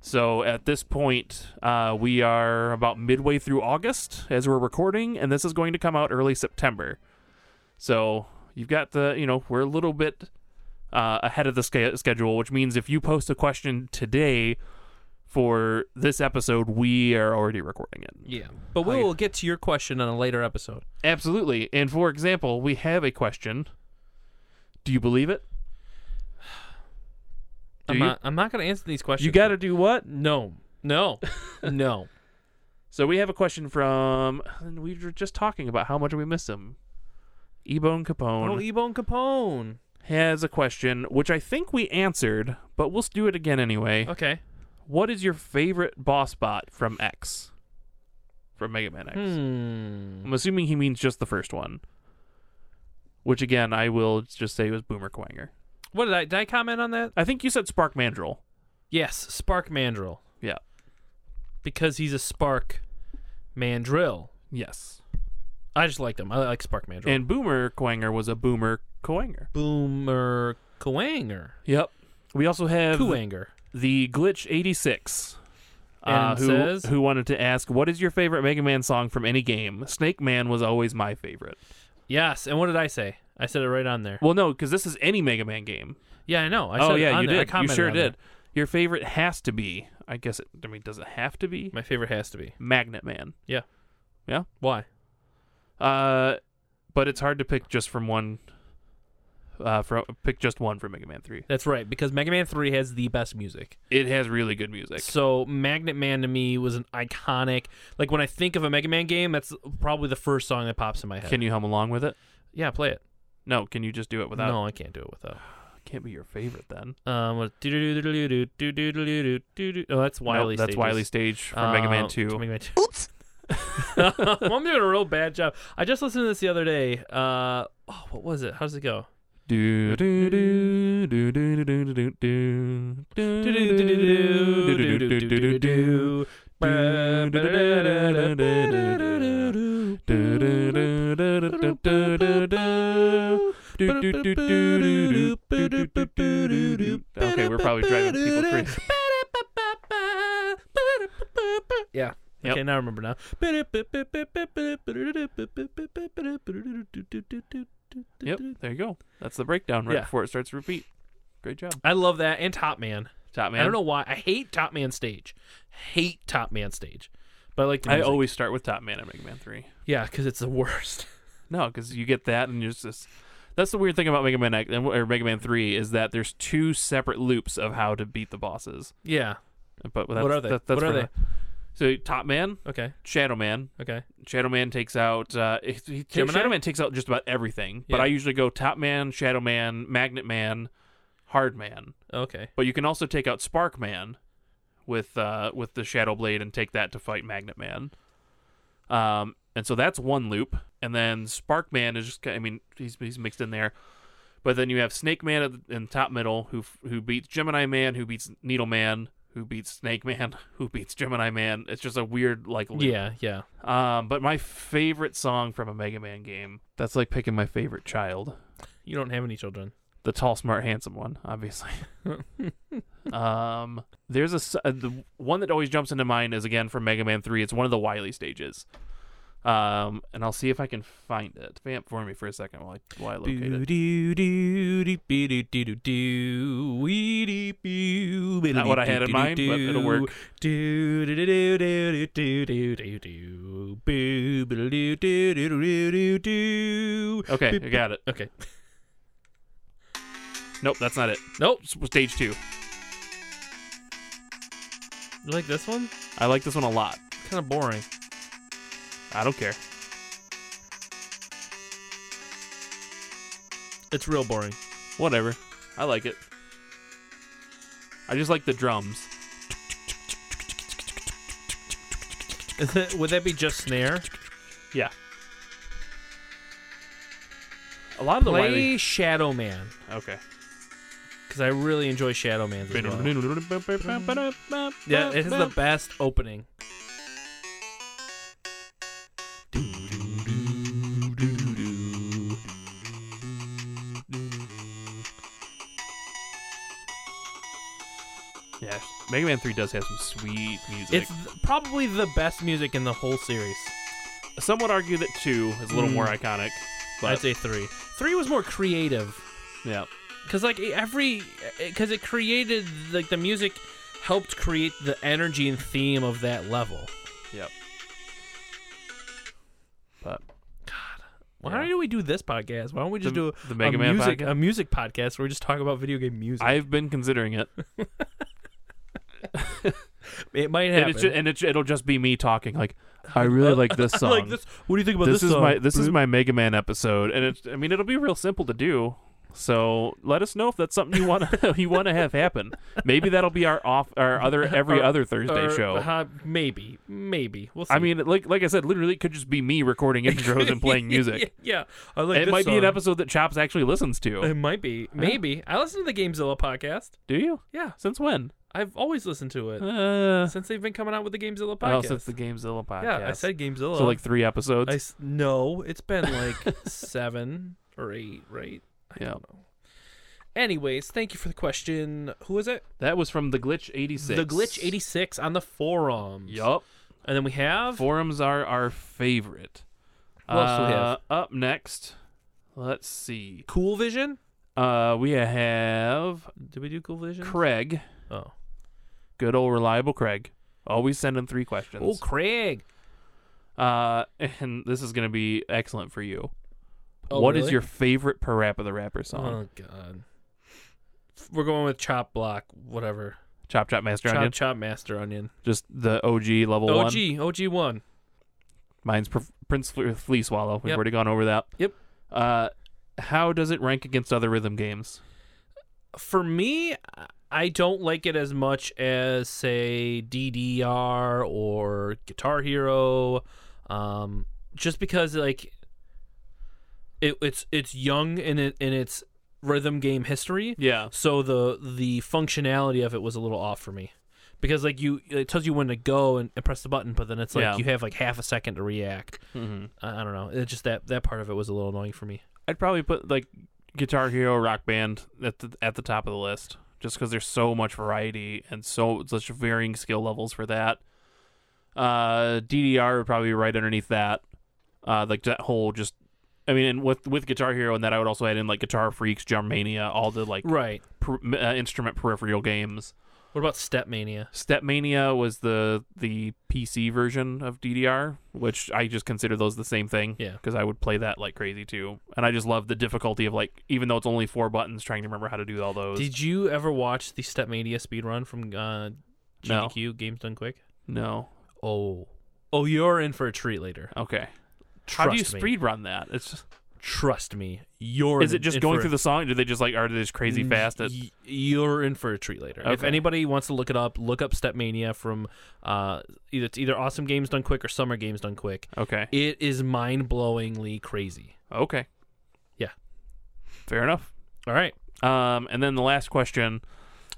[SPEAKER 2] So at this point, uh, we are about midway through August as we're recording, and this is going to come out early September. So you've got the, you know, we're a little bit uh, ahead of the sca- schedule, which means if you post a question today for this episode, we are already recording it.
[SPEAKER 1] Yeah. But we will get to your question on a later episode.
[SPEAKER 2] Absolutely. And for example, we have a question. Do you believe it? Do
[SPEAKER 1] I'm
[SPEAKER 2] you?
[SPEAKER 1] not I'm not gonna answer these questions.
[SPEAKER 2] You got to do what?
[SPEAKER 1] No. No. no.
[SPEAKER 2] So we have a question from. and We were just talking about how much we miss him. Ebone Capone
[SPEAKER 1] Oh, Ebone Capone.
[SPEAKER 2] has a question, which I think we answered, but we'll do it again anyway.
[SPEAKER 1] Okay.
[SPEAKER 2] What is your favorite boss bot from X? From Mega Man X.
[SPEAKER 1] Hmm.
[SPEAKER 2] I'm assuming he means just the first one. Which again, I will just say was Boomer Quanger.
[SPEAKER 1] What did I did I comment on that?
[SPEAKER 2] I think you said Spark Mandrill.
[SPEAKER 1] Yes, Spark Mandrill.
[SPEAKER 2] Yeah.
[SPEAKER 1] Because he's a Spark Mandrill.
[SPEAKER 2] Yes.
[SPEAKER 1] I just liked him. I like Spark Mandrill.
[SPEAKER 2] And Boomer Quanger was a Boomer Quanger.
[SPEAKER 1] Boomer Kwanger.
[SPEAKER 2] Yep. We also have
[SPEAKER 1] Kuanger.
[SPEAKER 2] the Glitch 86.
[SPEAKER 1] And
[SPEAKER 2] who,
[SPEAKER 1] says-
[SPEAKER 2] who wanted to ask, what is your favorite Mega Man song from any game? Snake Man was always my favorite.
[SPEAKER 1] Yes. And what did I say? I said it right on there.
[SPEAKER 2] Well, no, because this is any Mega Man game.
[SPEAKER 1] Yeah, I know. I
[SPEAKER 2] oh,
[SPEAKER 1] said it
[SPEAKER 2] yeah,
[SPEAKER 1] on
[SPEAKER 2] you
[SPEAKER 1] there. I
[SPEAKER 2] did. You
[SPEAKER 1] commented
[SPEAKER 2] sure
[SPEAKER 1] on
[SPEAKER 2] did.
[SPEAKER 1] that.
[SPEAKER 2] Your favorite has to be, I guess it, I mean, does it have to be?
[SPEAKER 1] My favorite has to be.
[SPEAKER 2] Magnet Man.
[SPEAKER 1] Yeah.
[SPEAKER 2] Yeah?
[SPEAKER 1] Why?
[SPEAKER 2] Uh, but it's hard to pick just from one. Uh, from pick just one for Mega Man Three.
[SPEAKER 1] That's right, because Mega Man 3 has the best music.
[SPEAKER 2] It has really good music.
[SPEAKER 1] So Magnet Man to me was an iconic. Like when I think of a Mega Man game, that's probably the first song that pops in my head.
[SPEAKER 2] Can you hum along with it?
[SPEAKER 1] yeah, play it.
[SPEAKER 2] No, can you just do it without?
[SPEAKER 1] no, I can't do it without.
[SPEAKER 2] can't be your favorite then.
[SPEAKER 1] Um, what- doo-doo-doo-doo-doo-doo-doo-doo-doo-doo. oh, that's Wily.
[SPEAKER 2] no, that's E.
[SPEAKER 1] Stages.
[SPEAKER 2] Wily Stage from Mega
[SPEAKER 1] Uh,
[SPEAKER 2] Man Two.
[SPEAKER 1] Mega Man 2. Oops. well, I'm doing a real bad job. I just listened to this the other day. Uh, oh, what was it? How does it go?
[SPEAKER 2] Do do do do do do do do do do do do do do Okay, we're probably driving people crazy.
[SPEAKER 1] Yeah.
[SPEAKER 2] Yep.
[SPEAKER 1] Okay, now I remember now.
[SPEAKER 2] Yep, there you go. That's the breakdown right
[SPEAKER 1] Yeah.
[SPEAKER 2] before it starts to repeat. Great job,
[SPEAKER 1] I love that and Top Man.
[SPEAKER 2] Top Man.
[SPEAKER 1] I don't know why. I hate Top Man stage. Hate Top Man stage. But I like the
[SPEAKER 2] I
[SPEAKER 1] music.
[SPEAKER 2] always start with Top Man at Mega Man Three.
[SPEAKER 1] yeah, because it's the worst.
[SPEAKER 2] No, because you get that, and you're just. That's the weird thing about Mega Man X, or Mega Man Three is that there's two separate loops of how to beat the bosses.
[SPEAKER 1] Yeah.
[SPEAKER 2] But that's,
[SPEAKER 1] What are they?
[SPEAKER 2] that- that's
[SPEAKER 1] What are
[SPEAKER 2] for- So Top Man,
[SPEAKER 1] Okay.
[SPEAKER 2] Shadow Man,
[SPEAKER 1] Okay.
[SPEAKER 2] Shadow Man takes out. Uh, he- he-
[SPEAKER 1] Gemini?
[SPEAKER 2] Shadow Man takes out just about everything. But
[SPEAKER 1] Yeah.
[SPEAKER 2] I usually go Top Man, Shadow Man, Magnet Man, Hard Man.
[SPEAKER 1] Okay.
[SPEAKER 2] But you can also take out Spark Man with uh, with the Shadow Blade and take that to fight Magnet Man. Um, and so that's one loop, and then Spark Man is just ki- I mean he's he's mixed in there. But then you have Snake Man at the, in top middle who f- who beats Gemini Man, who beats Needle Man, who beats Snake Man, who beats Gemini Man. It's just a weird like loop.
[SPEAKER 1] Yeah, yeah.
[SPEAKER 2] Um, but my favorite song from a Mega Man game that's like picking my favorite child
[SPEAKER 1] You don't have any children.
[SPEAKER 2] the tall, smart, handsome one, obviously. um, there's a s- uh, the one that always jumps into mind is again from Mega Man Three. It's one of the Wily stages. Um, and I'll see if I can find it. Vamp for me for a second while I, while I locate it.
[SPEAKER 1] Not
[SPEAKER 2] Not what I had in mind, but it'll work. Okay, I got it.
[SPEAKER 1] Okay.
[SPEAKER 2] Nope, that's not it.
[SPEAKER 1] Nope.
[SPEAKER 2] S- Stage two.
[SPEAKER 1] You like this one?
[SPEAKER 2] I like this one a lot.
[SPEAKER 1] Kind of boring.
[SPEAKER 2] I don't care.
[SPEAKER 1] It's real boring.
[SPEAKER 2] Whatever. I like it. I just like the drums.
[SPEAKER 1] Is that, would that be just snare?
[SPEAKER 2] Yeah. A lot of the Wily.
[SPEAKER 1] Play Shadow Man
[SPEAKER 2] Okay.
[SPEAKER 1] because I really enjoy Shadow Man. As well. Yeah,
[SPEAKER 2] Yeah,
[SPEAKER 1] it has the best opening.
[SPEAKER 2] Yeah, Mega Man 3 does have some sweet music.
[SPEAKER 1] It's th- probably the best music in the whole series.
[SPEAKER 2] Some would argue Mm. that 2 is a little more iconic. But,
[SPEAKER 1] I'd say three. Three was more creative.
[SPEAKER 2] Yeah.
[SPEAKER 1] because like e, every because it created like the music helped create the energy and theme of that level.
[SPEAKER 2] Yep. But
[SPEAKER 1] Why
[SPEAKER 2] Yeah.
[SPEAKER 1] don't we do this podcast? Why don't we just
[SPEAKER 2] The-
[SPEAKER 1] do
[SPEAKER 2] the Mega
[SPEAKER 1] a
[SPEAKER 2] Man
[SPEAKER 1] music
[SPEAKER 2] podcast?
[SPEAKER 1] a music podcast where we just talk about video game music?
[SPEAKER 2] I've been considering it,
[SPEAKER 1] it might
[SPEAKER 2] and
[SPEAKER 1] happen.
[SPEAKER 2] it ju- and it, ju- it'll just be me talking. Like, I really like this song.
[SPEAKER 1] like this. What do you think about
[SPEAKER 2] this,
[SPEAKER 1] this? uh,
[SPEAKER 2] is
[SPEAKER 1] song?
[SPEAKER 2] my this is my Mega Man episode, and it's I mean it'll be real simple to do. So let us know if that's something you want to you want to have happen. Maybe that'll be our off our other every
[SPEAKER 1] Or-
[SPEAKER 2] other Thursday
[SPEAKER 1] or,
[SPEAKER 2] show.
[SPEAKER 1] uh, maybe, maybe we'll see.
[SPEAKER 2] I mean, like like I said, literally it could just be me recording intros and playing music.
[SPEAKER 1] yeah, I like
[SPEAKER 2] it
[SPEAKER 1] this
[SPEAKER 2] might be an
[SPEAKER 1] song. Um,
[SPEAKER 2] episode that Chops actually listens to.
[SPEAKER 1] It might be, maybe. I listen to the Gamezilla podcast.
[SPEAKER 2] Do you?
[SPEAKER 1] Yeah,
[SPEAKER 2] Since when?
[SPEAKER 1] I've always listened to it
[SPEAKER 2] Uh,
[SPEAKER 1] since they've been coming out with the Gamezilla podcast.
[SPEAKER 2] oh, since the Gamezilla podcast.
[SPEAKER 1] yeah, I said Gamezilla.
[SPEAKER 2] so like three episodes.
[SPEAKER 1] I s- no, it's been like seven or eight, right?
[SPEAKER 2] yeah,
[SPEAKER 1] Anyways, thank you for the question. Who was it?
[SPEAKER 2] that was from the Glitch eighty six.
[SPEAKER 1] The glitch eighty six on the forums.
[SPEAKER 2] Yup.
[SPEAKER 1] And then we have
[SPEAKER 2] Forums are our favorite.
[SPEAKER 1] Who else do we have?
[SPEAKER 2] Uh, Up next, let's see.
[SPEAKER 1] Cool Vision.
[SPEAKER 2] Uh, we have
[SPEAKER 1] Did we do Cool Vision?
[SPEAKER 2] Craig,
[SPEAKER 1] oh,
[SPEAKER 2] good old reliable Craig. Always sending three
[SPEAKER 1] oh,
[SPEAKER 2] questions.
[SPEAKER 1] Craig.
[SPEAKER 2] uh, and this is gonna be excellent for you. What
[SPEAKER 1] Oh,
[SPEAKER 2] is
[SPEAKER 1] really?
[SPEAKER 2] your favorite Parappa the Rapper song?
[SPEAKER 1] Oh God. We're going with Chop Block, whatever.
[SPEAKER 2] chop Chop Master
[SPEAKER 1] Chop
[SPEAKER 2] Onion,
[SPEAKER 1] Chop Master Onion.
[SPEAKER 2] just the OG level one.
[SPEAKER 1] OG, OG one.
[SPEAKER 2] Mine's Pr- Prince Fle- Flea Swallow. We've
[SPEAKER 1] Yep.
[SPEAKER 2] already gone over that.
[SPEAKER 1] Yep.
[SPEAKER 2] Uh, how does it rank against other rhythm games?
[SPEAKER 1] For me, I don't like it as much as say DDR or Guitar Hero, um, just because like it, it's it's young in it in its rhythm game history.
[SPEAKER 2] Yeah.
[SPEAKER 1] so the the functionality of it was a little off for me because like you it tells you when to go and, and press the button but then it's like
[SPEAKER 2] Yeah.
[SPEAKER 1] you have like half a second to react
[SPEAKER 2] Mm-hmm.
[SPEAKER 1] I, I don't know it's just that that part of it was a little annoying for me
[SPEAKER 2] I'd probably put like Guitar Hero, Rock Band at the at the top of the list, just because there's so much variety and so such varying skill levels for that. Uh, DDR would probably be right underneath that. Uh, like that whole just, I mean, and with with Guitar Hero and that, I would also add in like Guitar Freaks, Jarmania, all the like
[SPEAKER 1] right
[SPEAKER 2] per, uh, instrument peripheral games.
[SPEAKER 1] what about step mania
[SPEAKER 2] Stepmania was the the PC version of DDR, which I just consider those the same thing.
[SPEAKER 1] Yeah.
[SPEAKER 2] because I would play that like crazy too, and I just love the difficulty of like even though it's only four buttons, trying to remember how to do all those.
[SPEAKER 1] did you ever watch the step mania speedrun from uh
[SPEAKER 2] No.
[SPEAKER 1] gdq games done quick
[SPEAKER 2] no,
[SPEAKER 1] oh oh you're in for a treat later
[SPEAKER 2] okay.
[SPEAKER 1] trust
[SPEAKER 2] How do you
[SPEAKER 1] me
[SPEAKER 2] speed run that? It's just,
[SPEAKER 1] trust me you're
[SPEAKER 2] is
[SPEAKER 1] in-
[SPEAKER 2] it just
[SPEAKER 1] in
[SPEAKER 2] going
[SPEAKER 1] for
[SPEAKER 2] through the song? Do they just like are they just crazy fast? At,
[SPEAKER 1] Y- you're in for a treat later. If
[SPEAKER 2] Okay.
[SPEAKER 1] anybody wants to look it up, look up Stepmania from uh, either it's either Awesome Games Done Quick or Summer Games Done Quick.
[SPEAKER 2] okay,
[SPEAKER 1] It is mind blowingly crazy.
[SPEAKER 2] okay,
[SPEAKER 1] Yeah.
[SPEAKER 2] fair enough.
[SPEAKER 1] All right.
[SPEAKER 2] Um, and then the last question.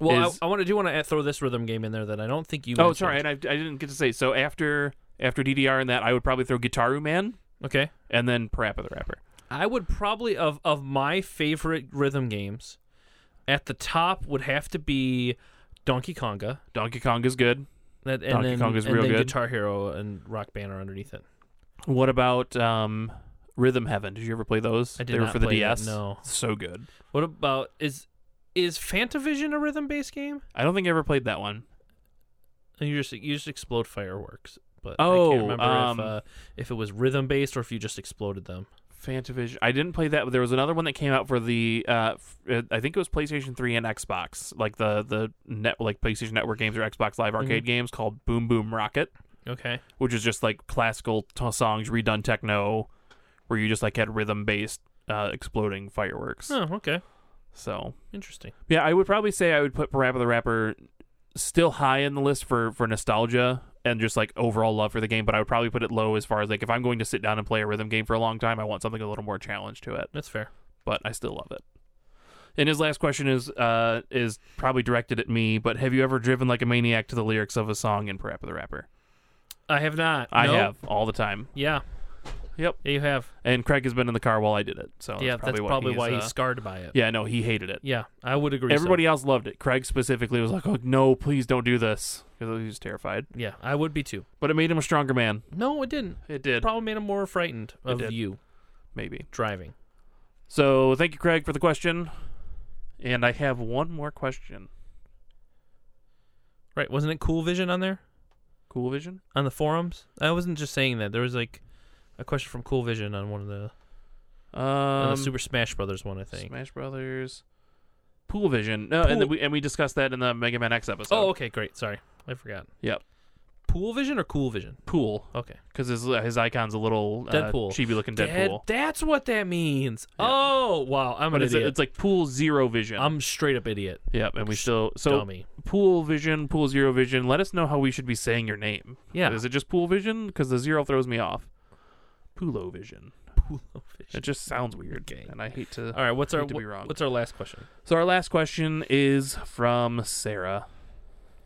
[SPEAKER 1] Well,
[SPEAKER 2] Is-
[SPEAKER 1] I, I want to do want to throw this rhythm game in there that I don't think you.
[SPEAKER 2] Oh,
[SPEAKER 1] mentioned.
[SPEAKER 2] sorry, and I, I didn't get to say. So after after DDR and that, I would probably throw Guitar Man
[SPEAKER 1] Okay.
[SPEAKER 2] and then Parappa the Rapper.
[SPEAKER 1] I would probably of of my favorite rhythm games, at the top would have to be Donkey Konga.
[SPEAKER 2] Donkey Kong is good.
[SPEAKER 1] That, and
[SPEAKER 2] Donkey
[SPEAKER 1] then,
[SPEAKER 2] Kong is
[SPEAKER 1] and
[SPEAKER 2] real
[SPEAKER 1] then
[SPEAKER 2] good.
[SPEAKER 1] Guitar Hero and Rock Band are underneath it.
[SPEAKER 2] What about um, Rhythm Heaven? Did you ever play those?
[SPEAKER 1] I did
[SPEAKER 2] they were
[SPEAKER 1] not
[SPEAKER 2] for the
[SPEAKER 1] play that,
[SPEAKER 2] DS.
[SPEAKER 1] no.
[SPEAKER 2] so good.
[SPEAKER 1] What about is is Fantavision a rhythm based game?
[SPEAKER 2] I don't think I ever played that one.
[SPEAKER 1] And you just you just explode fireworks. But I
[SPEAKER 2] Oh,
[SPEAKER 1] can't remember
[SPEAKER 2] um,
[SPEAKER 1] if, uh, if it was rhythm based or if you just exploded them.
[SPEAKER 2] Fantavision. I didn't play that, but there was another one that came out for the. Uh, f- uh, I think it was PlayStation 3 and Xbox, like the the net, like PlayStation Network games or Xbox Live
[SPEAKER 1] Mm-hmm.
[SPEAKER 2] Arcade games called Boom Boom Rocket,
[SPEAKER 1] Okay.
[SPEAKER 2] which is just like classical t- songs redone techno, where you just like had rhythm based uh, exploding fireworks.
[SPEAKER 1] Oh, okay.
[SPEAKER 2] So
[SPEAKER 1] Interesting.
[SPEAKER 2] Yeah, I would probably say I would put Parappa the Rapper still high in the list for for nostalgia and just like overall love for the game, but I would probably put it low as far as like if I'm going to sit down and play a rhythm game for a long time, I want something a little more challenge to it,
[SPEAKER 1] That's fair.
[SPEAKER 2] but I still love it. And his last question is uh is probably directed at me, but have you ever driven like a maniac to the lyrics of a song in Parappa the Rapper?
[SPEAKER 1] I have not.
[SPEAKER 2] I
[SPEAKER 1] No?
[SPEAKER 2] have all the time.
[SPEAKER 1] Yeah.
[SPEAKER 2] Yep.
[SPEAKER 1] Yeah, you have.
[SPEAKER 2] And Craig has been in the car while I did it, so
[SPEAKER 1] yeah, that's
[SPEAKER 2] what
[SPEAKER 1] probably why
[SPEAKER 2] uh,
[SPEAKER 1] he's scarred by it.
[SPEAKER 2] yeah, no, he hated it.
[SPEAKER 1] Yeah, I would agree. so.
[SPEAKER 2] Everybody else loved it. Craig specifically was like, "Oh no, please don't do this," because he was terrified.
[SPEAKER 1] Yeah, I would be too.
[SPEAKER 2] But it made him a stronger man.
[SPEAKER 1] No, it didn't.
[SPEAKER 2] It did,
[SPEAKER 1] Probably made him more frightened of
[SPEAKER 2] did.
[SPEAKER 1] you
[SPEAKER 2] maybe.
[SPEAKER 1] driving.
[SPEAKER 2] So thank you, Craig, for the question. And I have one more question.
[SPEAKER 1] Right? Wasn't it Cool Vision on there
[SPEAKER 2] Cool Vision?
[SPEAKER 1] on the forums? I wasn't just saying that. There was like a question from Cool Vision on one of the, on
[SPEAKER 2] Um,
[SPEAKER 1] the Super Smash Brothers one, I think.
[SPEAKER 2] Smash Brothers. Pool Vision. No, and
[SPEAKER 1] Pool-
[SPEAKER 2] then we and we discussed that in the Mega Man X episode.
[SPEAKER 1] oh, okay, great. Sorry, I forgot.
[SPEAKER 2] Yep.
[SPEAKER 1] Pool Vision or Cool Vision?
[SPEAKER 2] Pool.
[SPEAKER 1] Okay.
[SPEAKER 2] Because his his icon's a little uh,
[SPEAKER 1] Deadpool.
[SPEAKER 2] chibi looking
[SPEAKER 1] Dad,
[SPEAKER 2] Deadpool.
[SPEAKER 1] that's what that means.
[SPEAKER 2] Yeah.
[SPEAKER 1] Oh, wow. I'm
[SPEAKER 2] but
[SPEAKER 1] an
[SPEAKER 2] it's,
[SPEAKER 1] idiot.
[SPEAKER 2] it's like Pool Zero Vision.
[SPEAKER 1] I'm straight up idiot.
[SPEAKER 2] yep. And we still so
[SPEAKER 1] Dummy.
[SPEAKER 2] Pool Vision, Pool Zero Vision. Let us know how we should be saying your name.
[SPEAKER 1] Yeah.
[SPEAKER 2] Is it just Pool Vision? Because the zero throws me off. Poolo Vision.
[SPEAKER 1] Pool
[SPEAKER 2] It
[SPEAKER 1] Vision.
[SPEAKER 2] just sounds weird.
[SPEAKER 1] Okay.
[SPEAKER 2] And I hate to.
[SPEAKER 1] All right, what's
[SPEAKER 2] I
[SPEAKER 1] our
[SPEAKER 2] hate to be
[SPEAKER 1] wh-
[SPEAKER 2] wrong.
[SPEAKER 1] what's our last question?
[SPEAKER 2] So our last question is from Sarah,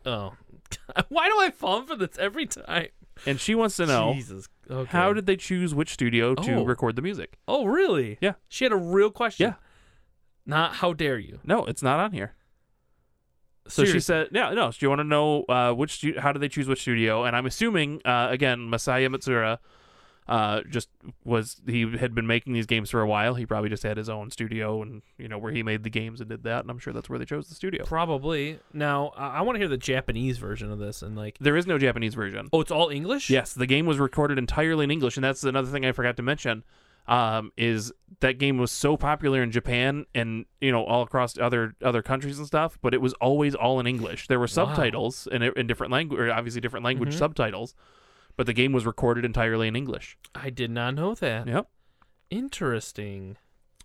[SPEAKER 1] Oh, why do I fall for this every time?
[SPEAKER 2] and she wants to know
[SPEAKER 1] Jesus. Okay.
[SPEAKER 2] how did they choose which studio to
[SPEAKER 1] Oh.
[SPEAKER 2] record the music.
[SPEAKER 1] Oh, really?
[SPEAKER 2] Yeah.
[SPEAKER 1] She had a real question.
[SPEAKER 2] Yeah.
[SPEAKER 1] Not how dare you.
[SPEAKER 2] No, it's not on here. So she
[SPEAKER 1] Seriously.
[SPEAKER 2] said, "Yeah, no. So you want to know uh, which? Stu- how do they choose which studio?" And I'm assuming, uh, again, Masaya Matsura, uh, just was he had been making these games for a while. He probably just had his own studio, and you know where he made the games and did that. And I'm sure that's where they chose the studio.
[SPEAKER 1] Probably. Now, I, I want to hear the Japanese version of this and like.
[SPEAKER 2] There is no Japanese version.
[SPEAKER 1] Oh, it's all English.
[SPEAKER 2] Yes, the game was recorded entirely in English, and that's another thing I forgot to mention. Um, is that game was so popular in Japan and you know all across other other countries and stuff, but it was always all in English. There were subtitles in in different language, or obviously different language subtitles, but the game was recorded entirely in English.
[SPEAKER 1] I did not know that.
[SPEAKER 2] Yep.
[SPEAKER 1] Interesting.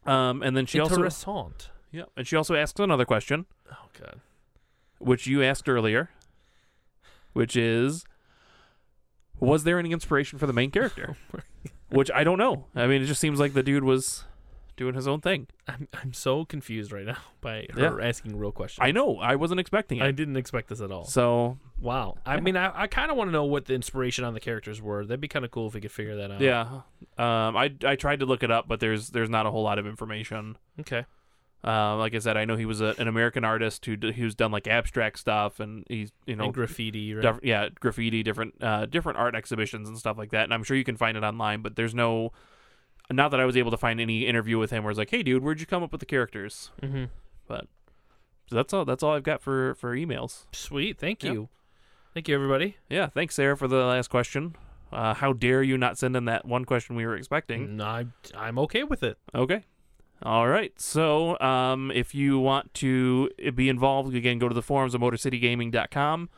[SPEAKER 2] Um, and then she also
[SPEAKER 1] Interessant.
[SPEAKER 2] yeah, and she also asks another question,
[SPEAKER 1] Oh God.
[SPEAKER 2] which you asked earlier, which is, was there any inspiration for the main
[SPEAKER 1] Oh
[SPEAKER 2] character? which I don't know. I mean, it just seems like the dude was doing his own thing.
[SPEAKER 1] I'm I'm so confused right now by her asking real questions.
[SPEAKER 2] I know. I wasn't expecting it.
[SPEAKER 1] I didn't expect this at all.
[SPEAKER 2] so
[SPEAKER 1] Wow. I mean, I, I kind of want to know what the inspiration on the characters were. That'd be kind of cool if we could figure that out.
[SPEAKER 2] yeah, um, I I tried to look it up, but there's there's not a whole lot of information.
[SPEAKER 1] Okay.
[SPEAKER 2] Uh, like I said, I know he was a, an American artist who d- who's done like abstract stuff, and he's you know
[SPEAKER 1] and graffiti. Right?
[SPEAKER 2] diff- yeah graffiti, different uh, different art exhibitions and stuff like that. And I'm sure you can find it online, but there's no not that I was able to find any interview with him where it's like, hey dude, where'd you come up with the characters?
[SPEAKER 1] Mhm.
[SPEAKER 2] But so that's all that's all I've got for for emails.
[SPEAKER 1] Sweet. Thank
[SPEAKER 2] Yep.
[SPEAKER 1] you. Thank you, everybody.
[SPEAKER 2] Yeah, thanks, Sarah, for the last question. Uh, how dare you not send in that one question we were expecting?
[SPEAKER 1] And I, I'm okay with it.
[SPEAKER 2] Okay. All right. So, um, if you want to be involved, again, go to the forums of MotorCityGaming.com.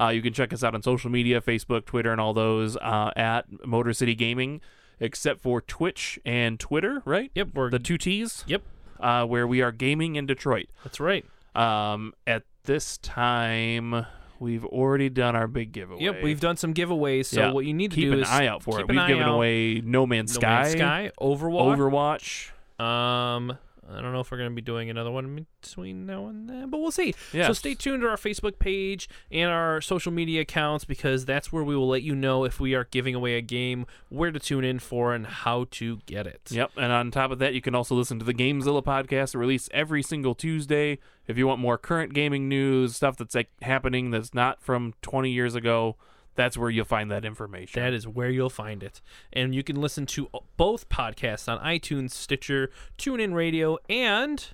[SPEAKER 2] Uh, you can check us out on social media Facebook, Twitter, and all those uh, at Motor City Gaming, except for Twitch and Twitter, right?
[SPEAKER 1] Yep. We're
[SPEAKER 2] The two T's,
[SPEAKER 1] Yep.
[SPEAKER 2] uh, where we are gaming in Detroit.
[SPEAKER 1] That's right.
[SPEAKER 2] Um, at this time, we've already done our big giveaway.
[SPEAKER 1] Yep. We've done some giveaways. So
[SPEAKER 2] Yeah.
[SPEAKER 1] what you need to
[SPEAKER 2] keep
[SPEAKER 1] do
[SPEAKER 2] an
[SPEAKER 1] is
[SPEAKER 2] eye out for it.
[SPEAKER 1] keep an
[SPEAKER 2] We've
[SPEAKER 1] eye
[SPEAKER 2] given
[SPEAKER 1] out.
[SPEAKER 2] away No Man's
[SPEAKER 1] No
[SPEAKER 2] Sky,
[SPEAKER 1] Man's Sky, Overwatch.
[SPEAKER 2] Overwatch.
[SPEAKER 1] Um, I don't know if we're going to be doing another one in between now and then, but we'll see. So
[SPEAKER 2] Yes.
[SPEAKER 1] stay tuned to our Facebook page and our social media accounts because that's where we will let you know if we are giving away a game, where to tune in for, and how to get it.
[SPEAKER 2] Yep, and on top of that, you can also listen to the Gamezilla podcast released every single Tuesday. If you want more current gaming news, stuff that's like happening that's not from 20 years ago, that's where you'll find that information.
[SPEAKER 1] That is where you'll find it. And you can listen to both podcasts on iTunes, Stitcher, TuneIn Radio, and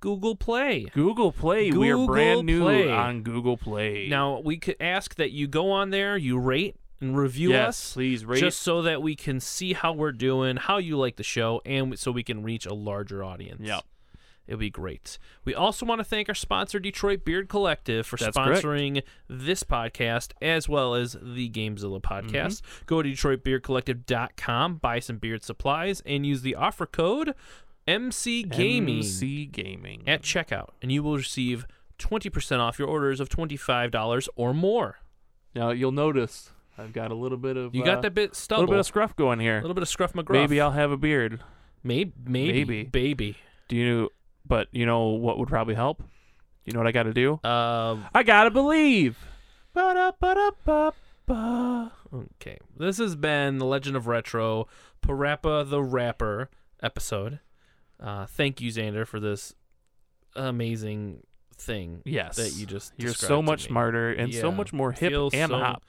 [SPEAKER 1] Google Play.
[SPEAKER 2] Google Play. we are
[SPEAKER 1] Google
[SPEAKER 2] brand new
[SPEAKER 1] Play.
[SPEAKER 2] on Google Play.
[SPEAKER 1] Now, we could ask that you go on there, you rate and review
[SPEAKER 2] yes,
[SPEAKER 1] us.
[SPEAKER 2] please rate.
[SPEAKER 1] just so that we can see how we're doing, how you like the show, and so we can reach a larger audience.
[SPEAKER 2] Yep.
[SPEAKER 1] It'll be great. We also want to thank our sponsor, Detroit Beard Collective, for
[SPEAKER 2] That's correct.
[SPEAKER 1] sponsoring this podcast as well as the Gamezilla podcast.
[SPEAKER 2] Mm-hmm.
[SPEAKER 1] Go to DetroitBeardCollective.com, buy some beard supplies, and use the offer code MC Gaming
[SPEAKER 2] MC Gaming.
[SPEAKER 1] at checkout, and you will receive 20% off your orders of $25 or more.
[SPEAKER 2] Now you'll notice I've got a little bit of
[SPEAKER 1] You
[SPEAKER 2] uh,
[SPEAKER 1] got that bit
[SPEAKER 2] a
[SPEAKER 1] stubble,
[SPEAKER 2] little bit of scruff going here.
[SPEAKER 1] little bit of scruff McGruff.
[SPEAKER 2] Maybe I'll have a beard.
[SPEAKER 1] Maybe, maybe,
[SPEAKER 2] Maybe.
[SPEAKER 1] baby.
[SPEAKER 2] Do you? But you know what would probably help? You know what I got to do?
[SPEAKER 1] Uh,
[SPEAKER 2] I gotta believe. Ba-da-ba-da-ba-ba.
[SPEAKER 1] okay. This has been the Legend of Retro, Parappa the Rapper episode. Uh, thank you, Xander, for this amazing thing.
[SPEAKER 2] Yes,
[SPEAKER 1] that you just
[SPEAKER 2] You're
[SPEAKER 1] described
[SPEAKER 2] so
[SPEAKER 1] to
[SPEAKER 2] much
[SPEAKER 1] me.
[SPEAKER 2] smarter and so
[SPEAKER 1] Yeah.
[SPEAKER 2] much more hip
[SPEAKER 1] Feel
[SPEAKER 2] and
[SPEAKER 1] so-
[SPEAKER 2] hop.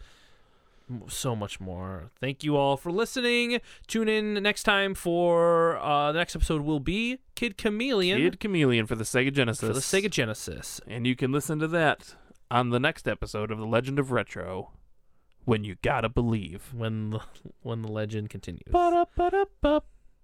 [SPEAKER 1] so much more. Thank you all for listening. Tune in next time for uh, the next episode will be Kid Chameleon
[SPEAKER 2] Kid Chameleon for the Sega Genesis.
[SPEAKER 1] for the Sega Genesis.
[SPEAKER 2] And you can listen to that on the next episode of The Legend of Retro when you gotta believe.
[SPEAKER 1] When the, when the legend continues.
[SPEAKER 2] Ba-da-ba-da-ba-ba.